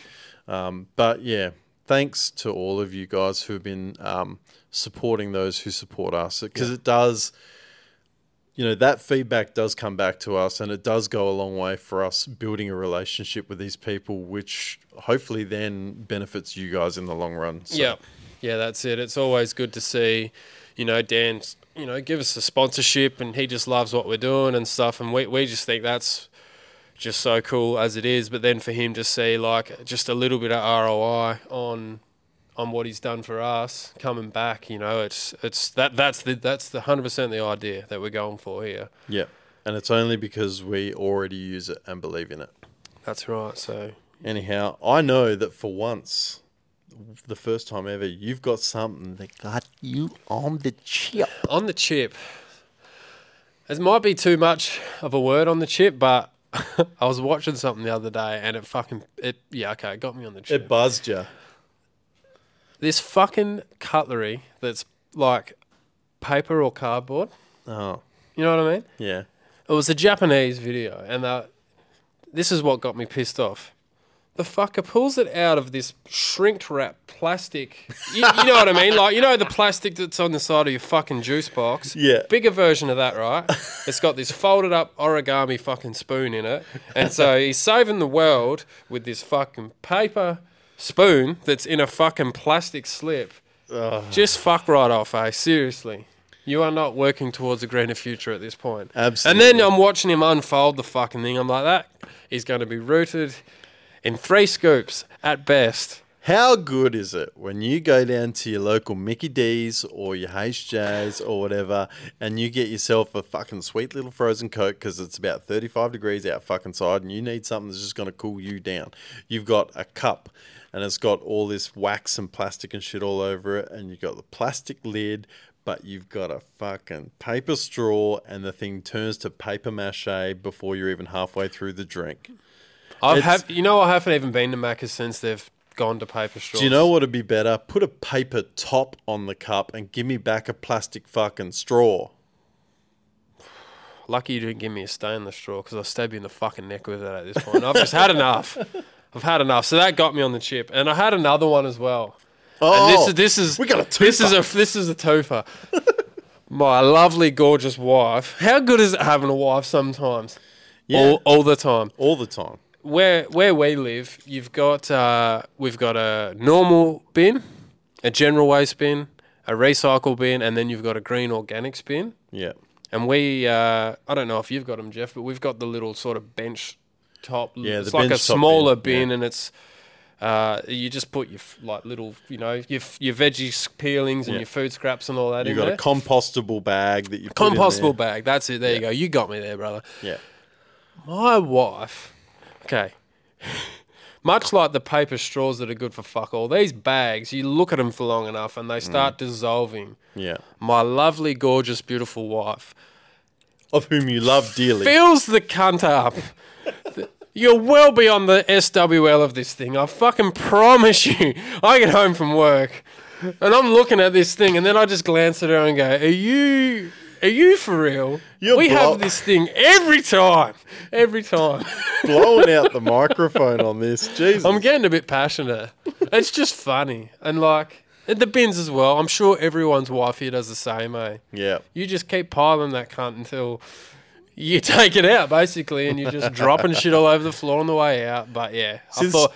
[SPEAKER 2] but yeah, thanks to all of you guys who have been um, supporting those who support us because it does, you know, that feedback does come back to us and it does go a long way for us building a relationship with these people, which hopefully then benefits you guys in the long run. So,
[SPEAKER 1] Yeah. Yeah, that's it. It's always good to see, you know, Dan, you know, give us a sponsorship and he just loves what we're doing and stuff. And we, we just think that's, just so cool as it is. But then for him to see like just a little bit of ROI on on what he's done for us coming back, you know, it's it's that that's the that's the hundred percent the idea that we're going for here.
[SPEAKER 2] Yeah. And it's only because we already use it and believe in it.
[SPEAKER 1] That's right. So
[SPEAKER 2] Anyhow, I know that for once, the first time ever, you've got something that got you on the chip.
[SPEAKER 1] on the chip, it might be too much of a word on the chip, but I was watching something the other day and it fucking it yeah okay it got me on the chip.
[SPEAKER 2] It buzzed you.
[SPEAKER 1] this fucking cutlery that's like paper or cardboard.
[SPEAKER 2] Oh,
[SPEAKER 1] You know what I mean?
[SPEAKER 2] yeah.
[SPEAKER 1] It was a Japanese video, and uh, this is what got me pissed off. The fucker pulls it out of this shrink wrap plastic. You, you know what I mean? Like, you know the plastic that's on the side of your fucking juice box?
[SPEAKER 2] Yeah.
[SPEAKER 1] Bigger version of that, right? It's got this folded up origami fucking spoon in it. And so he's saving the world with this fucking paper spoon that's in a fucking plastic slip. Just fuck right off, eh? Seriously. You are not working towards a greener future at this point. And
[SPEAKER 2] Absolutely.
[SPEAKER 1] then I'm watching him unfold the fucking thing. I'm like, that is going to be rooted in three scoops at best.
[SPEAKER 2] How good is it when you go down to your local Mickey D's or your HJ's or whatever, and you get yourself a fucking sweet little frozen Coke because it's about 35 degrees out fucking side and you need something that's just going to cool you down? You've got a cup and it's got all this wax and plastic and shit all over it, and you've got the plastic lid, but you've got a fucking paper straw, and the thing turns to paper mache before you're even halfway through the drink.
[SPEAKER 1] I've
[SPEAKER 2] It's-
[SPEAKER 1] have, you know, I haven't even been to Macca's since they've gone to paper straws.
[SPEAKER 2] Do you know what would be better? Put a paper top on the cup and give me back a plastic fucking straw.
[SPEAKER 1] Lucky you didn't give me a stay in the straw because I'll stab you in the fucking neck with it at this point. I've just had enough. I've had enough. So that got me on the chip, and I had another one as well.
[SPEAKER 2] Oh,
[SPEAKER 1] and this is this is
[SPEAKER 2] we got a
[SPEAKER 1] this is a this is a twofer. My lovely, gorgeous wife. How good is it having a wife sometimes?
[SPEAKER 2] Yeah.
[SPEAKER 1] All, all the time.
[SPEAKER 2] all the time.
[SPEAKER 1] where where we live, you've got uh, we've got a normal bin, a general waste bin, a recycle bin, and then you've got a green organics bin.
[SPEAKER 2] Yeah.
[SPEAKER 1] And we, uh, I don't know if you've got them, Jeff, but we've got the little sort of bench top.
[SPEAKER 2] Yeah,
[SPEAKER 1] it's
[SPEAKER 2] the
[SPEAKER 1] like a
[SPEAKER 2] bench top bin,
[SPEAKER 1] smaller
[SPEAKER 2] yeah.
[SPEAKER 1] bin, and it's uh, you just put your f- like little, you know, your f- your veggie s- peelings and
[SPEAKER 2] Yeah.
[SPEAKER 1] your food scraps and all that
[SPEAKER 2] You
[SPEAKER 1] in
[SPEAKER 2] got
[SPEAKER 1] there.
[SPEAKER 2] a compostable bag that you put in there.
[SPEAKER 1] compostable bag. That's it. There you go. You got me there, brother.
[SPEAKER 2] Yeah.
[SPEAKER 1] My wife, okay, much like the paper straws that are good for fuck all, these bags, you look at them for long enough and they start
[SPEAKER 2] Mm.
[SPEAKER 1] dissolving.
[SPEAKER 2] Yeah.
[SPEAKER 1] My lovely, gorgeous, beautiful wife
[SPEAKER 2] Of whom you love dearly.
[SPEAKER 1] fills the cunt up. You're well beyond the SWL of this thing. I fucking promise you. I get home from work and I'm looking at this thing and then I just glance at her and go, Are you are you for real?
[SPEAKER 2] You're
[SPEAKER 1] we
[SPEAKER 2] blo-
[SPEAKER 1] have this thing every time. Every time.
[SPEAKER 2] blowing out the microphone on this. Jesus.
[SPEAKER 1] I'm getting a bit passionate. It's just funny. And like the bins as well. I'm sure everyone's wife here does the same, eh?
[SPEAKER 2] yeah.
[SPEAKER 1] You just keep piling that cunt until you take it out, basically, and you're just dropping shit all over the floor on the way out. But yeah,
[SPEAKER 2] Since-
[SPEAKER 1] I thought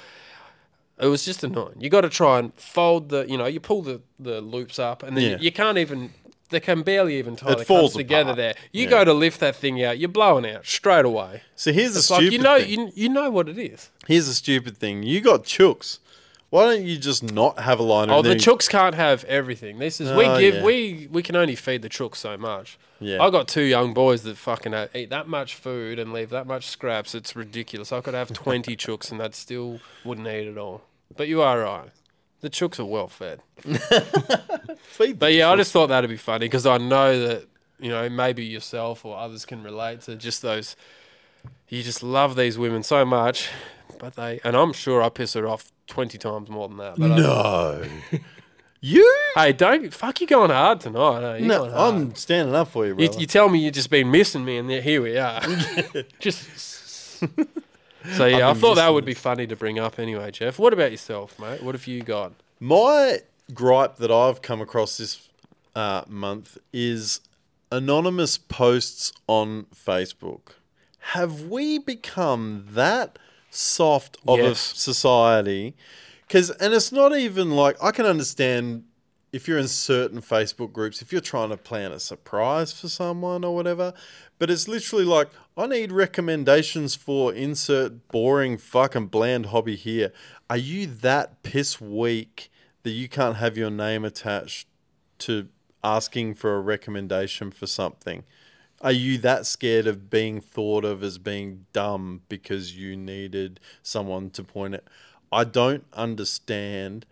[SPEAKER 1] it was just annoying. You got to try and fold the, you know, you pull the, the loops up, and then
[SPEAKER 2] Yeah.
[SPEAKER 1] you, you can't even. They can barely even tie
[SPEAKER 2] It
[SPEAKER 1] the
[SPEAKER 2] falls
[SPEAKER 1] cups together
[SPEAKER 2] apart.
[SPEAKER 1] there. You
[SPEAKER 2] Yeah.
[SPEAKER 1] go to lift that thing out, you're blowing out straight away.
[SPEAKER 2] So here's the
[SPEAKER 1] It's
[SPEAKER 2] stupid
[SPEAKER 1] like you know,
[SPEAKER 2] thing.
[SPEAKER 1] you, you know what it is.
[SPEAKER 2] Here's the stupid thing. You got chooks. Why don't you just not have a liner?
[SPEAKER 1] Oh,
[SPEAKER 2] and
[SPEAKER 1] the
[SPEAKER 2] then-
[SPEAKER 1] chooks can't have everything. This is we
[SPEAKER 2] Oh,
[SPEAKER 1] give
[SPEAKER 2] yeah.
[SPEAKER 1] we we can only feed the chooks so much.
[SPEAKER 2] Yeah.
[SPEAKER 1] I've got two young boys that fucking uh, eat that much food and leave that much scraps. It's ridiculous. I could have twenty chooks and that still wouldn't eat it all. But you are right. The chooks are well fed.
[SPEAKER 2] Feed
[SPEAKER 1] But yeah, I just thought that'd be funny because I know that you know maybe yourself or others can relate to just those. You just love these women so much, but they and I'm sure I piss her off twenty times more than that. But I-
[SPEAKER 2] No. you?
[SPEAKER 1] Hey, don't fuck you going hard tonight. eh? You're
[SPEAKER 2] No,
[SPEAKER 1] going hard.
[SPEAKER 2] I'm standing up for you,
[SPEAKER 1] You,
[SPEAKER 2] brother.
[SPEAKER 1] you tell me you just been missing me, and there, here we are. just. So yeah, I
[SPEAKER 2] been
[SPEAKER 1] thought that
[SPEAKER 2] missing
[SPEAKER 1] would be funny to bring up anyway, Jeff. What about yourself, mate? What have you got?
[SPEAKER 2] My gripe that I've come across this uh, month is anonymous posts on Facebook. Have we become that soft of
[SPEAKER 1] Yes.
[SPEAKER 2] a society? Because, and it's not even like I can understand if you're in certain Facebook groups, if you're trying to plan a surprise for someone or whatever, but it's literally like, I need recommendations for insert boring fucking bland hobby here. Are you that piss weak that you can't have your name attached to asking for a recommendation for something? Are you that scared of being thought of as being dumb because you needed someone to point it? I don't understand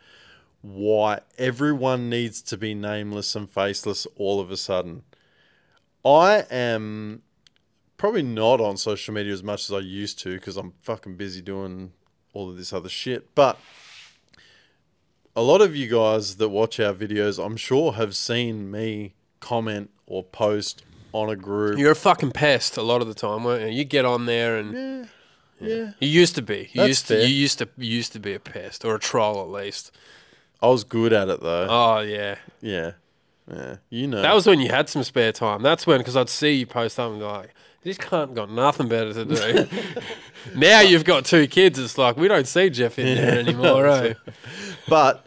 [SPEAKER 2] why everyone needs to be nameless and faceless all of a sudden. I am probably not on social media as much as I used to because I'm fucking busy doing all of this other shit. But a lot of you guys that watch our videos, I'm sure, have seen me comment or post on a group.
[SPEAKER 1] You're a fucking pest a lot of the time, weren't you? You get on there and
[SPEAKER 2] yeah.
[SPEAKER 1] you used to be. You
[SPEAKER 2] That's
[SPEAKER 1] used
[SPEAKER 2] fair.
[SPEAKER 1] to. You used to. You used to be a pest or a troll at least.
[SPEAKER 2] I was good at it though.
[SPEAKER 1] Oh yeah,
[SPEAKER 2] yeah. Yeah. You know.
[SPEAKER 1] that was when you had some spare time. That's when because I'd see you post something like. This cunt got nothing better to do. now you've got two kids. It's like we don't see Jeff in there anymore, right?
[SPEAKER 2] but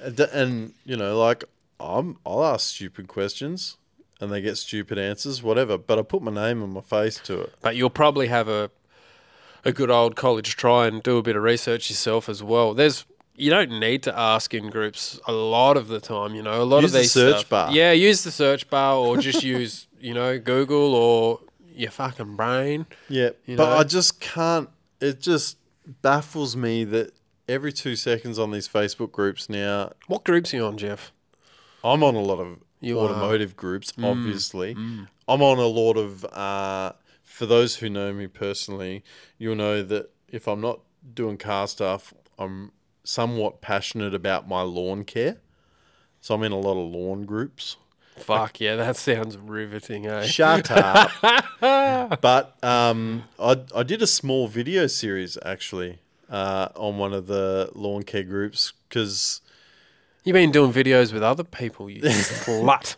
[SPEAKER 2] and- and you know like I'm, i'll ask stupid questions and they get stupid answers whatever but i put my name and my face to it
[SPEAKER 1] But you'll probably have a a good old college try and do a bit of research yourself as well. There's you don't need to ask in groups a lot of the time, you know. A lot
[SPEAKER 2] Use
[SPEAKER 1] of
[SPEAKER 2] the
[SPEAKER 1] these
[SPEAKER 2] search
[SPEAKER 1] stuff-
[SPEAKER 2] bar.
[SPEAKER 1] Yeah, use the search bar or just use, you know, Google or your fucking brain.
[SPEAKER 2] yeah
[SPEAKER 1] You
[SPEAKER 2] but
[SPEAKER 1] know?
[SPEAKER 2] i just can't it just baffles me that every two seconds on these facebook groups now
[SPEAKER 1] What groups are you on, Jeff?
[SPEAKER 2] i'm on a lot of
[SPEAKER 1] You are. Mm.
[SPEAKER 2] automotive groups obviously i'm on a lot of uh, for those who know me personally you'll know that if i'm not doing car stuff i'm somewhat passionate about my lawn care So I'm in a lot of lawn groups.
[SPEAKER 1] Fuck yeah, that sounds riveting, eh?
[SPEAKER 2] Shut up. but um, I, I did a small video series actually uh, on one of the lawn care groups because
[SPEAKER 1] You've been doing videos with other people, you slut.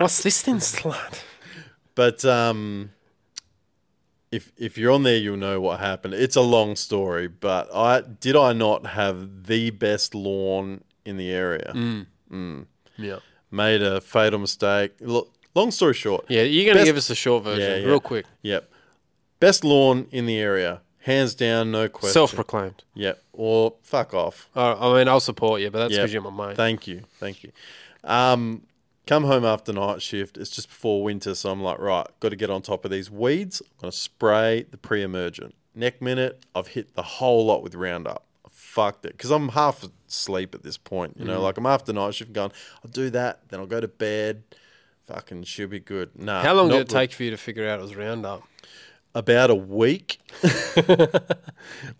[SPEAKER 1] What's this thing, slut?
[SPEAKER 2] But um, if if you're on there, you'll know what happened. It's a long story, but I did I not have the best lawn in the area?
[SPEAKER 1] Mm. Yeah.
[SPEAKER 2] Made a fatal mistake. Look, long story short,
[SPEAKER 1] Yeah, you're going to
[SPEAKER 2] Best-
[SPEAKER 1] give us a short version,
[SPEAKER 2] Yeah, yeah.
[SPEAKER 1] real quick.
[SPEAKER 2] Yep. Best lawn in the area. Hands down, no question.
[SPEAKER 1] Self proclaimed.
[SPEAKER 2] Yep. Or fuck off.
[SPEAKER 1] I mean, I'll support you, but that's
[SPEAKER 2] Yep.
[SPEAKER 1] because you're my mate.
[SPEAKER 2] Thank you. Thank you. Um, come home after night shift. It's just before winter, so I'm like, right, got to get on top of these weeds. I'm gonna spray the pre-emergent. Neck minute, I've hit the whole lot with Roundup. I fucked it because I'm half asleep at this point. You
[SPEAKER 1] Mm.
[SPEAKER 2] know, like I'm after night shift, going, I'll do that, then I'll go to bed. Fucking, she'll be good. Nah.
[SPEAKER 1] How long
[SPEAKER 2] not
[SPEAKER 1] did it
[SPEAKER 2] good.
[SPEAKER 1] take for you to figure out it was Roundup?
[SPEAKER 2] about a week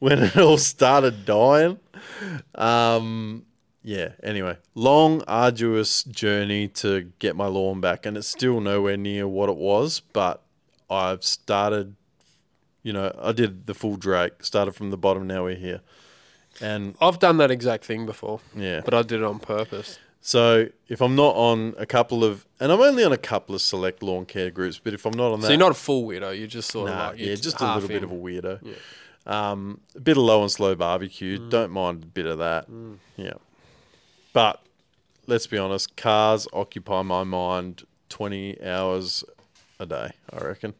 [SPEAKER 2] when it all started dying. Um, yeah, anyway, long, arduous journey to get my lawn back, and it's still nowhere near what it was, but I've started, you know, I did the full Drake, started from the bottom, now we're here. And
[SPEAKER 1] I've done that exact thing before.
[SPEAKER 2] Yeah.
[SPEAKER 1] But I did it on purpose.
[SPEAKER 2] so if I'm not on a couple of, and I'm only on a couple of select lawn care groups, but if I'm not on that,
[SPEAKER 1] So you're not a full weirdo. You're just sort
[SPEAKER 2] Nah,
[SPEAKER 1] of like.
[SPEAKER 2] yeah,
[SPEAKER 1] you're
[SPEAKER 2] just a
[SPEAKER 1] half
[SPEAKER 2] little bit
[SPEAKER 1] in.
[SPEAKER 2] of a weirdo. Um, a bit of low and slow barbecue.
[SPEAKER 1] Mm.
[SPEAKER 2] Don't mind a bit of that. Yeah, but let's be honest, cars occupy my mind twenty hours a day. I reckon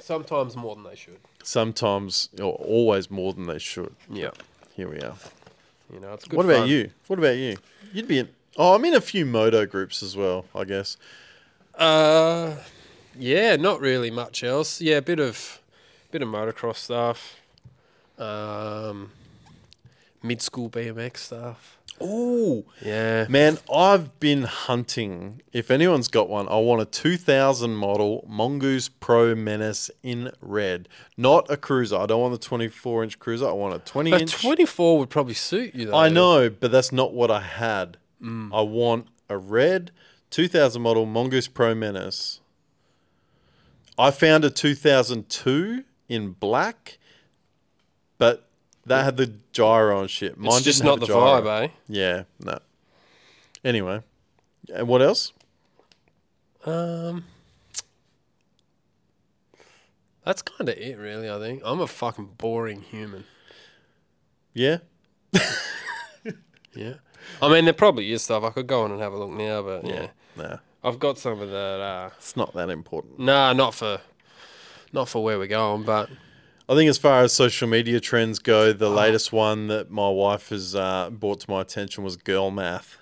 [SPEAKER 1] Sometimes more than they should.
[SPEAKER 2] sometimes or always more than they should.
[SPEAKER 1] Yeah.
[SPEAKER 2] Here we are.
[SPEAKER 1] You know, it's good
[SPEAKER 2] what about
[SPEAKER 1] fun.
[SPEAKER 2] you? What about you? You'd be in. Oh, I'm in a few moto groups as well. I guess.
[SPEAKER 1] Uh, yeah, not really much else. Yeah, a bit of, bit of motocross stuff, um, mid school BMX stuff.
[SPEAKER 2] Ooh,
[SPEAKER 1] Yeah.
[SPEAKER 2] Man, I've been hunting. If anyone's got one, I want a 2000 model Mongoose Pro Menace in red. Not a cruiser. I don't want the 24 inch cruiser. I want a 20
[SPEAKER 1] A
[SPEAKER 2] inch.
[SPEAKER 1] 24 would probably suit you though.
[SPEAKER 2] I know, but that's not what I had.
[SPEAKER 1] Mm.
[SPEAKER 2] I want a red 2000 model Mongoose Pro Menace. I found a 2002 in black, but that had the gyro and shit. Mine
[SPEAKER 1] It's just
[SPEAKER 2] didn't
[SPEAKER 1] not
[SPEAKER 2] have
[SPEAKER 1] the
[SPEAKER 2] a gyro.
[SPEAKER 1] vibe, eh?
[SPEAKER 2] Yeah, no. Anyway, and what else?
[SPEAKER 1] Um, that's kind of it, really. I think I'm a fucking boring human.
[SPEAKER 2] Yeah,
[SPEAKER 1] Yeah, I mean, there probably is stuff. I could go on and have a look now, but yeah.
[SPEAKER 2] Nah,
[SPEAKER 1] I've got some of that. Uh,
[SPEAKER 2] it's not that important.
[SPEAKER 1] nah, not for, not for where we're going, but
[SPEAKER 2] I think as far as social media trends go,
[SPEAKER 1] Ah.
[SPEAKER 2] the latest one that my wife has uh, brought to my attention was girl math.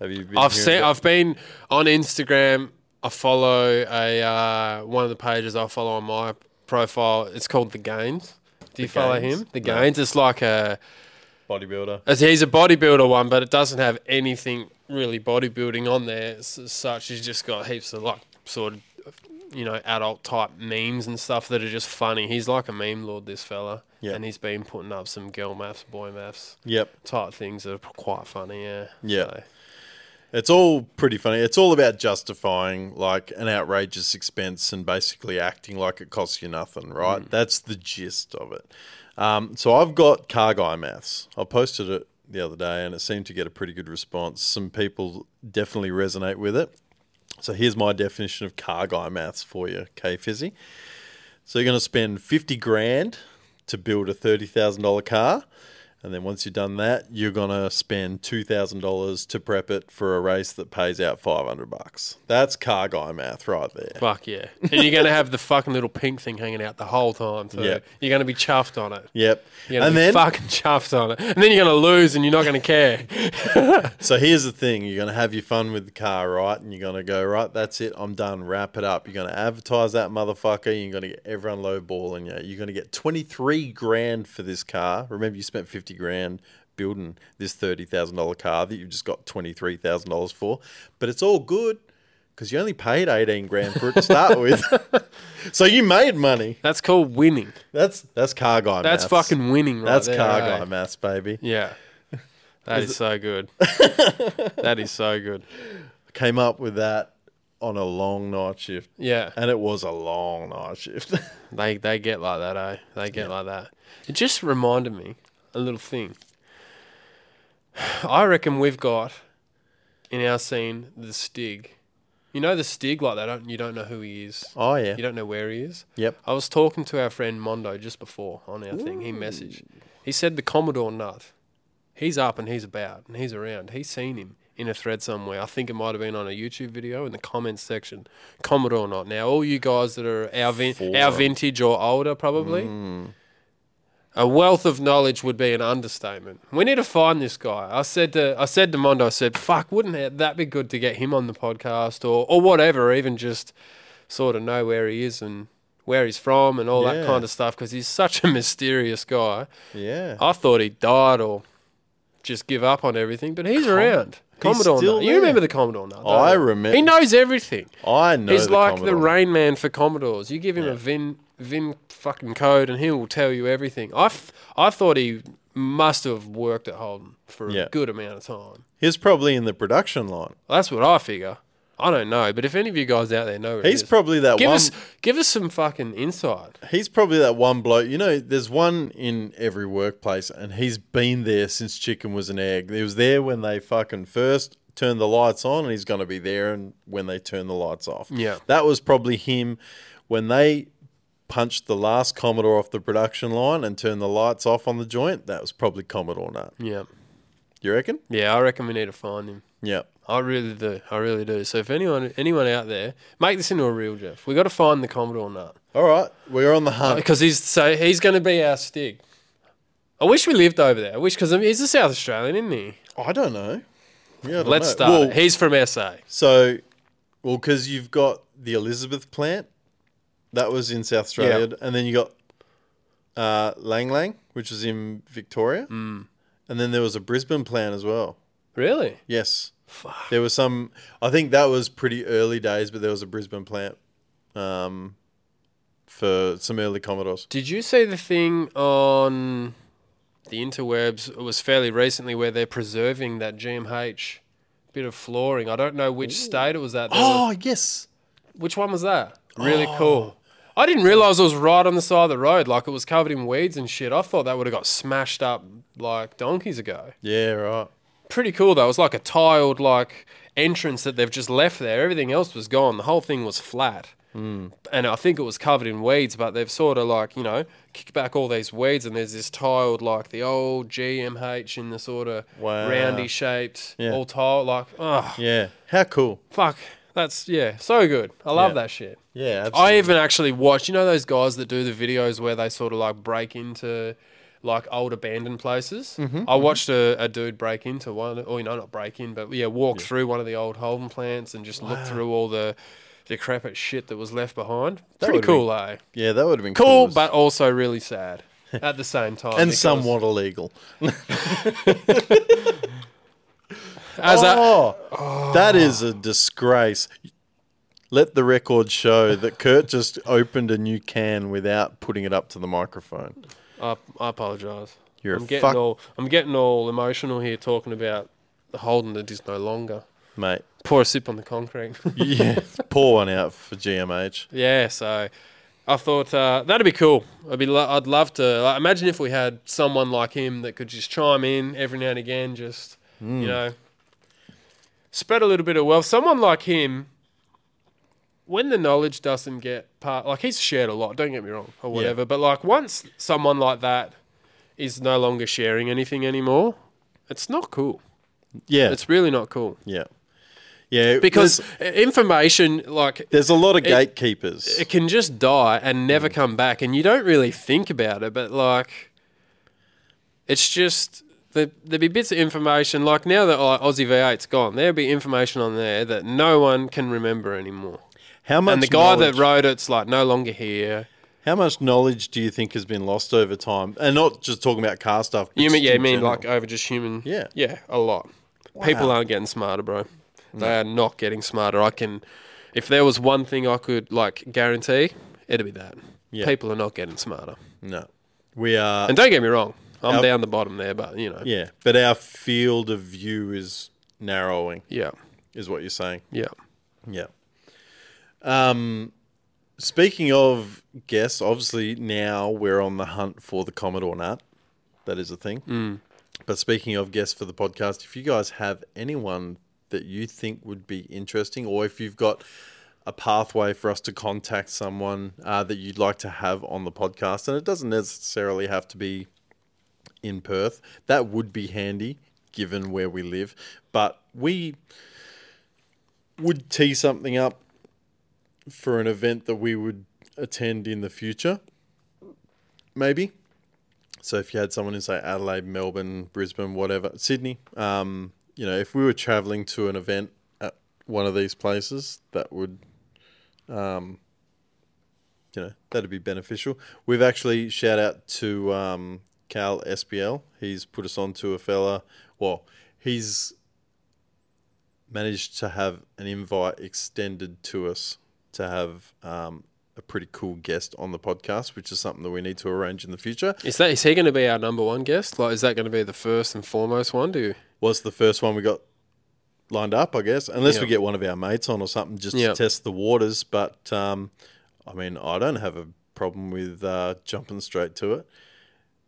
[SPEAKER 2] Have you? Been
[SPEAKER 1] I've
[SPEAKER 2] hearing
[SPEAKER 1] seen.
[SPEAKER 2] about-
[SPEAKER 1] I've been on Instagram. I follow a uh, one of the pages I follow on my profile. It's called the Gains. Do you follow
[SPEAKER 2] Gains?
[SPEAKER 1] him? The
[SPEAKER 2] No.
[SPEAKER 1] Gains. It's like a.
[SPEAKER 2] bodybuilder.
[SPEAKER 1] As he's a bodybuilder one, but it doesn't have anything really bodybuilding on there s- as such. He's just got heaps of like sort of you know adult type memes and stuff that are just funny. He's like a meme lord, this fella.
[SPEAKER 2] Yeah.
[SPEAKER 1] And he's been putting up some girl maths, boy maths
[SPEAKER 2] Yep.
[SPEAKER 1] type things that are quite funny. Yeah.
[SPEAKER 2] Yeah.
[SPEAKER 1] So,
[SPEAKER 2] It's all pretty funny. It's all about justifying like an outrageous expense and basically acting like it costs you nothing, right? That's the gist of it. Um, so I've got car guy maths. I posted it the other day and it seemed to get a pretty good response. Some people definitely resonate with it. So here's my definition of car guy maths for you, K Fizzy. So you're going to spend 50 grand to build a $30,000 car. And then once you've done that, you're going to spend $2,000 to prep it for a race that pays out 500 bucks. That's car guy math right there.
[SPEAKER 1] fuck yeah. And you're gonna have the fucking little pink thing hanging out the whole time too.
[SPEAKER 2] Yeah.
[SPEAKER 1] You're gonna be chuffed on it.
[SPEAKER 2] Yep.
[SPEAKER 1] You're gonna
[SPEAKER 2] and
[SPEAKER 1] be
[SPEAKER 2] then
[SPEAKER 1] fucking chuffed on it. And then you're gonna lose and you're not gonna care.
[SPEAKER 2] So here's the thing: you're going to have your fun with the car, right? And you're going to go, right, that's it, I'm done. Wrap it up. You're going to advertise that motherfucker. You're going to get everyone lowballing you. You're going to get 23 grand for this car. Remember, you spent 50 grand building this $30,000 car that you've just got $23,000 for. But it's all good because you only paid 18 grand for it to start with. so you made money.
[SPEAKER 1] That's called winning.
[SPEAKER 2] That's that's car guy.
[SPEAKER 1] That's
[SPEAKER 2] maths.
[SPEAKER 1] fucking winning right
[SPEAKER 2] That's
[SPEAKER 1] there,
[SPEAKER 2] car
[SPEAKER 1] eh?
[SPEAKER 2] guy maths, baby.
[SPEAKER 1] Yeah. That is so good. that is so good.
[SPEAKER 2] Came up with that on a long night shift.
[SPEAKER 1] Yeah.
[SPEAKER 2] And it was a long night shift.
[SPEAKER 1] They they get like that, eh? They get like that. It just reminded me a little thing. I reckon we've got in our scene the Stig. You know the Stig like they don't you don't know who he is.
[SPEAKER 2] oh yeah.
[SPEAKER 1] You don't know where he is.
[SPEAKER 2] Yep.
[SPEAKER 1] I was talking to our friend Mondo just before on our thing. He messaged. He said the Commodore Nut. He's up and he's about and he's around. He's seen him in a thread somewhere. I think it might have been on a YouTube video in the comments section. Commodore Nut. Now, all you guys that are our vin- our
[SPEAKER 2] Four.
[SPEAKER 1] vintage or older, probably. A wealth of knowledge would be an understatement. We need to find this guy. I said to I said to Mondo, I said, "Fuck, wouldn't it- that be good to get him on the podcast or or whatever? Even just sort of know where he is and where he's from and all that
[SPEAKER 2] Yeah.
[SPEAKER 1] kind of stuff because he's such a mysterious guy.
[SPEAKER 2] Yeah.
[SPEAKER 1] I thought he died or just give up on everything, but he's around. Commodore
[SPEAKER 2] still
[SPEAKER 1] Nut. You
[SPEAKER 2] there.
[SPEAKER 1] remember the Commodore Nut? don't
[SPEAKER 2] I
[SPEAKER 1] you?
[SPEAKER 2] remember-
[SPEAKER 1] He knows everything.
[SPEAKER 2] I know.
[SPEAKER 1] he's
[SPEAKER 2] the
[SPEAKER 1] like the
[SPEAKER 2] Commodore.
[SPEAKER 1] Rain Man for Commodores. You give him a VIN VIN fucking code and he will tell you everything. I, f- I thought he must have worked at Holden for a
[SPEAKER 2] Yeah.
[SPEAKER 1] good amount of time.
[SPEAKER 2] He's probably in the production line.
[SPEAKER 1] That's what I figure. I don't know, but if any of you guys out there know, where he
[SPEAKER 2] He's
[SPEAKER 1] is,
[SPEAKER 2] probably that
[SPEAKER 1] give
[SPEAKER 2] one.
[SPEAKER 1] us give us some fucking insight.
[SPEAKER 2] He's probably that one bloke. You know, there's one in every workplace, and he's been there since chicken was an egg. He was there when they fucking first turned the lights on, and he's going to be there and when they turn the lights off.
[SPEAKER 1] Yeah.
[SPEAKER 2] that was probably him when they punched the last Commodore off the production line and turned the lights off on the joint. That was probably Commodore Nut.
[SPEAKER 1] Yeah.
[SPEAKER 2] You reckon?
[SPEAKER 1] Yeah, I reckon we need to find him.
[SPEAKER 2] Yeah.
[SPEAKER 1] I really do. I really do. So if anyone anyone out there, make this into a real Jeff. We got to find the Commodore nut
[SPEAKER 2] All right, we're on the hunt.
[SPEAKER 1] because he's so he's going to be our stig. I wish we lived over there. I wish because I mean, he's a South Australian, isn't he?
[SPEAKER 2] I don't know. Yeah, I don't
[SPEAKER 1] Let's
[SPEAKER 2] know.
[SPEAKER 1] start.
[SPEAKER 2] Well,
[SPEAKER 1] it. He's from SA.
[SPEAKER 2] so, well, because you've got the Elizabeth plant that was in South Australia, and then you got uh, Lang Lang, which was in Victoria,
[SPEAKER 1] Hmm.
[SPEAKER 2] mm. and then there was a Brisbane plant as well.
[SPEAKER 1] Really?
[SPEAKER 2] Yes,
[SPEAKER 1] Fuck.
[SPEAKER 2] there was some. I think that was pretty early days, but there was a Brisbane plant um, for some early Commodores.
[SPEAKER 1] Did you see the thing on the interwebs? It was fairly recently where they're preserving that GMH bit of flooring. I don't know which state it was at. There was-
[SPEAKER 2] Oh yes,
[SPEAKER 1] Which one was that? Really
[SPEAKER 2] Oh.
[SPEAKER 1] cool. I didn't realize it was right on the side of the road. Like it was covered in weeds and shit. I thought that would have got smashed up like donkeys ago.
[SPEAKER 2] yeah, right.
[SPEAKER 1] Pretty cool though. It was like a tiled like entrance that they've just left there. Everything else was gone. The whole thing was flat.
[SPEAKER 2] Hmm.
[SPEAKER 1] and I think it was covered in weeds, but they've sort of like, you know, kicked back all these weeds and there's this tiled, like the old GMH in the sort of
[SPEAKER 2] Wow.
[SPEAKER 1] roundy shaped,
[SPEAKER 2] Yeah.
[SPEAKER 1] all tiled, like, oh,
[SPEAKER 2] Yeah. How cool.
[SPEAKER 1] fuck. That's, yeah, so good. I love
[SPEAKER 2] Yeah.
[SPEAKER 1] that shit.
[SPEAKER 2] Yeah. Absolutely.
[SPEAKER 1] I even actually watched, you know, those guys that do the videos where they sort of like break into like old abandoned places.
[SPEAKER 2] Mm-hmm,
[SPEAKER 1] I watched a, a dude break into one, or you know, not break in, but yeah, walk through one of the old Holden plants and just look through all the decrepit shit that was left behind. Pretty
[SPEAKER 2] would've been
[SPEAKER 1] cool, eh?
[SPEAKER 2] yeah, that would have been
[SPEAKER 1] Cool,
[SPEAKER 2] as-
[SPEAKER 1] but also really sad at the same time.
[SPEAKER 2] and
[SPEAKER 1] because
[SPEAKER 2] somewhat illegal.
[SPEAKER 1] as a,
[SPEAKER 2] oh, that is a disgrace. Let the record show that Kurt just opened a new can without putting it up to the microphone.
[SPEAKER 1] I, I apologize.
[SPEAKER 2] You're
[SPEAKER 1] I'm
[SPEAKER 2] a
[SPEAKER 1] getting
[SPEAKER 2] fuck-
[SPEAKER 1] all I'm getting all emotional here talking about the Holden that is no longer.
[SPEAKER 2] Mate,
[SPEAKER 1] Pour a sip on the concrete.
[SPEAKER 2] yeah, pour one out for GMH.
[SPEAKER 1] Yeah, so I thought uh, that'd be cool. I'd be, lo- I'd love to. Like, imagine if we had someone like him that could just chime in every now and again, just
[SPEAKER 2] Hmm.
[SPEAKER 1] you know, spread a little bit of wealth. Someone like him, when the knowledge doesn't get part, like he's shared a lot. Don't get me wrong, or whatever. But like once someone like that is no longer sharing anything anymore, it's not cool.
[SPEAKER 2] Yeah,
[SPEAKER 1] It's really not cool
[SPEAKER 2] yeah, yeah.
[SPEAKER 1] because
[SPEAKER 2] there's,
[SPEAKER 1] information like
[SPEAKER 2] there's a lot of gatekeepers.
[SPEAKER 1] it can just die and
[SPEAKER 2] Mm.
[SPEAKER 1] never come back and you don't really think about it but like it's just there, there'd be bits of information like now that like, aussie v8's gone there'd be information on there that no one can remember anymore
[SPEAKER 2] how much
[SPEAKER 1] and the guy
[SPEAKER 2] knowledge-
[SPEAKER 1] that wrote it's like no longer here
[SPEAKER 2] how much knowledge do you think has been lost over time? And not just talking about car stuff. but
[SPEAKER 1] you mean
[SPEAKER 2] just
[SPEAKER 1] yeah you
[SPEAKER 2] in
[SPEAKER 1] mean
[SPEAKER 2] general.
[SPEAKER 1] like over just human
[SPEAKER 2] Yeah.
[SPEAKER 1] yeah a lot people aren't getting smarter bro they are not getting smarter i can if there was one thing i could like guarantee it'd be that
[SPEAKER 2] Yeah.
[SPEAKER 1] people are not getting smarter
[SPEAKER 2] no, we are.
[SPEAKER 1] And don't get me wrong, I'm
[SPEAKER 2] Our-
[SPEAKER 1] down the bottom there, but you know, yeah,
[SPEAKER 2] yeah, but our field of view is narrowing,
[SPEAKER 1] yeah,
[SPEAKER 2] is what you're saying.
[SPEAKER 1] yeah.
[SPEAKER 2] Yeah. Um, speaking of guests, obviously now we're on the hunt for the Commodore Nut. That is a thing. But speaking of guests for the podcast, if you guys have anyone that you think would be interesting, or if you've got a pathway for us to contact someone uh, that you'd like to have on the podcast, and it doesn't necessarily have to be in Perth, that would be handy given where we live. But we would tee something up for an event that we would attend in the future, maybe. So if you had someone in say Adelaide, Melbourne, Brisbane, whatever, Sydney, um, you know, if we were traveling to an event at one of these places, that would, um, you know, that'd be beneficial. We've actually shout out to um, Cal SBL. He's put us on to a fella. Well, he's managed to have an invite extended to us to have um, a pretty cool guest on the podcast, which is something that we need to arrange in the future.
[SPEAKER 1] Is that is he going to be our number one guest? Like, is that going to be the first and foremost one? Do you?
[SPEAKER 2] Was the first one we got lined up, I guess, unless we
[SPEAKER 1] Yeah.
[SPEAKER 2] get one of our mates on or something just
[SPEAKER 1] Yeah.
[SPEAKER 2] to test the waters. But um, I mean, I don't have a problem with uh, jumping straight to it.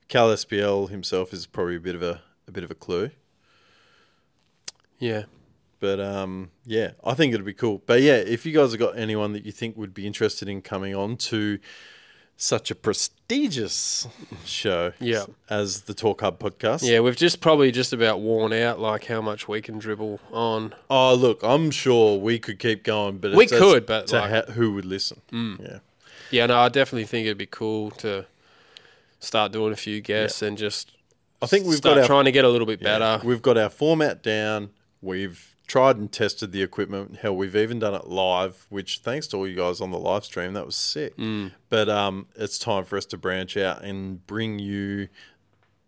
[SPEAKER 2] Cal SPL himself is probably a bit of a, a bit of a clue.
[SPEAKER 1] Yeah,
[SPEAKER 2] But um, yeah, I think it'd be cool. But yeah, if you guys have got anyone that you think would be interested in coming on to such a prestigious show
[SPEAKER 1] Yeah.
[SPEAKER 2] as the Talk Hub podcast.
[SPEAKER 1] yeah. We've just probably just about worn out like how much we can dribble on.
[SPEAKER 2] Oh, look, I'm sure we could keep going, but
[SPEAKER 1] We
[SPEAKER 2] it's as
[SPEAKER 1] could, but,
[SPEAKER 2] to
[SPEAKER 1] like- Mm.
[SPEAKER 2] ha- who would listen? Yeah.
[SPEAKER 1] Yeah, no, I definitely think it'd be cool to start doing a few guests and just.
[SPEAKER 2] I think we've
[SPEAKER 1] start
[SPEAKER 2] got our
[SPEAKER 1] trying to get a little bit better.
[SPEAKER 2] We've got our format down. We've tried and tested the equipment. Hell, we've even done it live, which thanks to all you guys on the live stream, that was sick.
[SPEAKER 1] Mm.
[SPEAKER 2] But um, it's time for us to branch out and bring you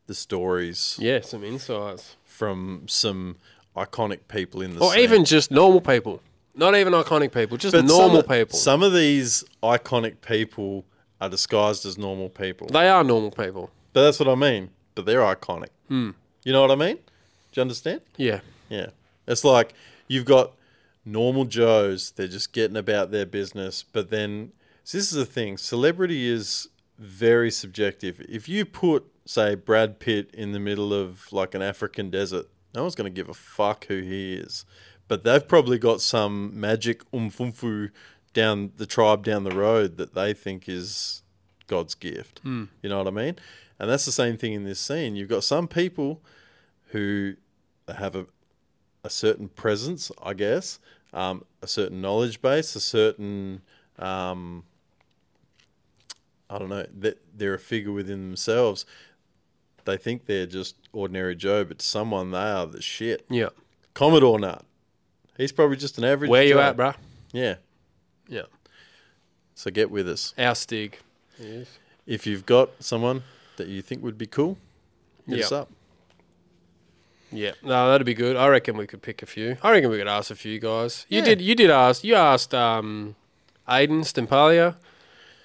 [SPEAKER 2] the stories
[SPEAKER 1] Yeah, some insights,
[SPEAKER 2] from some iconic people in the
[SPEAKER 1] or
[SPEAKER 2] scene.
[SPEAKER 1] even just normal people. Not even iconic people, just
[SPEAKER 2] But some
[SPEAKER 1] normal
[SPEAKER 2] of-
[SPEAKER 1] people.
[SPEAKER 2] Some of these iconic people are disguised as normal people.
[SPEAKER 1] they are normal people.
[SPEAKER 2] But that's what I mean. But they're iconic.
[SPEAKER 1] Hmm.
[SPEAKER 2] You know what I mean? Do you understand?
[SPEAKER 1] Yeah,
[SPEAKER 2] Yeah. It's like you've got normal Joes, they're just getting about their business, but then so this is the thing, celebrity is very subjective. If you put, say, Brad Pitt in the middle of like an African desert, no one's gonna give a fuck who he is. But they've probably got some magic umfumfu down the tribe down the road that they think is God's gift. You know what I mean? And that's the same thing in this scene. You've got some people who have a, a certain presence, I guess, um, a certain knowledge base, a certain, um, I don't know, that they're a figure within themselves. They think they're just ordinary Joe, but to someone they are the shit.
[SPEAKER 1] Yeah.
[SPEAKER 2] Commodore Nut. He's probably just an average.
[SPEAKER 1] Where you
[SPEAKER 2] Joe.
[SPEAKER 1] at, bruh?
[SPEAKER 2] Yeah.
[SPEAKER 1] Yeah.
[SPEAKER 2] So get with us.
[SPEAKER 1] Our Stig.
[SPEAKER 2] If you've got someone that you think would be cool, hit us
[SPEAKER 1] Yeah.
[SPEAKER 2] up.
[SPEAKER 1] Yeah, no, that'd be good. I reckon we could pick a few. I reckon we could ask a few guys. You
[SPEAKER 2] Yeah.
[SPEAKER 1] did. You did ask. You asked um, Aiden Stimpalia.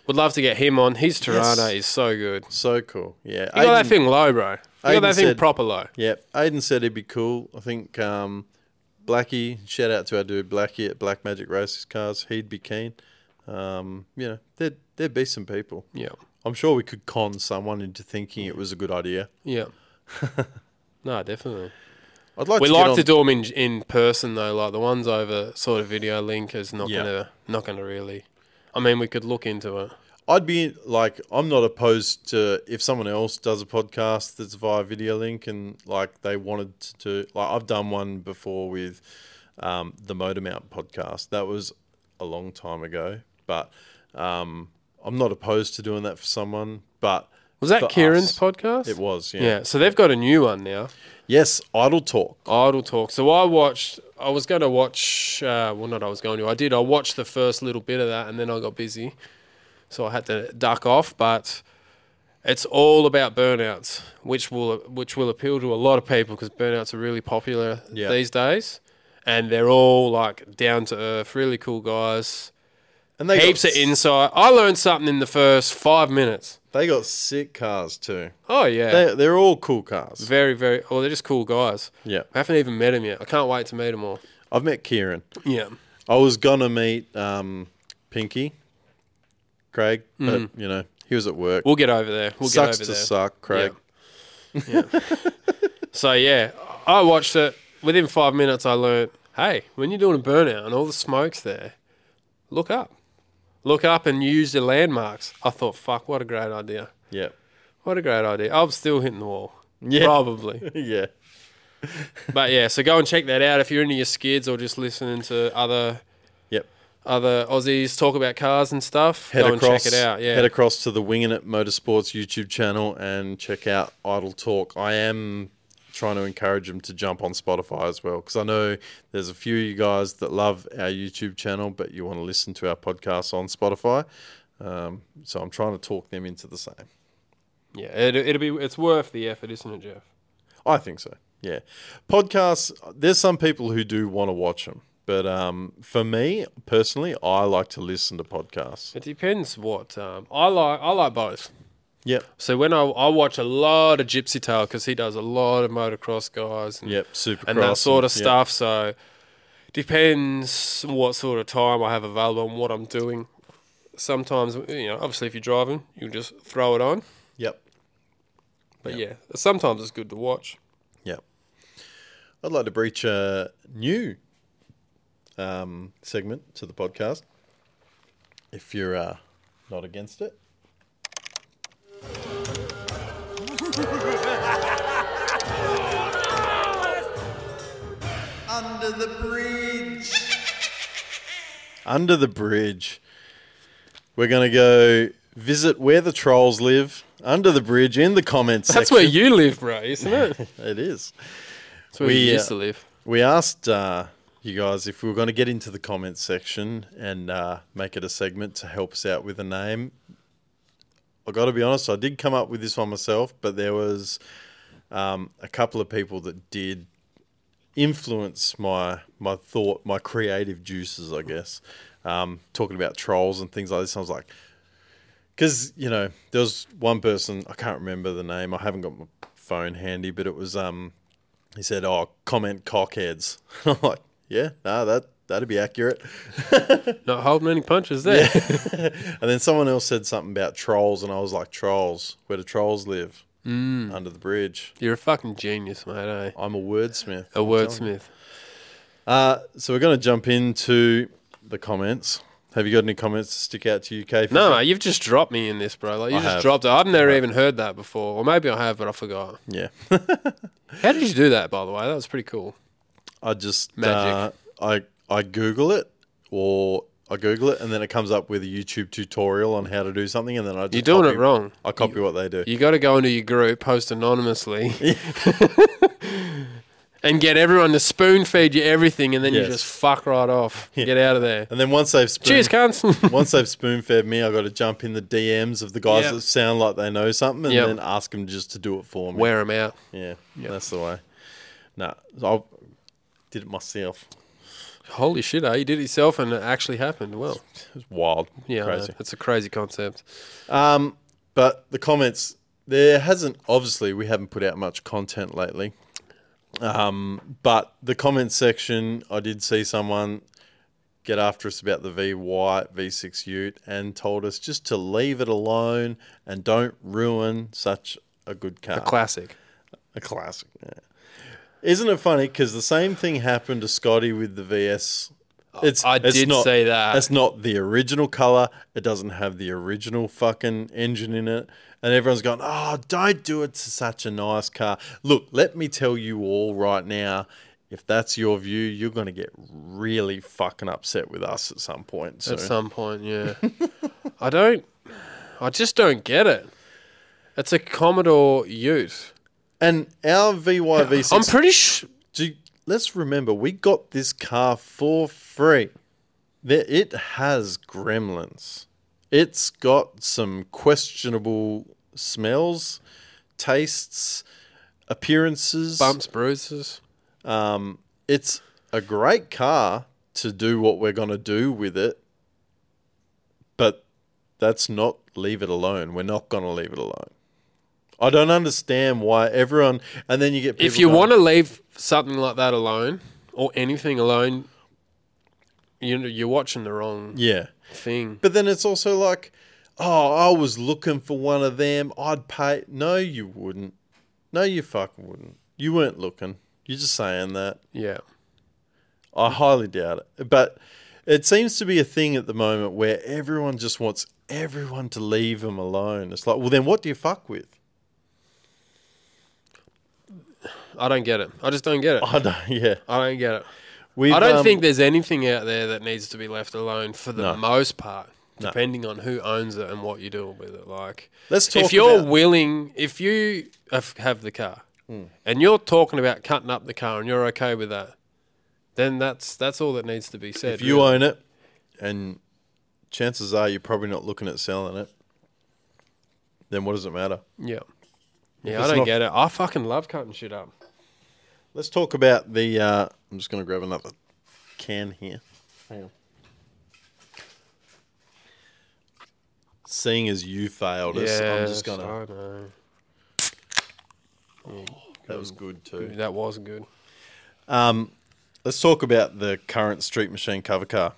[SPEAKER 1] Would love to get him on. His Tirana
[SPEAKER 2] Yes.
[SPEAKER 1] is so good.
[SPEAKER 2] So cool. Yeah.
[SPEAKER 1] You got that
[SPEAKER 2] Aiden-
[SPEAKER 1] thing low, bro. You got
[SPEAKER 2] Aiden
[SPEAKER 1] that thing
[SPEAKER 2] said-
[SPEAKER 1] proper low.
[SPEAKER 2] Yeah. Aiden said he'd be cool. I think um, Blackie, shout out to our dude Blackie at Black Magic Races Cars. He'd be keen. Um, you know, there'd, there'd be some people.
[SPEAKER 1] Yeah,
[SPEAKER 2] I'm sure we could con someone into thinking it was a good idea.
[SPEAKER 1] yeah. no, definitely.
[SPEAKER 2] I'd like
[SPEAKER 1] We
[SPEAKER 2] to get
[SPEAKER 1] like
[SPEAKER 2] on-
[SPEAKER 1] to do them in, in person though. Like the ones over sort of video link is not
[SPEAKER 2] Yeah.
[SPEAKER 1] gonna not gonna really. I mean, we could look into it.
[SPEAKER 2] I'd be like, I'm not opposed to if someone else does a podcast that's via video link and like they wanted to, like I've done one before with um, the Motor Mount podcast. That was a long time ago, but um, I'm not opposed to doing that for someone. But
[SPEAKER 1] Was that
[SPEAKER 2] for
[SPEAKER 1] Kieran's
[SPEAKER 2] us,
[SPEAKER 1] podcast?
[SPEAKER 2] It was, yeah.
[SPEAKER 1] Yeah. So they've got a new one now.
[SPEAKER 2] Yes, Idle Talk.
[SPEAKER 1] Idle Talk. So I watched. I was going to watch. Uh, well, not I was going to. I did. I watched the first little bit of that, and then I got busy, so I had to duck off. But it's all about burnouts, which will which will appeal to a lot of people because burnouts are really popular
[SPEAKER 2] Yeah.
[SPEAKER 1] these days, and they're all like down to earth, really cool guys.
[SPEAKER 2] And they
[SPEAKER 1] Heaps
[SPEAKER 2] got,
[SPEAKER 1] of insight. I learned something in the first five minutes.
[SPEAKER 2] They got sick cars too.
[SPEAKER 1] Oh yeah,
[SPEAKER 2] They, they're all cool cars.
[SPEAKER 1] very very. Well, they're just cool guys.
[SPEAKER 2] Yeah.
[SPEAKER 1] I haven't even met him yet. I can't wait to meet him all.
[SPEAKER 2] I've met Kieran.
[SPEAKER 1] Yeah.
[SPEAKER 2] I was gonna meet um, Pinky, Craig, but you know he was at work.
[SPEAKER 1] Mm. We'll get over there. We'll
[SPEAKER 2] Sucks
[SPEAKER 1] get over
[SPEAKER 2] to
[SPEAKER 1] there.
[SPEAKER 2] suck, Craig.
[SPEAKER 1] So yeah, I watched it. Within five minutes, I learned, hey, when you're doing a burnout and all the smoke's there, look up, look up, and use your landmarks. I thought, fuck, what a great idea!
[SPEAKER 2] Yeah,
[SPEAKER 1] What a great idea. I'm still hitting the wall,
[SPEAKER 2] Yeah.
[SPEAKER 1] probably.
[SPEAKER 2] yeah,
[SPEAKER 1] but yeah, so go and check that out if you're into your skids or just listening to other
[SPEAKER 2] yep.
[SPEAKER 1] other Aussies talk about cars and stuff.
[SPEAKER 2] Head
[SPEAKER 1] go and
[SPEAKER 2] across,
[SPEAKER 1] check it out. Yeah,
[SPEAKER 2] head across to the Winging It Motorsports YouTube channel and check out Idle Talk. I am trying to encourage them to jump on Spotify as well because I know there's a few of you guys that love our YouTube channel, but you want to listen to our podcast on Spotify. Um, so I'm trying to talk them into the same.
[SPEAKER 1] yeah, it, it'll be it's worth the effort, isn't it, Jeff?
[SPEAKER 2] I think so. Yeah, podcasts. There's some people who do want to watch them, but um, for me personally, I like to listen to podcasts.
[SPEAKER 1] It depends what um, I like. I like both.
[SPEAKER 2] Yep,
[SPEAKER 1] So when I, I watch a lot of Gypsy Tale because he does a lot of motocross guys and,
[SPEAKER 2] yep, super
[SPEAKER 1] and that sort of stuff. So depends what sort of time I have available and what I'm doing. Sometimes you know, obviously, if you're driving, you just throw it on.
[SPEAKER 2] Yep,
[SPEAKER 1] But yeah, sometimes it's good to watch.
[SPEAKER 2] yep. I'd like to breach a new um, segment to the podcast. If you're uh, not against it,
[SPEAKER 4] Under the bridge.
[SPEAKER 2] under the bridge. We're gonna go visit where the trolls live under the bridge in the comments.
[SPEAKER 1] That's where
[SPEAKER 2] section.
[SPEAKER 1] you live, bro, isn't it?
[SPEAKER 2] it is.
[SPEAKER 1] That's where we,
[SPEAKER 2] We, uh,
[SPEAKER 1] used to live.
[SPEAKER 2] We asked uh, you guys if we were going to get into the comments section and uh, make it a segment to help us out with a name. I got to be honest, I did come up with this one myself, but there was um, a couple of people that did influence my my thought, my creative juices, I guess. Um, talking about trolls and things like this, I was like, because you know, there was one person I can't remember the name. I haven't got my phone handy, but it was um, he said, "Oh, comment cockheads." I'm like, "Yeah, nah, that that'd be accurate."
[SPEAKER 1] Not holding any punches there.
[SPEAKER 2] And then someone else said something about trolls, and I was like, "Trolls? Where do trolls live? Mm. Under the bridge."
[SPEAKER 1] You're a fucking genius, mate. Eh?
[SPEAKER 2] I'm a wordsmith.
[SPEAKER 1] Oh. A wordsmith.
[SPEAKER 2] Uh, so we're going to jump into the comments. Have you got any comments to stick out to you, Keith?
[SPEAKER 1] No, no, you've just dropped me in this, bro. Like you
[SPEAKER 2] I
[SPEAKER 1] just
[SPEAKER 2] have.
[SPEAKER 1] dropped it. I've never even heard that before, or maybe I have, but I forgot.
[SPEAKER 2] Yeah.
[SPEAKER 1] How did you do that, by the way? That was pretty cool.
[SPEAKER 2] I just
[SPEAKER 1] Magic.
[SPEAKER 2] Uh, I I Google it or I Google it and then it comes up with a YouTube tutorial on how to do something and then I just
[SPEAKER 1] You're doing
[SPEAKER 2] copy-
[SPEAKER 1] it wrong.
[SPEAKER 2] I copy what they do.
[SPEAKER 1] You got to go into your group, post anonymously, and get everyone to spoon feed you everything, and then
[SPEAKER 2] Yes.
[SPEAKER 1] you just fuck right off. Get out of there.
[SPEAKER 2] and then once they've spoon,
[SPEAKER 1] Cheers, cunts.
[SPEAKER 2] once they've spoon fed me, I got to jump in the DMs of the guys
[SPEAKER 1] Yep.
[SPEAKER 2] that sound like they know something and
[SPEAKER 1] Yep.
[SPEAKER 2] then ask them just to do it for me.
[SPEAKER 1] Wear them out.
[SPEAKER 2] Yeah, that's the way. No, I did it myself.
[SPEAKER 1] Holy shit, eh? You did it yourself, and it actually happened. Well,
[SPEAKER 2] It was wild,
[SPEAKER 1] yeah, I know.
[SPEAKER 2] crazy.
[SPEAKER 1] That's a crazy concept.
[SPEAKER 2] But the comments, there hasn't obviously we haven't put out much content lately. Um, but the comment section, I did see someone get after us about the V White V6 Ute and told us just to leave it alone and don't ruin such a good car.
[SPEAKER 1] Classic.
[SPEAKER 2] A classic. Yeah. Isn't it funny? Because the same thing happened to Scotty with the VS. It's,
[SPEAKER 1] I
[SPEAKER 2] it's
[SPEAKER 1] did
[SPEAKER 2] not,
[SPEAKER 1] say that.
[SPEAKER 2] That's not the original color. It doesn't have the original fucking engine in it. And everyone's going, oh, don't do it to such a nice car. Look, let me tell you all right now. If that's your view, you're going to get really fucking upset with us at some point. So
[SPEAKER 1] At some point, yeah. I don't. I just don't get it. It's a Commodore Ute.
[SPEAKER 2] and our VYV6.
[SPEAKER 1] I'm pretty sure.
[SPEAKER 2] Do let's remember we got this car for free. There- It has gremlins. It's got some questionable smells, tastes, appearances.
[SPEAKER 1] Bumps, bruises.
[SPEAKER 2] It's a great car to do what we're going to do with it, but that's not leave it alone. We're not going to leave it alone. I don't understand why everyone. And then you get people
[SPEAKER 1] if you
[SPEAKER 2] going,
[SPEAKER 1] want to leave something like that alone or anything alone, you know, you're watching the wrong
[SPEAKER 2] yeah.
[SPEAKER 1] thing.
[SPEAKER 2] But then it's also like, oh, I was looking for one of them. I'd pay. No, you wouldn't. No, you fucking wouldn't. You weren't looking. You're just saying that.
[SPEAKER 1] Yeah.
[SPEAKER 2] I highly doubt it. But it seems to be a thing at the moment where everyone just wants everyone to leave them alone. It's like, well, then what do you fuck with?
[SPEAKER 1] I don't get it. I just don't get it.
[SPEAKER 2] I don't. Yeah,
[SPEAKER 1] I don't get it.
[SPEAKER 2] we.
[SPEAKER 1] I don't think there's anything out there that needs to be left alone for the
[SPEAKER 2] um, No.
[SPEAKER 1] most part, depending on who owns it and what you're doing with it. Like,
[SPEAKER 2] Let's talk
[SPEAKER 1] if you're
[SPEAKER 2] about- Hmm.
[SPEAKER 1] willing, if you have have the car and you're talking about cutting up the car and you're okay with that, then that's that's all that needs to be said.
[SPEAKER 2] if you
[SPEAKER 1] really.
[SPEAKER 2] own it, and chances are you're probably not looking at selling it, then what does it matter?
[SPEAKER 1] yeah, yeah, I
[SPEAKER 2] it's
[SPEAKER 1] don't
[SPEAKER 2] not-
[SPEAKER 1] get it. I fucking love cutting shit up.
[SPEAKER 2] Let's talk about the. Uh, I'm just going to grab another can here. Hang on. Seeing as you failed us, I'm just going to.
[SPEAKER 1] I know.
[SPEAKER 2] That was good too.
[SPEAKER 1] That was good.
[SPEAKER 2] Let's talk about the current Street Machine cover car.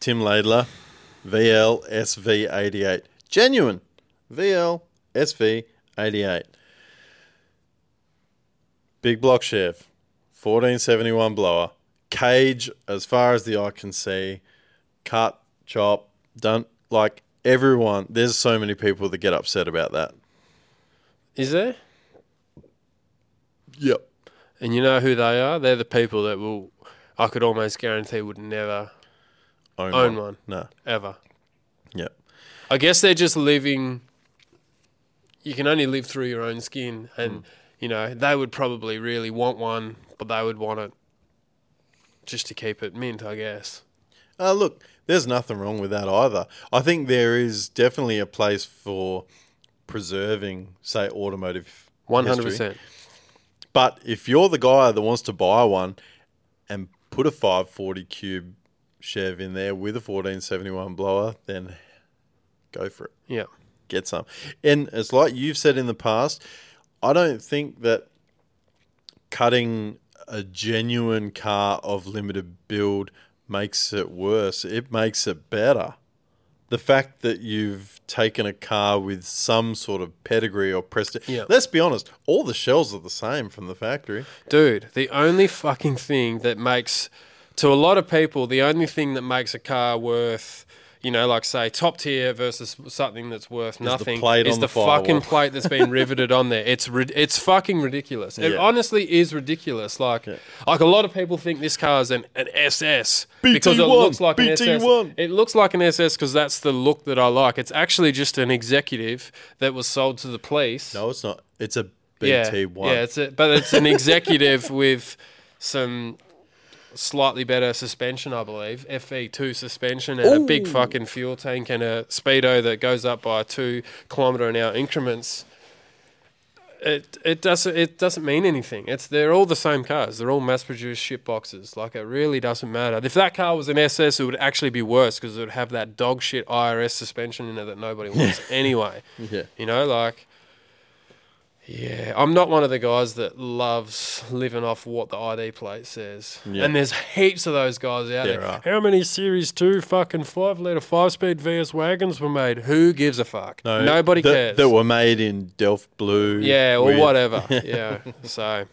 [SPEAKER 2] Tim Laidler, VL SV88. Genuine VL SV88. Big block chef, 1471 blower. Cage, as far as the eye can see. Cut, chop, done. Like everyone, there's so many people that get upset about that.
[SPEAKER 1] Is there?
[SPEAKER 2] Yep.
[SPEAKER 1] And you know who they are? They're the people that will, I could almost guarantee, would never
[SPEAKER 2] Own,
[SPEAKER 1] Own
[SPEAKER 2] one.
[SPEAKER 1] one.
[SPEAKER 2] No.
[SPEAKER 1] ever.
[SPEAKER 2] Yep.
[SPEAKER 1] I guess they're just living. You can only live through your own skin,
[SPEAKER 2] Hmm.
[SPEAKER 1] and you know they would probably really want one, but they would want it just to keep it mint, I guess.
[SPEAKER 2] Uh, look, there's nothing wrong with that either. I think there is definitely a place for preserving, say, automotive.
[SPEAKER 1] One hundred
[SPEAKER 2] history.
[SPEAKER 1] percent.
[SPEAKER 2] But if you're the guy that wants to buy one and put a 540 cube Chev in there with a 1471 blower, then go for it
[SPEAKER 1] Yeah,
[SPEAKER 2] get some. And it's like you've said in the past, I don't think that cutting a genuine car of limited build makes it worse. It makes it better. The fact that you've taken a car with some sort of pedigree or prestige.
[SPEAKER 1] Yeah.
[SPEAKER 2] Let's be honest, all the shells are the same from the factory.
[SPEAKER 1] dude. The only fucking thing that makes to a lot of people, the only thing that makes a car worth, you know, like say top tier versus something that's worth nothing
[SPEAKER 2] plate
[SPEAKER 1] is
[SPEAKER 2] on
[SPEAKER 1] the,
[SPEAKER 2] the firewall.
[SPEAKER 1] fucking plate that's been riveted on there. It's rid- it's fucking ridiculous. It
[SPEAKER 2] Yeah.
[SPEAKER 1] honestly is ridiculous. Like like a lot of people think this car is an, an SS because it
[SPEAKER 2] BT1,
[SPEAKER 1] looks like an SS.
[SPEAKER 2] BT1.
[SPEAKER 1] It looks like an SS because that's the look that I like. It's actually just an executive that was sold to the police.
[SPEAKER 2] No, it's not. It's a
[SPEAKER 1] yeah,
[SPEAKER 2] BT one.
[SPEAKER 1] Yeah, it's a, but it's an executive with some slightly better suspension, I believe, FE2 suspension, and a big fucking fuel tank and a speedo that goes up by two kilometer an hour increments. It it doesn't it doesn't mean anything. It's they're all the same cars. They're all mass-produced shit boxes. Like it really doesn't matter. If that car was an SS, it would actually be worse because it would have that dog shit IRS suspension in it that nobody wants anyway.
[SPEAKER 2] Yeah.
[SPEAKER 1] You know, like yeah, I'm not one of the guys that loves living off what the ID plate says.
[SPEAKER 2] Yeah.
[SPEAKER 1] And there's heaps of those guys out there.
[SPEAKER 2] There are.
[SPEAKER 1] How many Series 2 fucking 5 litre 5 speed VS wagons were made? Who gives a fuck?
[SPEAKER 2] No,
[SPEAKER 1] Nobody
[SPEAKER 2] that,
[SPEAKER 1] cares.
[SPEAKER 2] That were made in Delft blue.
[SPEAKER 1] yeah, or
[SPEAKER 2] with-
[SPEAKER 1] whatever. yeah. So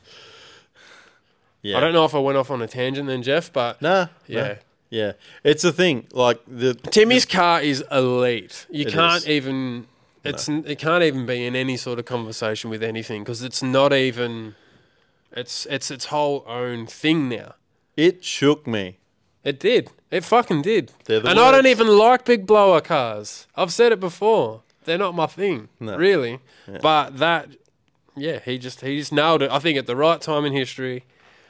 [SPEAKER 2] Yeah.
[SPEAKER 1] I don't know if I went off on a tangent then, Jeff, but
[SPEAKER 2] Nah.
[SPEAKER 1] Yeah.
[SPEAKER 2] nah. Yeah. It's a thing. Like the
[SPEAKER 1] Timmy's car is elite. You
[SPEAKER 2] It
[SPEAKER 1] can't
[SPEAKER 2] is.
[SPEAKER 1] even. It's n it can't even be in any sort of conversation with anything because it's not even. It's it's its whole own thing now.
[SPEAKER 2] It shook me.
[SPEAKER 1] It did. It fucking did.
[SPEAKER 2] They're the
[SPEAKER 1] and I don't
[SPEAKER 2] worst.
[SPEAKER 1] even like big blower cars. I've said it before. They're not my thing,
[SPEAKER 2] No.
[SPEAKER 1] really. But that, yeah, he just he just nailed it. I think at the right time in history.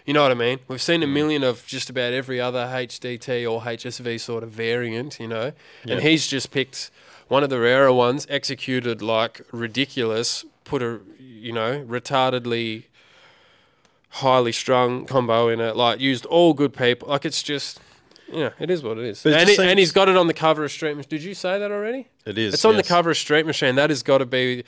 [SPEAKER 1] You know what I mean? We've seen a million of just about every other HDT or HSV sort of variant, you know, and he's just picked one of the rarer ones, executed like ridiculous, put a you know retardedly highly strung combo in it. Like used all good people. Like it's just, yeah, it is what it is.
[SPEAKER 2] But it
[SPEAKER 1] and,
[SPEAKER 2] just
[SPEAKER 1] it- and
[SPEAKER 2] seems-
[SPEAKER 1] he's got it on the cover of Street. Mach- Did you say that already?
[SPEAKER 2] It is.
[SPEAKER 1] It's on
[SPEAKER 2] yes.
[SPEAKER 1] the cover of Street Machine. That has got to be,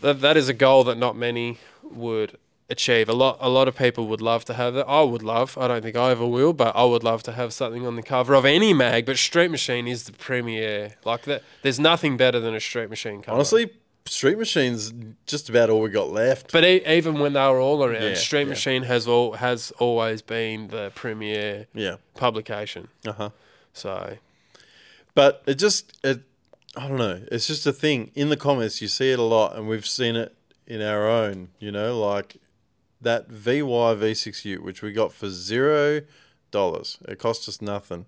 [SPEAKER 1] that, that is a goal that not many would achieve. A lot, a lot of people would love to have that. I would love. I don't think I ever will, but I would love to have something on the cover of any mag. But Street Machine is the premier. Like that, there's nothing better than a Street Machine cover.
[SPEAKER 2] Honestly, Street Machine's just about all we got left.
[SPEAKER 1] But e- even when they were all around,
[SPEAKER 2] Yeah,
[SPEAKER 1] Street
[SPEAKER 2] yeah.
[SPEAKER 1] Machine has all has always been the premier
[SPEAKER 2] Yeah.
[SPEAKER 1] publication.
[SPEAKER 2] Uh huh.
[SPEAKER 1] So
[SPEAKER 2] But it just it I don't know. It's just a thing. In the comments you see it a lot and we've seen it in our own, you know, like that VY V6U, which we got for zero dollars. It cost us nothing.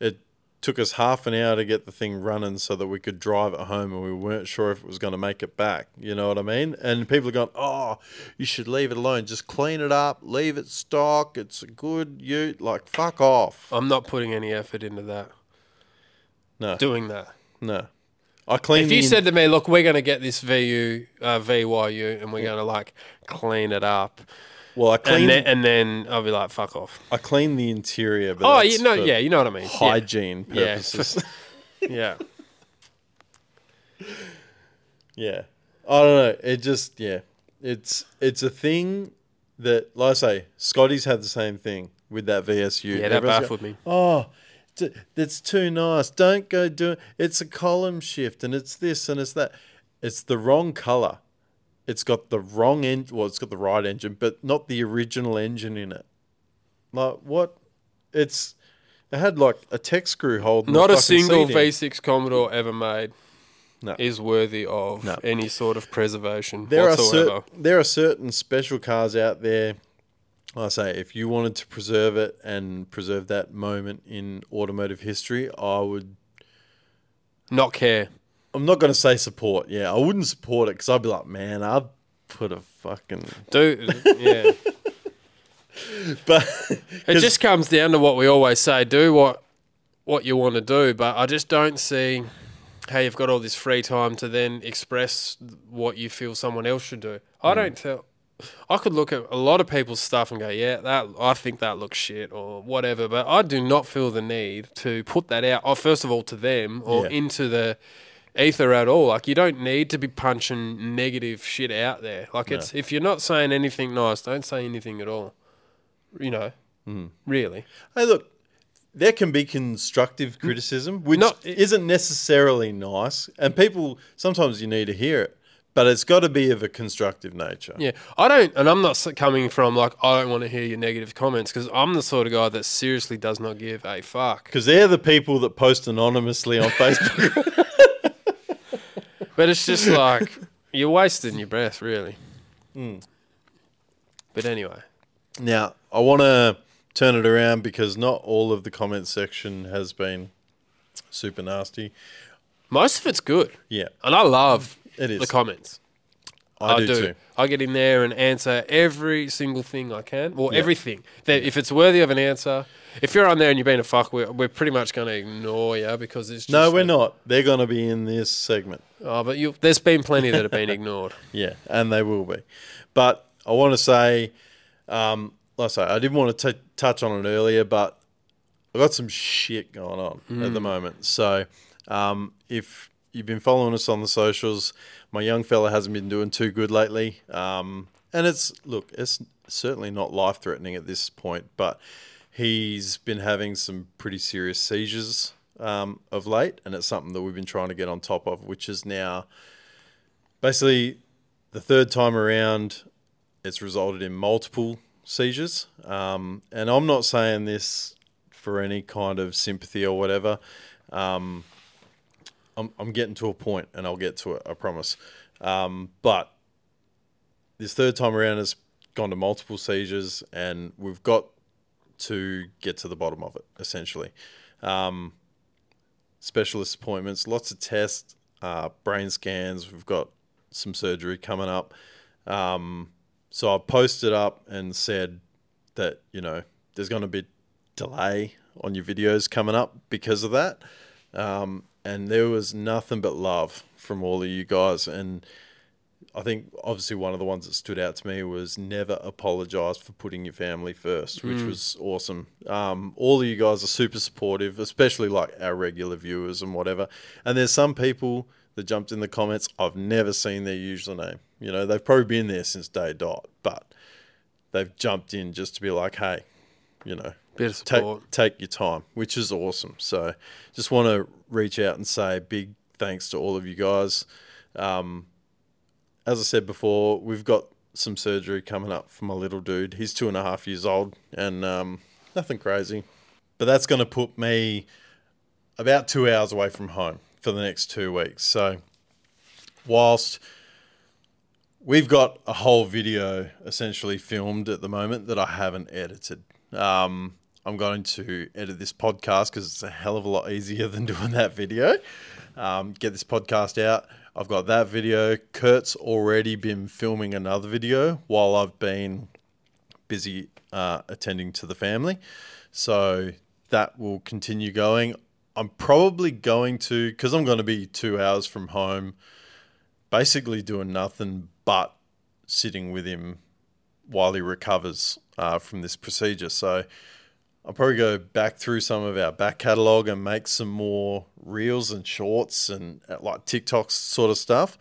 [SPEAKER 2] It took us half an hour to get the thing running so that we could drive it home and we weren't sure if it was going to make it back. You know what I mean? And people are going, oh, you should leave it alone. Just clean it up, leave it stock. It's a good ute. Like, fuck off.
[SPEAKER 1] I'm not putting any effort into that.
[SPEAKER 2] No.
[SPEAKER 1] Doing that.
[SPEAKER 2] No. I cleaned
[SPEAKER 1] If
[SPEAKER 2] the
[SPEAKER 1] you
[SPEAKER 2] in-
[SPEAKER 1] said to me, "Look, we're going to get this VU uh, VYU and we're going to like clean it up,"
[SPEAKER 2] Well, I
[SPEAKER 1] and
[SPEAKER 2] cleaned.
[SPEAKER 1] then, and then I'll be like, "Fuck off."
[SPEAKER 2] I cleaned the interior, but
[SPEAKER 1] Oh,
[SPEAKER 2] that's
[SPEAKER 1] you know,
[SPEAKER 2] for
[SPEAKER 1] yeah, you know what I mean.
[SPEAKER 2] hygiene
[SPEAKER 1] Yeah. Yeah.
[SPEAKER 2] purposes.
[SPEAKER 1] Yeah, yeah.
[SPEAKER 2] Yeah. I don't know. It just yeah, it's it's a thing that, like I say, Scotty's had the same thing with that VSU.
[SPEAKER 1] Yeah, that
[SPEAKER 2] Everyone's
[SPEAKER 1] baffled
[SPEAKER 2] going,
[SPEAKER 1] me.
[SPEAKER 2] Oh, t- that's too nice. Don't go do It's a column shift, and it's this, and it's that. It's the wrong color. It's got the wrong end. Well, it's got the right engine, but not the original engine in it. Like what? It's it had like a tech screw holding. the
[SPEAKER 1] Not a
[SPEAKER 2] fucking
[SPEAKER 1] single
[SPEAKER 2] seat in.
[SPEAKER 1] V6 Commodore ever made
[SPEAKER 2] No.
[SPEAKER 1] is worthy of
[SPEAKER 2] No.
[SPEAKER 1] any sort of preservation
[SPEAKER 2] there
[SPEAKER 1] whatsoever.
[SPEAKER 2] are cer- there are certain special cars out there. I say, if you wanted to preserve it and preserve that moment in automotive history, I would.
[SPEAKER 1] Not care.
[SPEAKER 2] I'm not going to say support. Yeah, I wouldn't support it because I'd be like, man, I'd put a fucking.
[SPEAKER 1] Do yeah.
[SPEAKER 2] But
[SPEAKER 1] It just comes down to what we always say: do what what you want to do. But I just don't see how you've got all this free time to then express what you feel someone else should do. I don't tell. I could look at a lot of people's stuff and go, "Yeah, that I think that looks shit" or whatever. But I do not feel the need to put that out. Oh, first of all, to them or
[SPEAKER 2] Yeah.
[SPEAKER 1] into the ether at all. Like you don't need to be punching negative shit out there. Like it's if you're not saying anything nice, don't say anything at all. You know, really.
[SPEAKER 2] hey, look, there can be constructive criticism, which
[SPEAKER 1] Mm. No, it-
[SPEAKER 2] isn't necessarily nice, and people sometimes you need to hear it. But it's got to be of a constructive nature.
[SPEAKER 1] Yeah, I don't, and I'm not s- coming from like I don't want to hear your negative comments because I'm the sort of guy that seriously does not give a fuck.
[SPEAKER 2] Because they're the people that post anonymously on Facebook.
[SPEAKER 1] But it's just like you're wasting your breath, really.
[SPEAKER 2] Hmm.
[SPEAKER 1] But anyway,
[SPEAKER 2] now, I want to turn it around because not all of the comment section has been super nasty.
[SPEAKER 1] most of it's good,
[SPEAKER 2] Yeah,
[SPEAKER 1] and I love
[SPEAKER 2] It is.
[SPEAKER 1] the comments.
[SPEAKER 2] I, do, too.
[SPEAKER 1] I get in there and answer every single thing I can, or everything that if it's worthy of an answer. If you're on there and you've been a fuck, we're, we're pretty much going to ignore you because it's just
[SPEAKER 2] No, we're
[SPEAKER 1] that-
[SPEAKER 2] not. They're going to be in this segment.
[SPEAKER 1] Oh, but you, there's been plenty that have been ignored.
[SPEAKER 2] Yeah, and they will be. But I want to say, um, like I say, I didn't want to t- touch on it earlier, but I got some shit going on at the moment. So um, if you've been following us on the socials, my young fella hasn't been doing too good lately. Um, and it's, look, it's certainly not life threatening at this point, but he's been having some pretty serious seizures um, of late. And it's something that we've been trying to get on top of, which is now basically the third time around, it's resulted in multiple seizures. Um, and I'm not saying this for any kind of sympathy or whatever. Um, I'm, I'm getting to a point and I'll get to it, I promise. Um, but this third time around has gone to multiple seizures and we've got to get to the bottom of it, essentially. Um, specialist appointments, lots of tests, uh, brain scans. We've got some surgery coming up. Um, so I posted up and said that, you know, there's going to be delay on your videos coming up because of that. Um, and there was nothing but love from all of you guys. And I think obviously one of the ones that stood out to me was never apologize for putting your family first, which was awesome. Um, all of you guys are super supportive, especially like our regular viewers and whatever. And there's some people that jumped in the comments. I've never seen their username. You know, they've probably been there since day dot, but they've jumped in just to be like, hey, you know,
[SPEAKER 1] Bit of
[SPEAKER 2] take,
[SPEAKER 1] support.
[SPEAKER 2] take your time, which is awesome. So just want to reach out and say big thanks to all of you guys. Um, as I said before, we've got some surgery coming up for my little dude. He's two and a half years old and um, nothing crazy. But that's going to put me about two hours away from home for the next two weeks. So whilst we've got a whole video essentially filmed at the moment that I haven't edited. Um, I'm going to edit this podcast because it's a hell of a lot easier than doing that video. Um, get this podcast out. I've got that video. Kurt's already been filming another video while I've been busy uh, attending to the family. So that will continue going. I'm probably going to, because I'm going to be two hours from home basically doing nothing but sitting with him while he recovers uh, from this procedure. So I'll probably go back through some of our back catalogue and make some more reels and shorts and uh, like TikToks sort of stuff.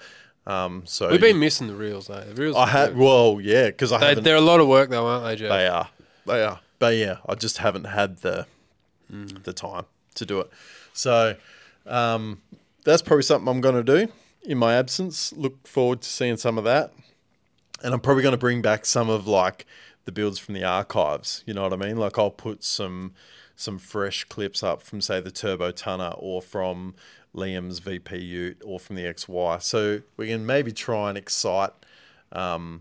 [SPEAKER 2] Um, so
[SPEAKER 1] We've been missing the reels, though. The reels
[SPEAKER 2] I
[SPEAKER 1] are
[SPEAKER 2] had
[SPEAKER 1] good.
[SPEAKER 2] well, yeah, because I
[SPEAKER 1] They,
[SPEAKER 2] haven't.
[SPEAKER 1] they're a lot of work, though, aren't they, Joe?
[SPEAKER 2] They are. They are. But yeah, I just haven't had the the time to do it. So um, that's probably something I'm going to do in my absence. Look forward to seeing some of that, and I'm probably going to bring back some of like the builds from the archives. You know what I mean? Like I'll put some some fresh clips up from say the Turbo Tunner or from Liam's VP Ute or from the XY. So we can maybe try and excite um,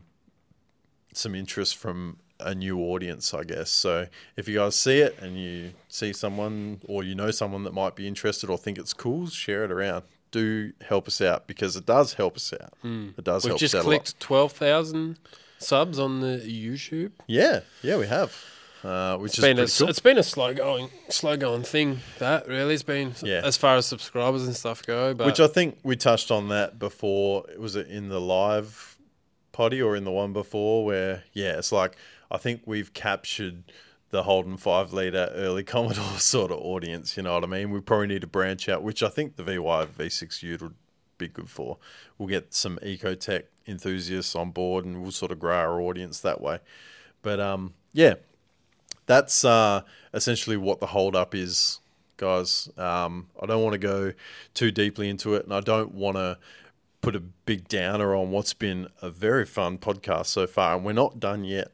[SPEAKER 2] some interest from a new audience, I guess. So if you guys see it and you see someone or you know someone that might be interested or think it's cool, share it around. Do help us out because it does help us out. It does
[SPEAKER 1] Hmm. We've
[SPEAKER 2] help
[SPEAKER 1] just
[SPEAKER 2] us out a lot.
[SPEAKER 1] clicked 12,000 subs on the YouTube.
[SPEAKER 2] Yeah, yeah, we have, uh, which
[SPEAKER 1] It's
[SPEAKER 2] is
[SPEAKER 1] been, a,
[SPEAKER 2] pretty cool.
[SPEAKER 1] it's been a slow going, slow going thing, that really. It's been,
[SPEAKER 2] Yeah.
[SPEAKER 1] as far as subscribers and stuff go. But
[SPEAKER 2] Which I think we touched on that before. Was it in the live potty or in the one before? Where yeah, it's like I think we've captured the Holden five liter early Commodore sort of audience. You know what I mean? We probably need to branch out, which I think the VY V6 Ute would be good for. We'll get some eco tech enthusiasts on board, and we'll sort of grow our audience that way. But um, yeah, that's uh, essentially what the holdup is, guys. Um, I don't want to go too deeply into it, and I don't want to put a big downer on what's been a very fun podcast so far, and we're not done yet.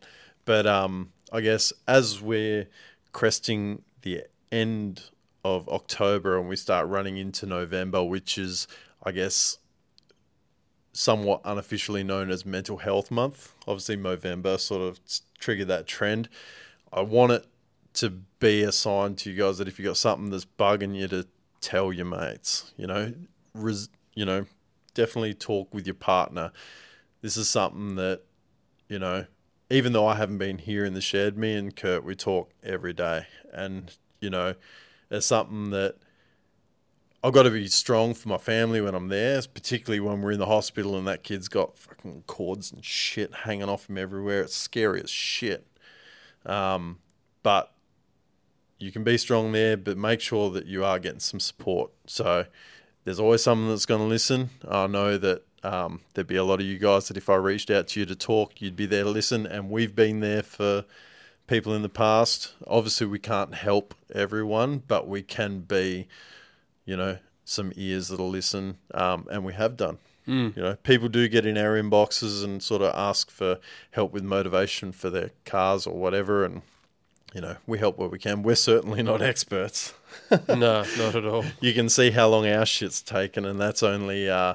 [SPEAKER 2] But um, I guess as we're cresting the end of October and we start running into November, which is, I guess, somewhat unofficially known as Mental Health Month. Obviously, Movember sort of s- triggered that trend. I want it to be a sign to you guys that if you got something that's bugging you, to tell your mates. You know, res- you know, definitely talk with your partner. This is something that you know, even though I haven't been here in the shed, me and Kurt, we talk every day. And, you know, it's something that I've got to be strong for my family when I'm there, particularly when we're in the hospital and that kid's got fucking cords and shit hanging off him everywhere. It's scary as shit. Um, but you can be strong there, but make sure that you are getting some support. So there's always someone that's going to listen. I know that um, there'd be a lot of you guys that if I reached out to you to talk, you'd be there to listen. And we've been there for people in the past. Obviously, we can't help everyone, but we can be, you know, some ears that'll listen. Um, and we have done. You know, people do get in our inboxes and sort of ask for help with motivation for their cars or whatever. And, you know, we help where we can. We're certainly not experts
[SPEAKER 1] no, not at all.
[SPEAKER 2] you can see how long our shit's taken, and that's only uh,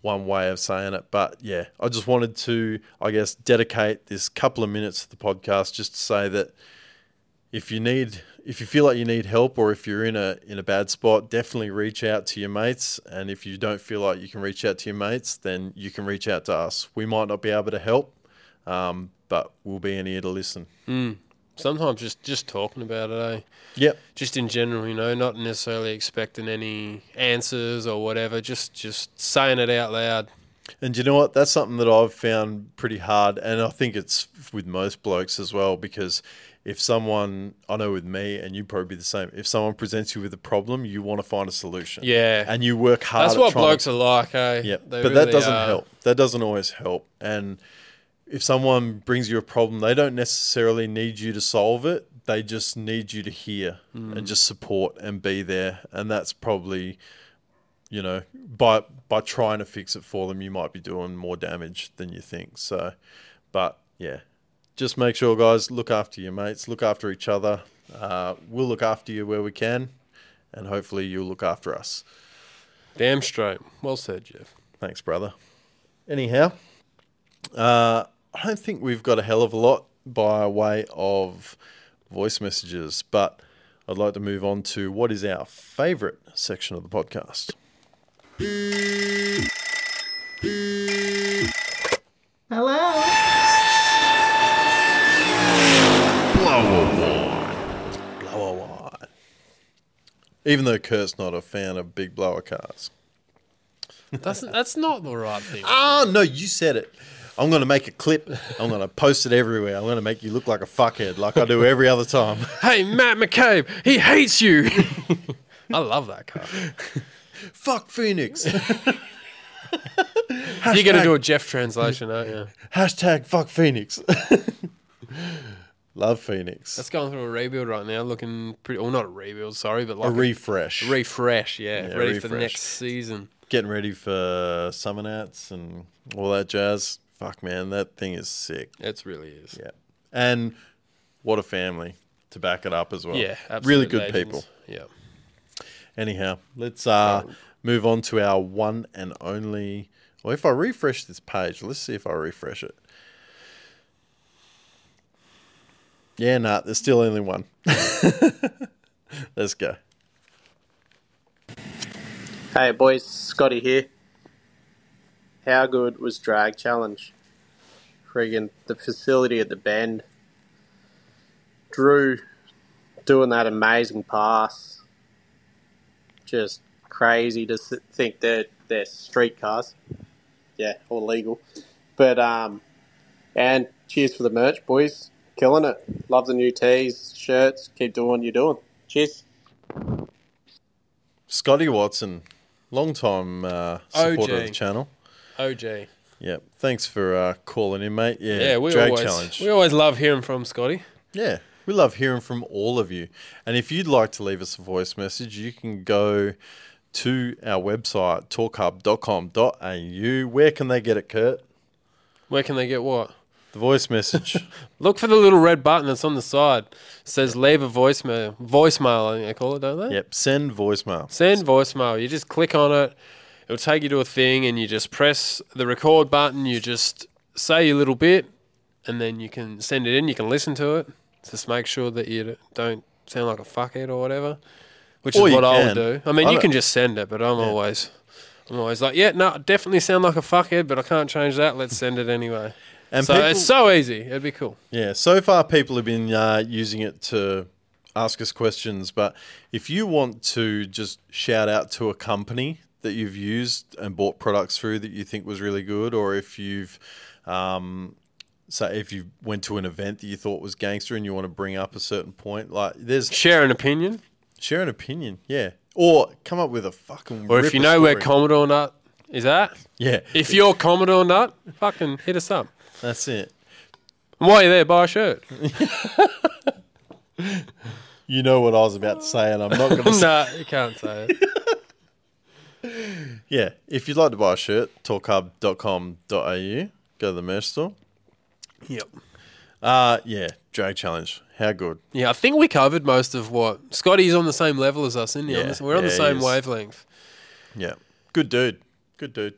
[SPEAKER 2] one way of saying it. But yeah, I just wanted to, I guess, dedicate this couple of minutes of the podcast just to say that if you need, if you feel like you need help, or if you're in a in a bad spot, definitely reach out to your mates. And if you don't feel like you can reach out to your mates, then you can reach out to us. We might not be able to help, um, but we'll be an ear to listen.
[SPEAKER 1] Sometimes just just talking about it, eh?
[SPEAKER 2] Yep.
[SPEAKER 1] just in general, you know, not necessarily expecting any answers or whatever, just just saying it out loud.
[SPEAKER 2] And you know what? That's something that I've found pretty hard, and I think it's with most blokes as well. Because if someone, I know with me, and you probably be the same. If someone presents you with a problem, you want to find a solution.
[SPEAKER 1] Yeah.
[SPEAKER 2] and you work hard.
[SPEAKER 1] That's
[SPEAKER 2] at
[SPEAKER 1] what
[SPEAKER 2] trying to-
[SPEAKER 1] blokes are like, eh?
[SPEAKER 2] yeah, but
[SPEAKER 1] They really
[SPEAKER 2] that doesn't
[SPEAKER 1] are.
[SPEAKER 2] help. That doesn't always help. And if someone brings you a problem, they don't necessarily need you to solve it. They just need you to hear
[SPEAKER 1] Mm.
[SPEAKER 2] and just support and be there. And that's probably, you know, by by trying to fix it for them, you might be doing more damage than you think. So, but yeah, just make sure, guys, look after your mates, look after each other. Uh, we'll look after you where we can, and hopefully you'll look after us.
[SPEAKER 1] Damn straight. Well said, Jeff.
[SPEAKER 2] Thanks, brother. Anyhow, uh, I don't think we've got a hell of a lot by way of voice messages, but I'd like to move on to what is our favourite section of the podcast.
[SPEAKER 5] Hello.
[SPEAKER 2] Blower wine. Even though Kurt's not a fan of big blower cars.
[SPEAKER 1] That's that's not the right thing.
[SPEAKER 2] Ah, no, you said it. I'm going to make a clip. I'm going to post it everywhere. I'm going to make you look like a fuckhead, like I do every other time.
[SPEAKER 1] hey, Matt McCabe, he hates you. I love that car.
[SPEAKER 2] Fuck Phoenix.
[SPEAKER 1] You're gonna do a Jeff translation, aren't you?
[SPEAKER 2] Hashtag fuck Phoenix. Love Phoenix.
[SPEAKER 1] That's going through a rebuild right now, looking pretty. Well, not a rebuild, sorry, but
[SPEAKER 2] a
[SPEAKER 1] like a
[SPEAKER 2] refresh.
[SPEAKER 1] refresh. Yeah,
[SPEAKER 2] Yeah,
[SPEAKER 1] ready for the
[SPEAKER 2] refresh.
[SPEAKER 1] next season.
[SPEAKER 2] Getting ready for summer nats and all that jazz. Fuck, man, that thing is sick.
[SPEAKER 1] It really is.
[SPEAKER 2] Yeah. And what a family to back it up as well.
[SPEAKER 1] Yeah,
[SPEAKER 2] Really
[SPEAKER 1] absolute
[SPEAKER 2] good
[SPEAKER 1] legends.
[SPEAKER 2] people.
[SPEAKER 1] Yeah.
[SPEAKER 2] Anyhow, let's uh, move on to our one and only. Well, if I refresh this page, let's see if I refresh it. Yeah, nah, there's still only one. let's go.
[SPEAKER 6] Hey boys, Scotty here. How good was Drag Challenge? Friggin' the facility at the bend. Drew doing that amazing pass. Just crazy to s- think that they're streetcars. Yeah, all legal. But, um, and cheers for the merch, boys. Killing it. Love the new tees, shirts. Keep doing what you're doing. Cheers.
[SPEAKER 2] Scotty Watson, long time uh, supporter of
[SPEAKER 1] OG.
[SPEAKER 2] the channel.
[SPEAKER 1] OJ.
[SPEAKER 2] Yeah, thanks for uh, calling in, mate. Yeah,
[SPEAKER 1] Yeah, we
[SPEAKER 2] drag
[SPEAKER 1] always
[SPEAKER 2] challenge.
[SPEAKER 1] we always love hearing from Scotty.
[SPEAKER 2] Yeah, we love hearing from all of you. And if you'd like to leave us a voice message, you can go to our website, talkhub.com.au. Where can they get it, Kurt?
[SPEAKER 1] Where can they get what?
[SPEAKER 2] The voice message.
[SPEAKER 1] Look for the little red button that's on the side. It says leave a voicemail. Voicemail, I think they call it, don't they?
[SPEAKER 2] yep, send voicemail.
[SPEAKER 1] Send voicemail. You just click on it. It'll take you to a thing, and you just press the record button. You just say your little bit, and then you can send it in. You can listen to it. Just make sure that you don't sound like a fuckhead or whatever, which
[SPEAKER 2] Or
[SPEAKER 1] is
[SPEAKER 2] you
[SPEAKER 1] what I would
[SPEAKER 2] can.
[SPEAKER 1] do. I mean,
[SPEAKER 2] I
[SPEAKER 1] you
[SPEAKER 2] don't-
[SPEAKER 1] can just send it, but I'm always, I'm always like, yeah, no, I definitely sound like a fuckhead, but I can't change that. Let's send it anyway.
[SPEAKER 2] And
[SPEAKER 1] so
[SPEAKER 2] people-
[SPEAKER 1] it's so easy. It'd be cool.
[SPEAKER 2] Yeah, so far people have been uh, using it to ask us questions, but if you want to just shout out to a company that you've used and bought products through that you think was really good, or if you've, um, say, if you went to an event that you thought was gangster and you want to bring up a certain point, like there's
[SPEAKER 1] Share an opinion,
[SPEAKER 2] share an opinion, yeah, or come up with a fucking
[SPEAKER 1] or if you
[SPEAKER 2] ripper
[SPEAKER 1] know where
[SPEAKER 2] story.
[SPEAKER 1] Commodore Nut is at.
[SPEAKER 2] yeah,
[SPEAKER 1] If you're Commodore Nut, fucking hit us up.
[SPEAKER 2] that's it.
[SPEAKER 1] And while you're there, buy a shirt.
[SPEAKER 2] You know what I was about to say, and I'm not going to
[SPEAKER 1] nah, you can't say it.
[SPEAKER 2] Yeah, if you'd like to buy a shirt, talkhub.com.au, go to the merch store.
[SPEAKER 1] Yep.
[SPEAKER 2] Uh, yeah, drag challenge. How good?
[SPEAKER 1] Yeah, I think we covered most of what Scotty's on the same level as us, isn't he? On
[SPEAKER 2] Yeah,
[SPEAKER 1] this- We're on the
[SPEAKER 2] yeah, he
[SPEAKER 1] same
[SPEAKER 2] is.
[SPEAKER 1] wavelength.
[SPEAKER 2] Yeah, good dude. Good dude.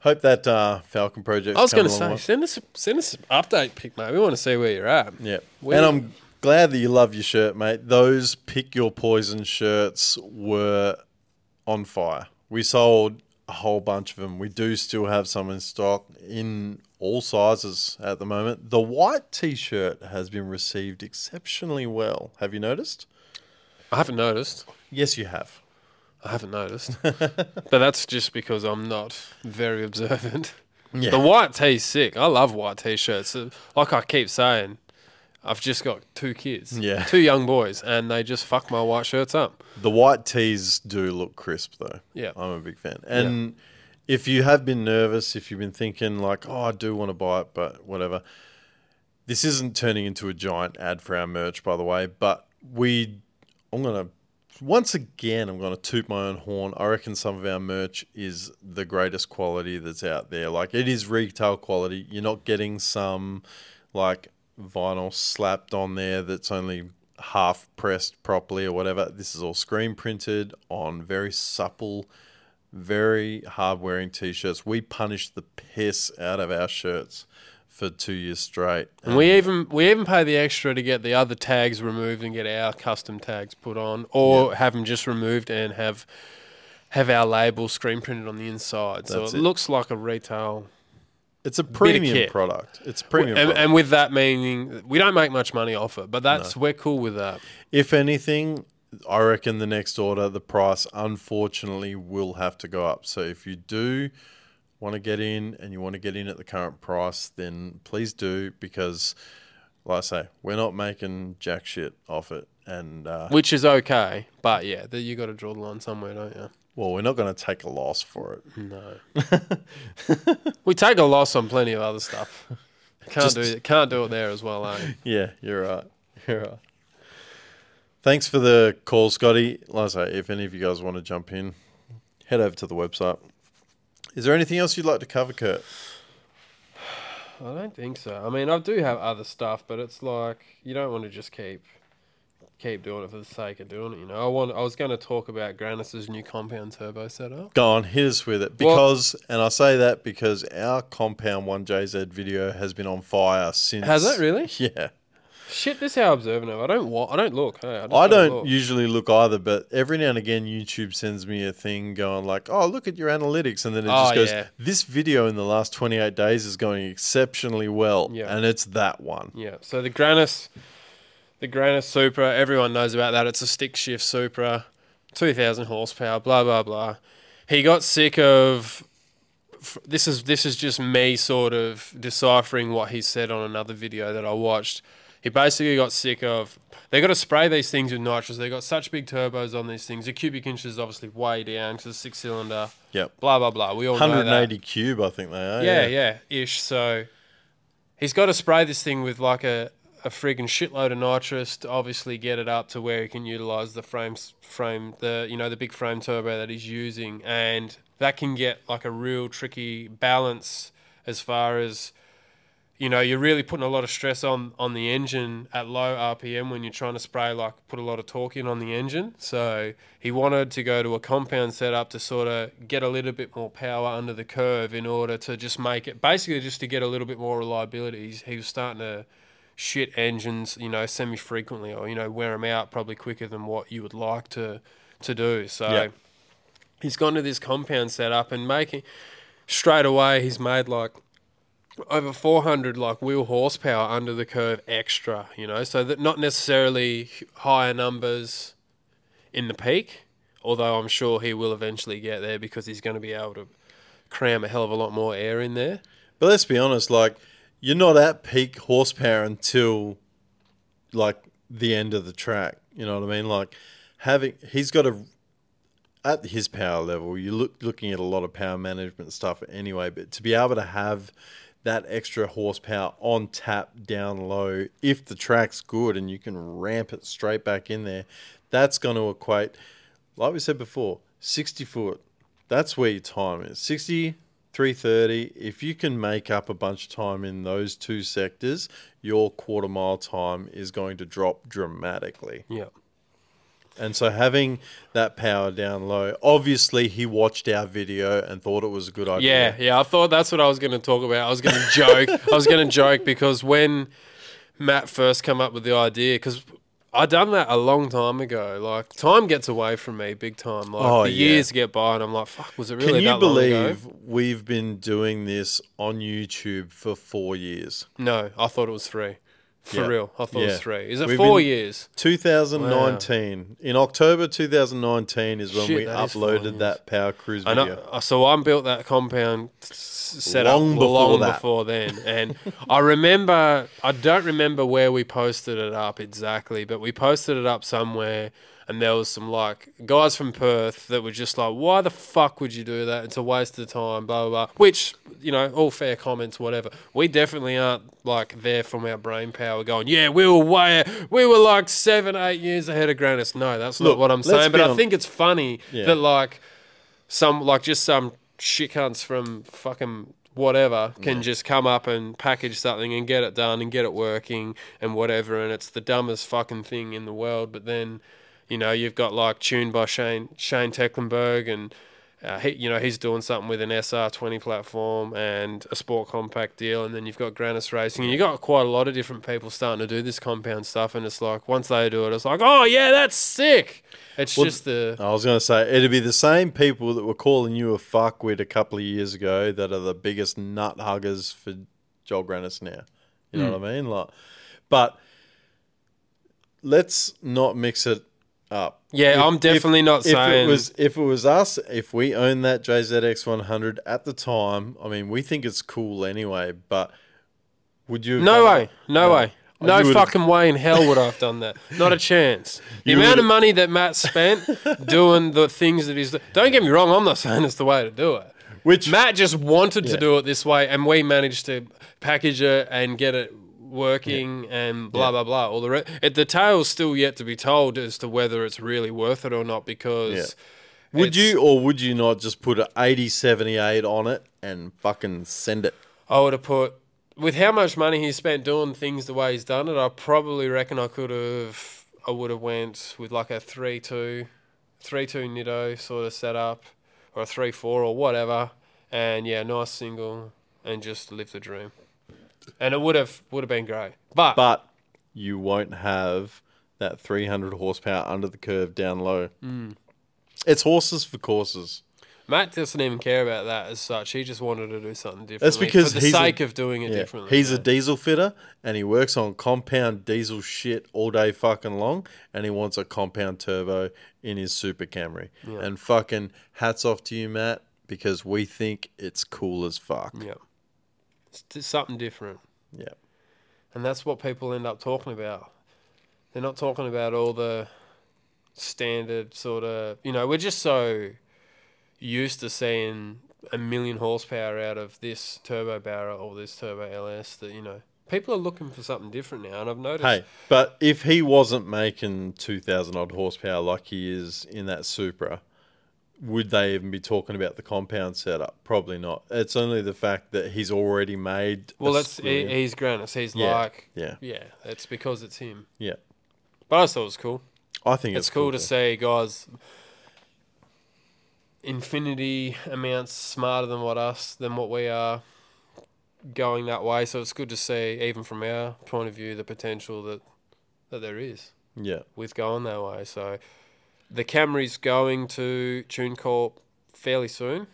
[SPEAKER 2] Hope that uh, Falcon project.
[SPEAKER 1] I was going to say, send us send us an update pic, mate. We want to see where you're at.
[SPEAKER 2] Yeah,
[SPEAKER 1] Where-
[SPEAKER 2] and I'm glad that you love your shirt, mate. Those pick your poison shirts were on fire. We sold a whole bunch of them. We do still have some in stock in all sizes at the moment. The white t-shirt has been received exceptionally well. Have you noticed?
[SPEAKER 1] I haven't noticed.
[SPEAKER 2] Yes, you have.
[SPEAKER 1] I haven't noticed. but that's just because I'm not very observant.
[SPEAKER 2] Yeah.
[SPEAKER 1] The white tea's sick. I love white t shirts. Like I keep saying, I've just got two kids,
[SPEAKER 2] Yeah.
[SPEAKER 1] two young boys, and they just fuck my white shirts up.
[SPEAKER 2] The white tees do look crisp, though.
[SPEAKER 1] Yeah.
[SPEAKER 2] I'm a big fan. And if you have been nervous, if you've been thinking, like, oh, I do want to buy it, but whatever, this isn't turning into a giant ad for our merch, by the way. But we, I'm going to, once again, I'm going to toot my own horn. I reckon some of our merch is the greatest quality that's out there. Like, it is retail quality. You're not getting some, like, vinyl slapped on there that's only half pressed properly or whatever. This is all screen printed on very supple, very hard wearing t shirts. We punished the piss out of our shirts for two years straight.
[SPEAKER 1] And we even we even pay the extra to get the other tags removed and get our custom tags put on, or have them just removed and have have our label screen printed on the inside. so
[SPEAKER 2] That's
[SPEAKER 1] it,
[SPEAKER 2] it.
[SPEAKER 1] looks like a retail,
[SPEAKER 2] It's a premium
[SPEAKER 1] kit.
[SPEAKER 2] product. It's a premium.
[SPEAKER 1] and,
[SPEAKER 2] product.
[SPEAKER 1] and with that meaning we don't make much money off it, but that's we're cool with that.
[SPEAKER 2] if anything, I reckon the next order, the price unfortunately will have to go up. So if you do want to get in and you want to get in at the current price, then please do because, like I say, we're not making jack shit off it. And uh,
[SPEAKER 1] which is okay. But yeah, that you got to draw the line somewhere, don't you?
[SPEAKER 2] well, we're not going to take a loss for it.
[SPEAKER 1] We take a loss on plenty of other stuff. Can't
[SPEAKER 2] Just-
[SPEAKER 1] do do can't do it there as well, eh?
[SPEAKER 2] Yeah, you're right. You're right. Thanks for the call, Scotty. Like I say, if any of you guys want to jump in, head over to the website. Is there anything else you'd like to cover, Kurt?
[SPEAKER 1] I don't think so. I mean, I do have other stuff, but it's like you don't want to just keep keep doing it for the sake of doing it. You know, I want I was going to talk about Granis's new compound turbo setup.
[SPEAKER 2] Go on, hit us with it. Because, and I say that because our Compound 1JZ video has been on fire since.
[SPEAKER 1] Has it really?
[SPEAKER 2] Yeah.
[SPEAKER 1] Shit, this is how observant I am. I don't wa- I don't look. Hey, I, just
[SPEAKER 2] I don't
[SPEAKER 1] look.
[SPEAKER 2] usually look either, but every now and again, YouTube sends me a thing going like, "Oh, look at your analytics," and then it just
[SPEAKER 1] Oh,
[SPEAKER 2] goes,
[SPEAKER 1] yeah.
[SPEAKER 2] "This video in the last 28 days is going exceptionally well,"
[SPEAKER 1] Yeah.
[SPEAKER 2] and it's that one.
[SPEAKER 1] Yeah. So the Granis, the Granis Supra, everyone knows about that. It's a stick shift Supra, 2,000 horsepower, blah blah blah. He got sick of. f- This is this is just me sort of deciphering what he said on another video that I watched. He basically got sick of. They got to spray these things with nitrous. They got such big turbos on these things. The cubic inch is obviously way down because it's six cylinder.
[SPEAKER 2] Yep.
[SPEAKER 1] Blah blah blah. We all know that
[SPEAKER 2] 180 cube, I think they are.
[SPEAKER 1] yeah, yeah, ish. So he's got to spray this thing with like a a friggin' shitload of nitrous to obviously get it up to where he can utilize the frames frame the you know the big frame turbo that he's using, and that can get like a real tricky balance as far as you know you're really putting a lot of stress on on the engine at low rpm when you're trying to spray like put a lot of torque in on the engine so he wanted to go to a compound setup to sort of get a little bit more power under the curve in order to just make it basically just to get a little bit more reliability He's, he was starting to shit engines you know semi frequently or you know wear them out probably quicker than what you would like to to do so
[SPEAKER 2] Yeah.
[SPEAKER 1] he's gone to this compound setup and making straight away he's made like over 400 like wheel horsepower under the curve extra you know so that not necessarily higher numbers in the peak although i'm sure he will eventually get there because he's going to be able to cram a hell of a lot more air in there
[SPEAKER 2] But let's be honest, like you're not at peak horsepower until like the end of the track. You know what I mean? Like having he's got a at his power level, you're look, looking at a lot of power management stuff anyway. But to be able to have that extra horsepower on tap down low, if the track's good and you can ramp it straight back in there, that's going to equate, like we said before, 60 foot. That's where your time is 60, 330. If you can make up a bunch of time in those two sectors, your quarter mile time is going to drop dramatically.
[SPEAKER 1] yeah
[SPEAKER 2] And so having that power down low, obviously he watched our video and thought it was a good idea.
[SPEAKER 1] yeah yeah i thought that's what i was going to talk about i was going to joke i was going to joke because when matt first come up with the idea because i done that a long time ago like time gets away from me big time like
[SPEAKER 2] Oh,
[SPEAKER 1] the
[SPEAKER 2] yeah.
[SPEAKER 1] years get by and i'm like fuck was it really
[SPEAKER 2] Can you
[SPEAKER 1] that long ago?
[SPEAKER 2] believe we've been doing this on YouTube for four years?
[SPEAKER 1] No, I thought it was three. For
[SPEAKER 2] Yeah.
[SPEAKER 1] real, I thought it
[SPEAKER 2] Yeah.
[SPEAKER 1] was three. Is it
[SPEAKER 2] We've
[SPEAKER 1] four
[SPEAKER 2] been-
[SPEAKER 1] years?
[SPEAKER 2] 2019. In October 2019 is when
[SPEAKER 1] Shit,
[SPEAKER 2] we
[SPEAKER 1] that is four years.
[SPEAKER 2] uploaded that Power Cruise
[SPEAKER 1] I
[SPEAKER 2] video.
[SPEAKER 1] know. I- So I built that compound s- set up
[SPEAKER 2] Long before
[SPEAKER 1] long
[SPEAKER 2] that.
[SPEAKER 1] before then, and I remember. I don't remember where we posted it up exactly, but we posted it up somewhere, and there was some like guys from Perth that were just like, "Why the fuck would you do that? It's a waste of time." Blah blah. blah. Which you know, all fair comments, whatever. We definitely aren't like there from our brain power going, "Yeah, we were way, we were like seven, eight years ahead of Granis." No, that's
[SPEAKER 2] Look,
[SPEAKER 1] not what I'm
[SPEAKER 2] let's
[SPEAKER 1] saying. But
[SPEAKER 2] be
[SPEAKER 1] I
[SPEAKER 2] hon-
[SPEAKER 1] think it's funny
[SPEAKER 2] Yeah.
[SPEAKER 1] that like some like just some shit cunts from fucking whatever can just come up and package something and get it done and get it working and whatever and it's the dumbest fucking thing in the world but then you know you've got like tuned by Shane Shane Tecklenburg and uh, he, you know he's doing something with an SR20 platform and a sport compact deal and then you've got Granis Racing and you got quite a lot of different people starting to do this compound stuff and it's like once they do it it's like oh yeah that's sick it's
[SPEAKER 2] Well,
[SPEAKER 1] just the
[SPEAKER 2] I was going to say it'd be the same people that were calling you a fuckwit a couple of years ago that are the biggest nut huggers for Joel Grannis now. You know
[SPEAKER 1] Hmm.
[SPEAKER 2] what I mean? Like, but let's not mix it up.
[SPEAKER 1] Yeah, I'm definitely not
[SPEAKER 2] If
[SPEAKER 1] saying-
[SPEAKER 2] it was if it was us, if we owned that JZX100 at the time, I mean, we think it's cool anyway. But would you? have
[SPEAKER 1] No
[SPEAKER 2] done
[SPEAKER 1] way.
[SPEAKER 2] it?
[SPEAKER 1] No way. No
[SPEAKER 2] Oh, You would've-
[SPEAKER 1] fucking way in hell would I have done that. Not a chance. The
[SPEAKER 2] You
[SPEAKER 1] amount of
[SPEAKER 2] would've-
[SPEAKER 1] money that Matt spent doing the things that he's don't get me wrong, I'm not saying it's the way to do it.
[SPEAKER 2] Which
[SPEAKER 1] Matt just wanted to
[SPEAKER 2] Yeah.
[SPEAKER 1] do it this way, and we managed to package it and get it working and blah blah blah. All the re- it, the tale's still yet to be told as to whether it's really worth it or not. Because
[SPEAKER 2] would
[SPEAKER 1] it's-
[SPEAKER 2] you or would you not just put an 8078 on it and fucking send it?
[SPEAKER 1] I would have put with how much money he spent doing things the way he's done it. I probably reckon I could have. I would have went with like a three-two, three-two Nitto sort of setup, or a three-four or whatever, and yeah, nice single, and just live the dream. And it would have would have been great, but,
[SPEAKER 2] but you won't have that 300 horsepower under the curve down low.
[SPEAKER 1] Mm.
[SPEAKER 2] It's horses for courses.
[SPEAKER 1] Matt doesn't even care about that as such. He just wanted to do something different.
[SPEAKER 2] That's because
[SPEAKER 1] for the
[SPEAKER 2] he's a-
[SPEAKER 1] sake of doing it
[SPEAKER 2] Yeah.
[SPEAKER 1] differently.
[SPEAKER 2] He's
[SPEAKER 1] yeah.
[SPEAKER 2] a diesel fitter and he works on compound diesel shit all day fucking long and he wants a compound turbo in his Super Camry. And fucking hats off to you, Matt, because we think it's cool as fuck.
[SPEAKER 1] yeah, it's d- something different.
[SPEAKER 2] Yeah.
[SPEAKER 1] And that's what people end up talking about. They're not talking about all the standard sort of, you know, we're just so used to seeing a million horsepower out of this turbo barrel or this turbo LS that, you know, people are looking for something different now, and I've noticed.
[SPEAKER 2] Hey, but if he wasn't making 2,000 odd horsepower like he is in that Supra, would they even be talking about the compound setup? Probably not. It's only the fact that he's already made. a
[SPEAKER 1] well, that's he,
[SPEAKER 2] slim-
[SPEAKER 1] he's Grannis. He's
[SPEAKER 2] Yeah,
[SPEAKER 1] like,
[SPEAKER 2] yeah.
[SPEAKER 1] yeah. That's because it's him.
[SPEAKER 2] yeah.
[SPEAKER 1] But I just thought it was cool.
[SPEAKER 2] I think it's,
[SPEAKER 1] it's cool to
[SPEAKER 2] though.
[SPEAKER 1] see guys infinity amounts smarter than what us than what we are going that way so it's good to see even from our point of view the potential that that there is
[SPEAKER 2] Yeah,
[SPEAKER 1] with going that way so the Camry's going to TuneCorp fairly soon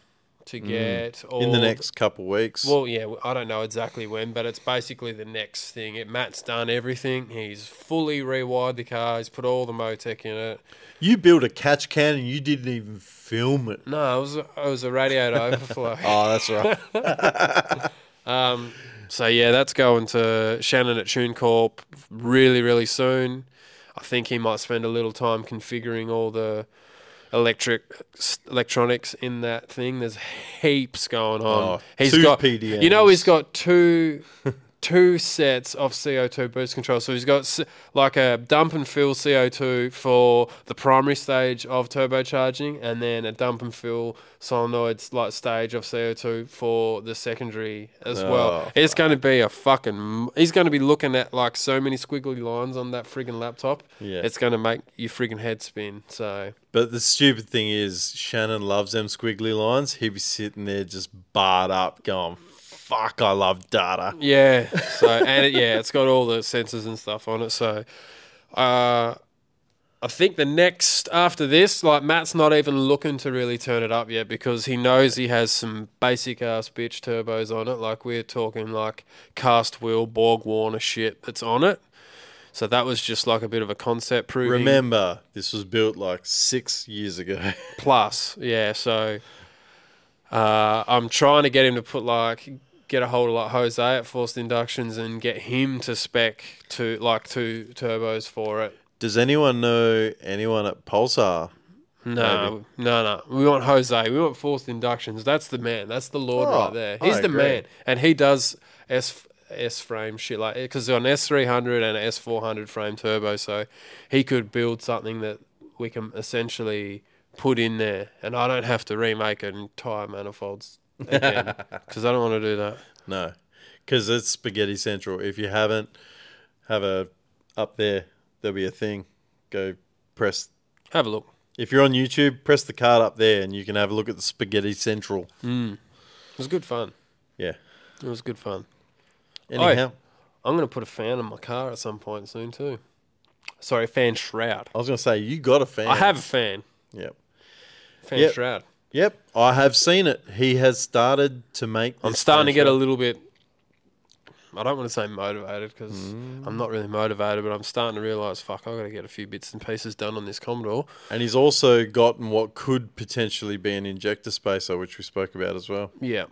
[SPEAKER 1] to get all
[SPEAKER 2] Mm. in the next couple weeks.
[SPEAKER 1] well, yeah, w- I don't know exactly when, but it's basically the next thing. It Matt's done everything. He's fully rewired the car. He's put all the Motec in it.
[SPEAKER 2] you built a catch can and you didn't even film it.
[SPEAKER 1] No, it was a, it was a radiator overflow.
[SPEAKER 2] Oh, that's right.
[SPEAKER 1] So yeah, that's going to Shannon at TuneCorp really, really soon. I think he might spend a little time configuring all the electric s- electronics in that thing. There's heaps going on.
[SPEAKER 2] Oh,
[SPEAKER 1] He's
[SPEAKER 2] two
[SPEAKER 1] got You know,
[SPEAKER 2] PDMs.
[SPEAKER 1] he's got two two sets of CO2 boost control. So he's got s- like a dump and fill CO2 for the primary stage of turbocharging, and then a dump and fill solenoids like stage of CO2 for the secondary as well.
[SPEAKER 2] Oh,
[SPEAKER 1] It's going to be a fucking. m- He's going to be looking at like so many squiggly lines on that friggin' laptop.
[SPEAKER 2] Yeah.
[SPEAKER 1] it's going to make your friggin' head spin. So
[SPEAKER 2] but the stupid thing is, Shannon loves them squiggly lines. He'd be sitting there just barred up, going, "Fuck, I love data."
[SPEAKER 1] Yeah. So and it, yeah, it's got all the sensors and stuff on it. So, uh, I think the next after this, like Matt's not even looking to really turn it up yet because he knows he has some basic ass bitch turbos on it. Like we're talking like cast wheel Borg Warner shit that's on it. So that was just like a bit of a concept proving.
[SPEAKER 2] Remember, this was built like six years ago.
[SPEAKER 1] plus. Yeah, so uh, I'm trying to get him to put like get a hold of like Jose at Forced Inductions and get him to spec to like two turbos for it.
[SPEAKER 2] Does anyone know anyone at Pulsar?
[SPEAKER 1] No, no, no. We want Jose. We want Forced Inductions. That's the man. That's the Lord
[SPEAKER 2] Oh,
[SPEAKER 1] right there.
[SPEAKER 2] I
[SPEAKER 1] He's the
[SPEAKER 2] agree.
[SPEAKER 1] man, and he does S S frame shit like because on S three hundred and S four hundred frame turbo, so he could build something that we can essentially put in there, and I don't have to remake an entire manifolds again because I don't want to do that.
[SPEAKER 2] No, because it's Spaghetti Central. If you haven't, have a up there. There'll be a thing. Go press.
[SPEAKER 1] Have a look.
[SPEAKER 2] If you're on YouTube, press the card up there, and you can have a look at the Spaghetti Central.
[SPEAKER 1] It was good fun.
[SPEAKER 2] Yeah.
[SPEAKER 1] It was good fun.
[SPEAKER 2] Anyhow,
[SPEAKER 1] I'm gonna put a fan on my car at some point soon too. Sorry, fan shroud.
[SPEAKER 2] I was gonna say you got a fan.
[SPEAKER 1] I have a fan.
[SPEAKER 2] Yep.
[SPEAKER 1] Fan
[SPEAKER 2] Yep.
[SPEAKER 1] shroud.
[SPEAKER 2] Yep. I have seen it. He has started to make.
[SPEAKER 1] I'm
[SPEAKER 2] this
[SPEAKER 1] starting to get a
[SPEAKER 2] venture.
[SPEAKER 1] little bit. I don't want to say motivated because
[SPEAKER 2] Mm.
[SPEAKER 1] I'm not really motivated, but I'm starting to realize, fuck, I've got to get a few bits and pieces done on this Commodore.
[SPEAKER 2] And he's also gotten what could potentially be an injector spacer, which we spoke about as well.
[SPEAKER 1] Yeah.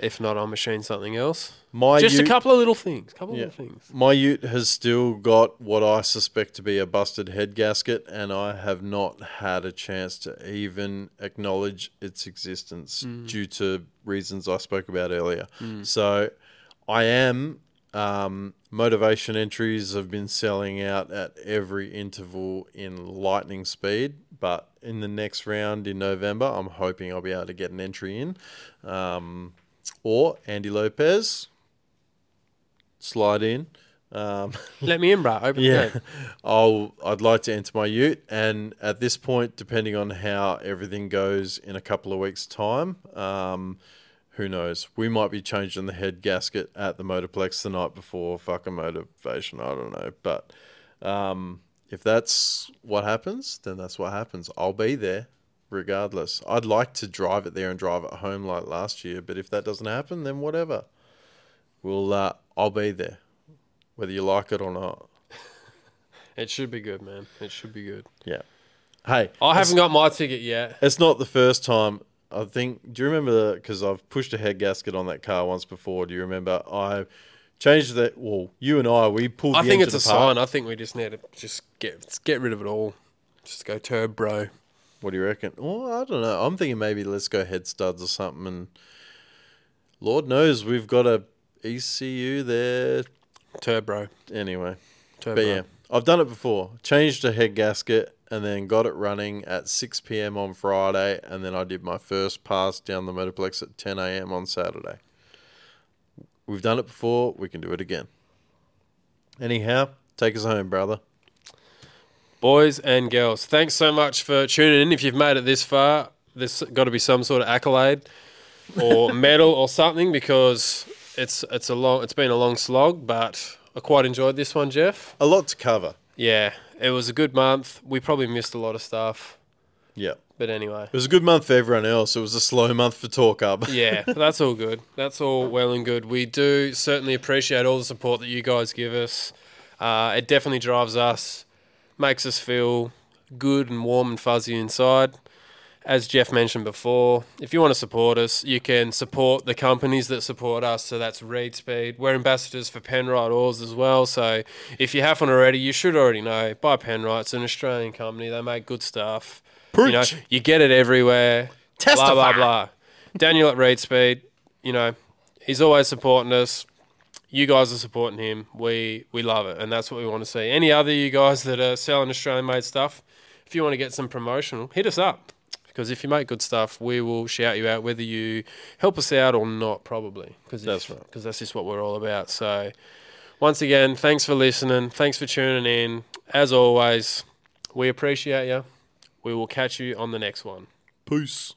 [SPEAKER 1] If not, I'll machine something else.
[SPEAKER 2] My
[SPEAKER 1] Just
[SPEAKER 2] Ute-
[SPEAKER 1] a couple of little things. Couple of
[SPEAKER 2] Yeah.
[SPEAKER 1] little things.
[SPEAKER 2] My Ute has still got what I suspect to be a busted head gasket, and I have not had a chance to even acknowledge its existence due to reasons I spoke about earlier. So I am. Um, motivation entries have been selling out at every interval in lightning speed, but in the next round in November, I'm hoping I'll be able to get an entry in. Um, or Andy Lopez, slide in. Um,
[SPEAKER 1] Let me in, bro. Open the
[SPEAKER 2] yeah,
[SPEAKER 1] gate.
[SPEAKER 2] I'll. I'd like to enter my Ute, and at this point, depending on how everything goes in a couple of weeks' time, um, who knows? We might be changing the head gasket at the Motorplex the night before fucking motivation. I don't know, but um, if that's what happens, then that's what happens. I'll be there. Regardless, I'd like to drive it there and drive it home like last year, but if that doesn't happen, then whatever. We'll, uh, I'll be there, whether you like it or not.
[SPEAKER 1] It should be good, man. It should be good.
[SPEAKER 2] Yeah. Hey,
[SPEAKER 1] I
[SPEAKER 2] it's-
[SPEAKER 1] haven't got my ticket yet.
[SPEAKER 2] It's not the first time. I think. Do you remember? Because I've pushed a head gasket on that car once before. Do you remember? I changed that. Well, you and I, we pulled.
[SPEAKER 1] I
[SPEAKER 2] the
[SPEAKER 1] think it's
[SPEAKER 2] engine
[SPEAKER 1] a
[SPEAKER 2] apart.
[SPEAKER 1] sign. I think we just need to just get get rid of it all. Just go turbo. bro.
[SPEAKER 2] What do you reckon? Well, I don't know. I'm thinking maybe let's go head studs or something. And Lord knows we've got a ECU E there.
[SPEAKER 1] Turbo.
[SPEAKER 2] Anyway,
[SPEAKER 1] Turbo.
[SPEAKER 2] but yeah, I've done it before. Changed a head gasket and then got it running at 6 p.m. on Friday, and then I did my first pass down the motorplex at 10 a.m. on Saturday. We've done it before. We can do it again. Anyhow, take us home, brother.
[SPEAKER 1] Boys and girls, thanks so much for tuning in. If you've made it this far, there's got to be some sort of accolade or medal or something because it's it's a long it's been a long slog, but I quite enjoyed this one, Jeff.
[SPEAKER 2] A lot to cover.
[SPEAKER 1] Yeah, it was a good month. We probably missed a lot of stuff,
[SPEAKER 2] Yeah.
[SPEAKER 1] but anyway.
[SPEAKER 2] It was a good month for everyone else. It was a slow month for Talk Up.
[SPEAKER 1] yeah, that's all good. That's all well and good. We do certainly appreciate all the support that you guys give us. Uh, it definitely drives us, makes us feel good and warm and fuzzy inside. As Jeff mentioned before, if you want to support us, you can support the companies that support us. So that's Reed Speed. We're ambassadors for Penrite Oars as well. So if you haven't already, you should already know. Buy Penrite. It's an Australian company. They make good stuff. You know,
[SPEAKER 2] Preach.
[SPEAKER 1] you get it everywhere. Blah, blah,
[SPEAKER 2] Testify.
[SPEAKER 1] blah. Daniel at Reed Speed, you know, he's always supporting us. You guys are supporting him. We we love it, and that's what we want to see. Any other you guys that are selling Australian made stuff, if you want to get some promotional, hit us up. Because if you make good stuff, we will shout you out, whether you help us out or not, probably. Because
[SPEAKER 2] That's right.
[SPEAKER 1] Because that's just what we're all about. So, once again, thanks for listening. Thanks for tuning in. As always, we appreciate you. We will catch you on the next one.
[SPEAKER 2] Peace.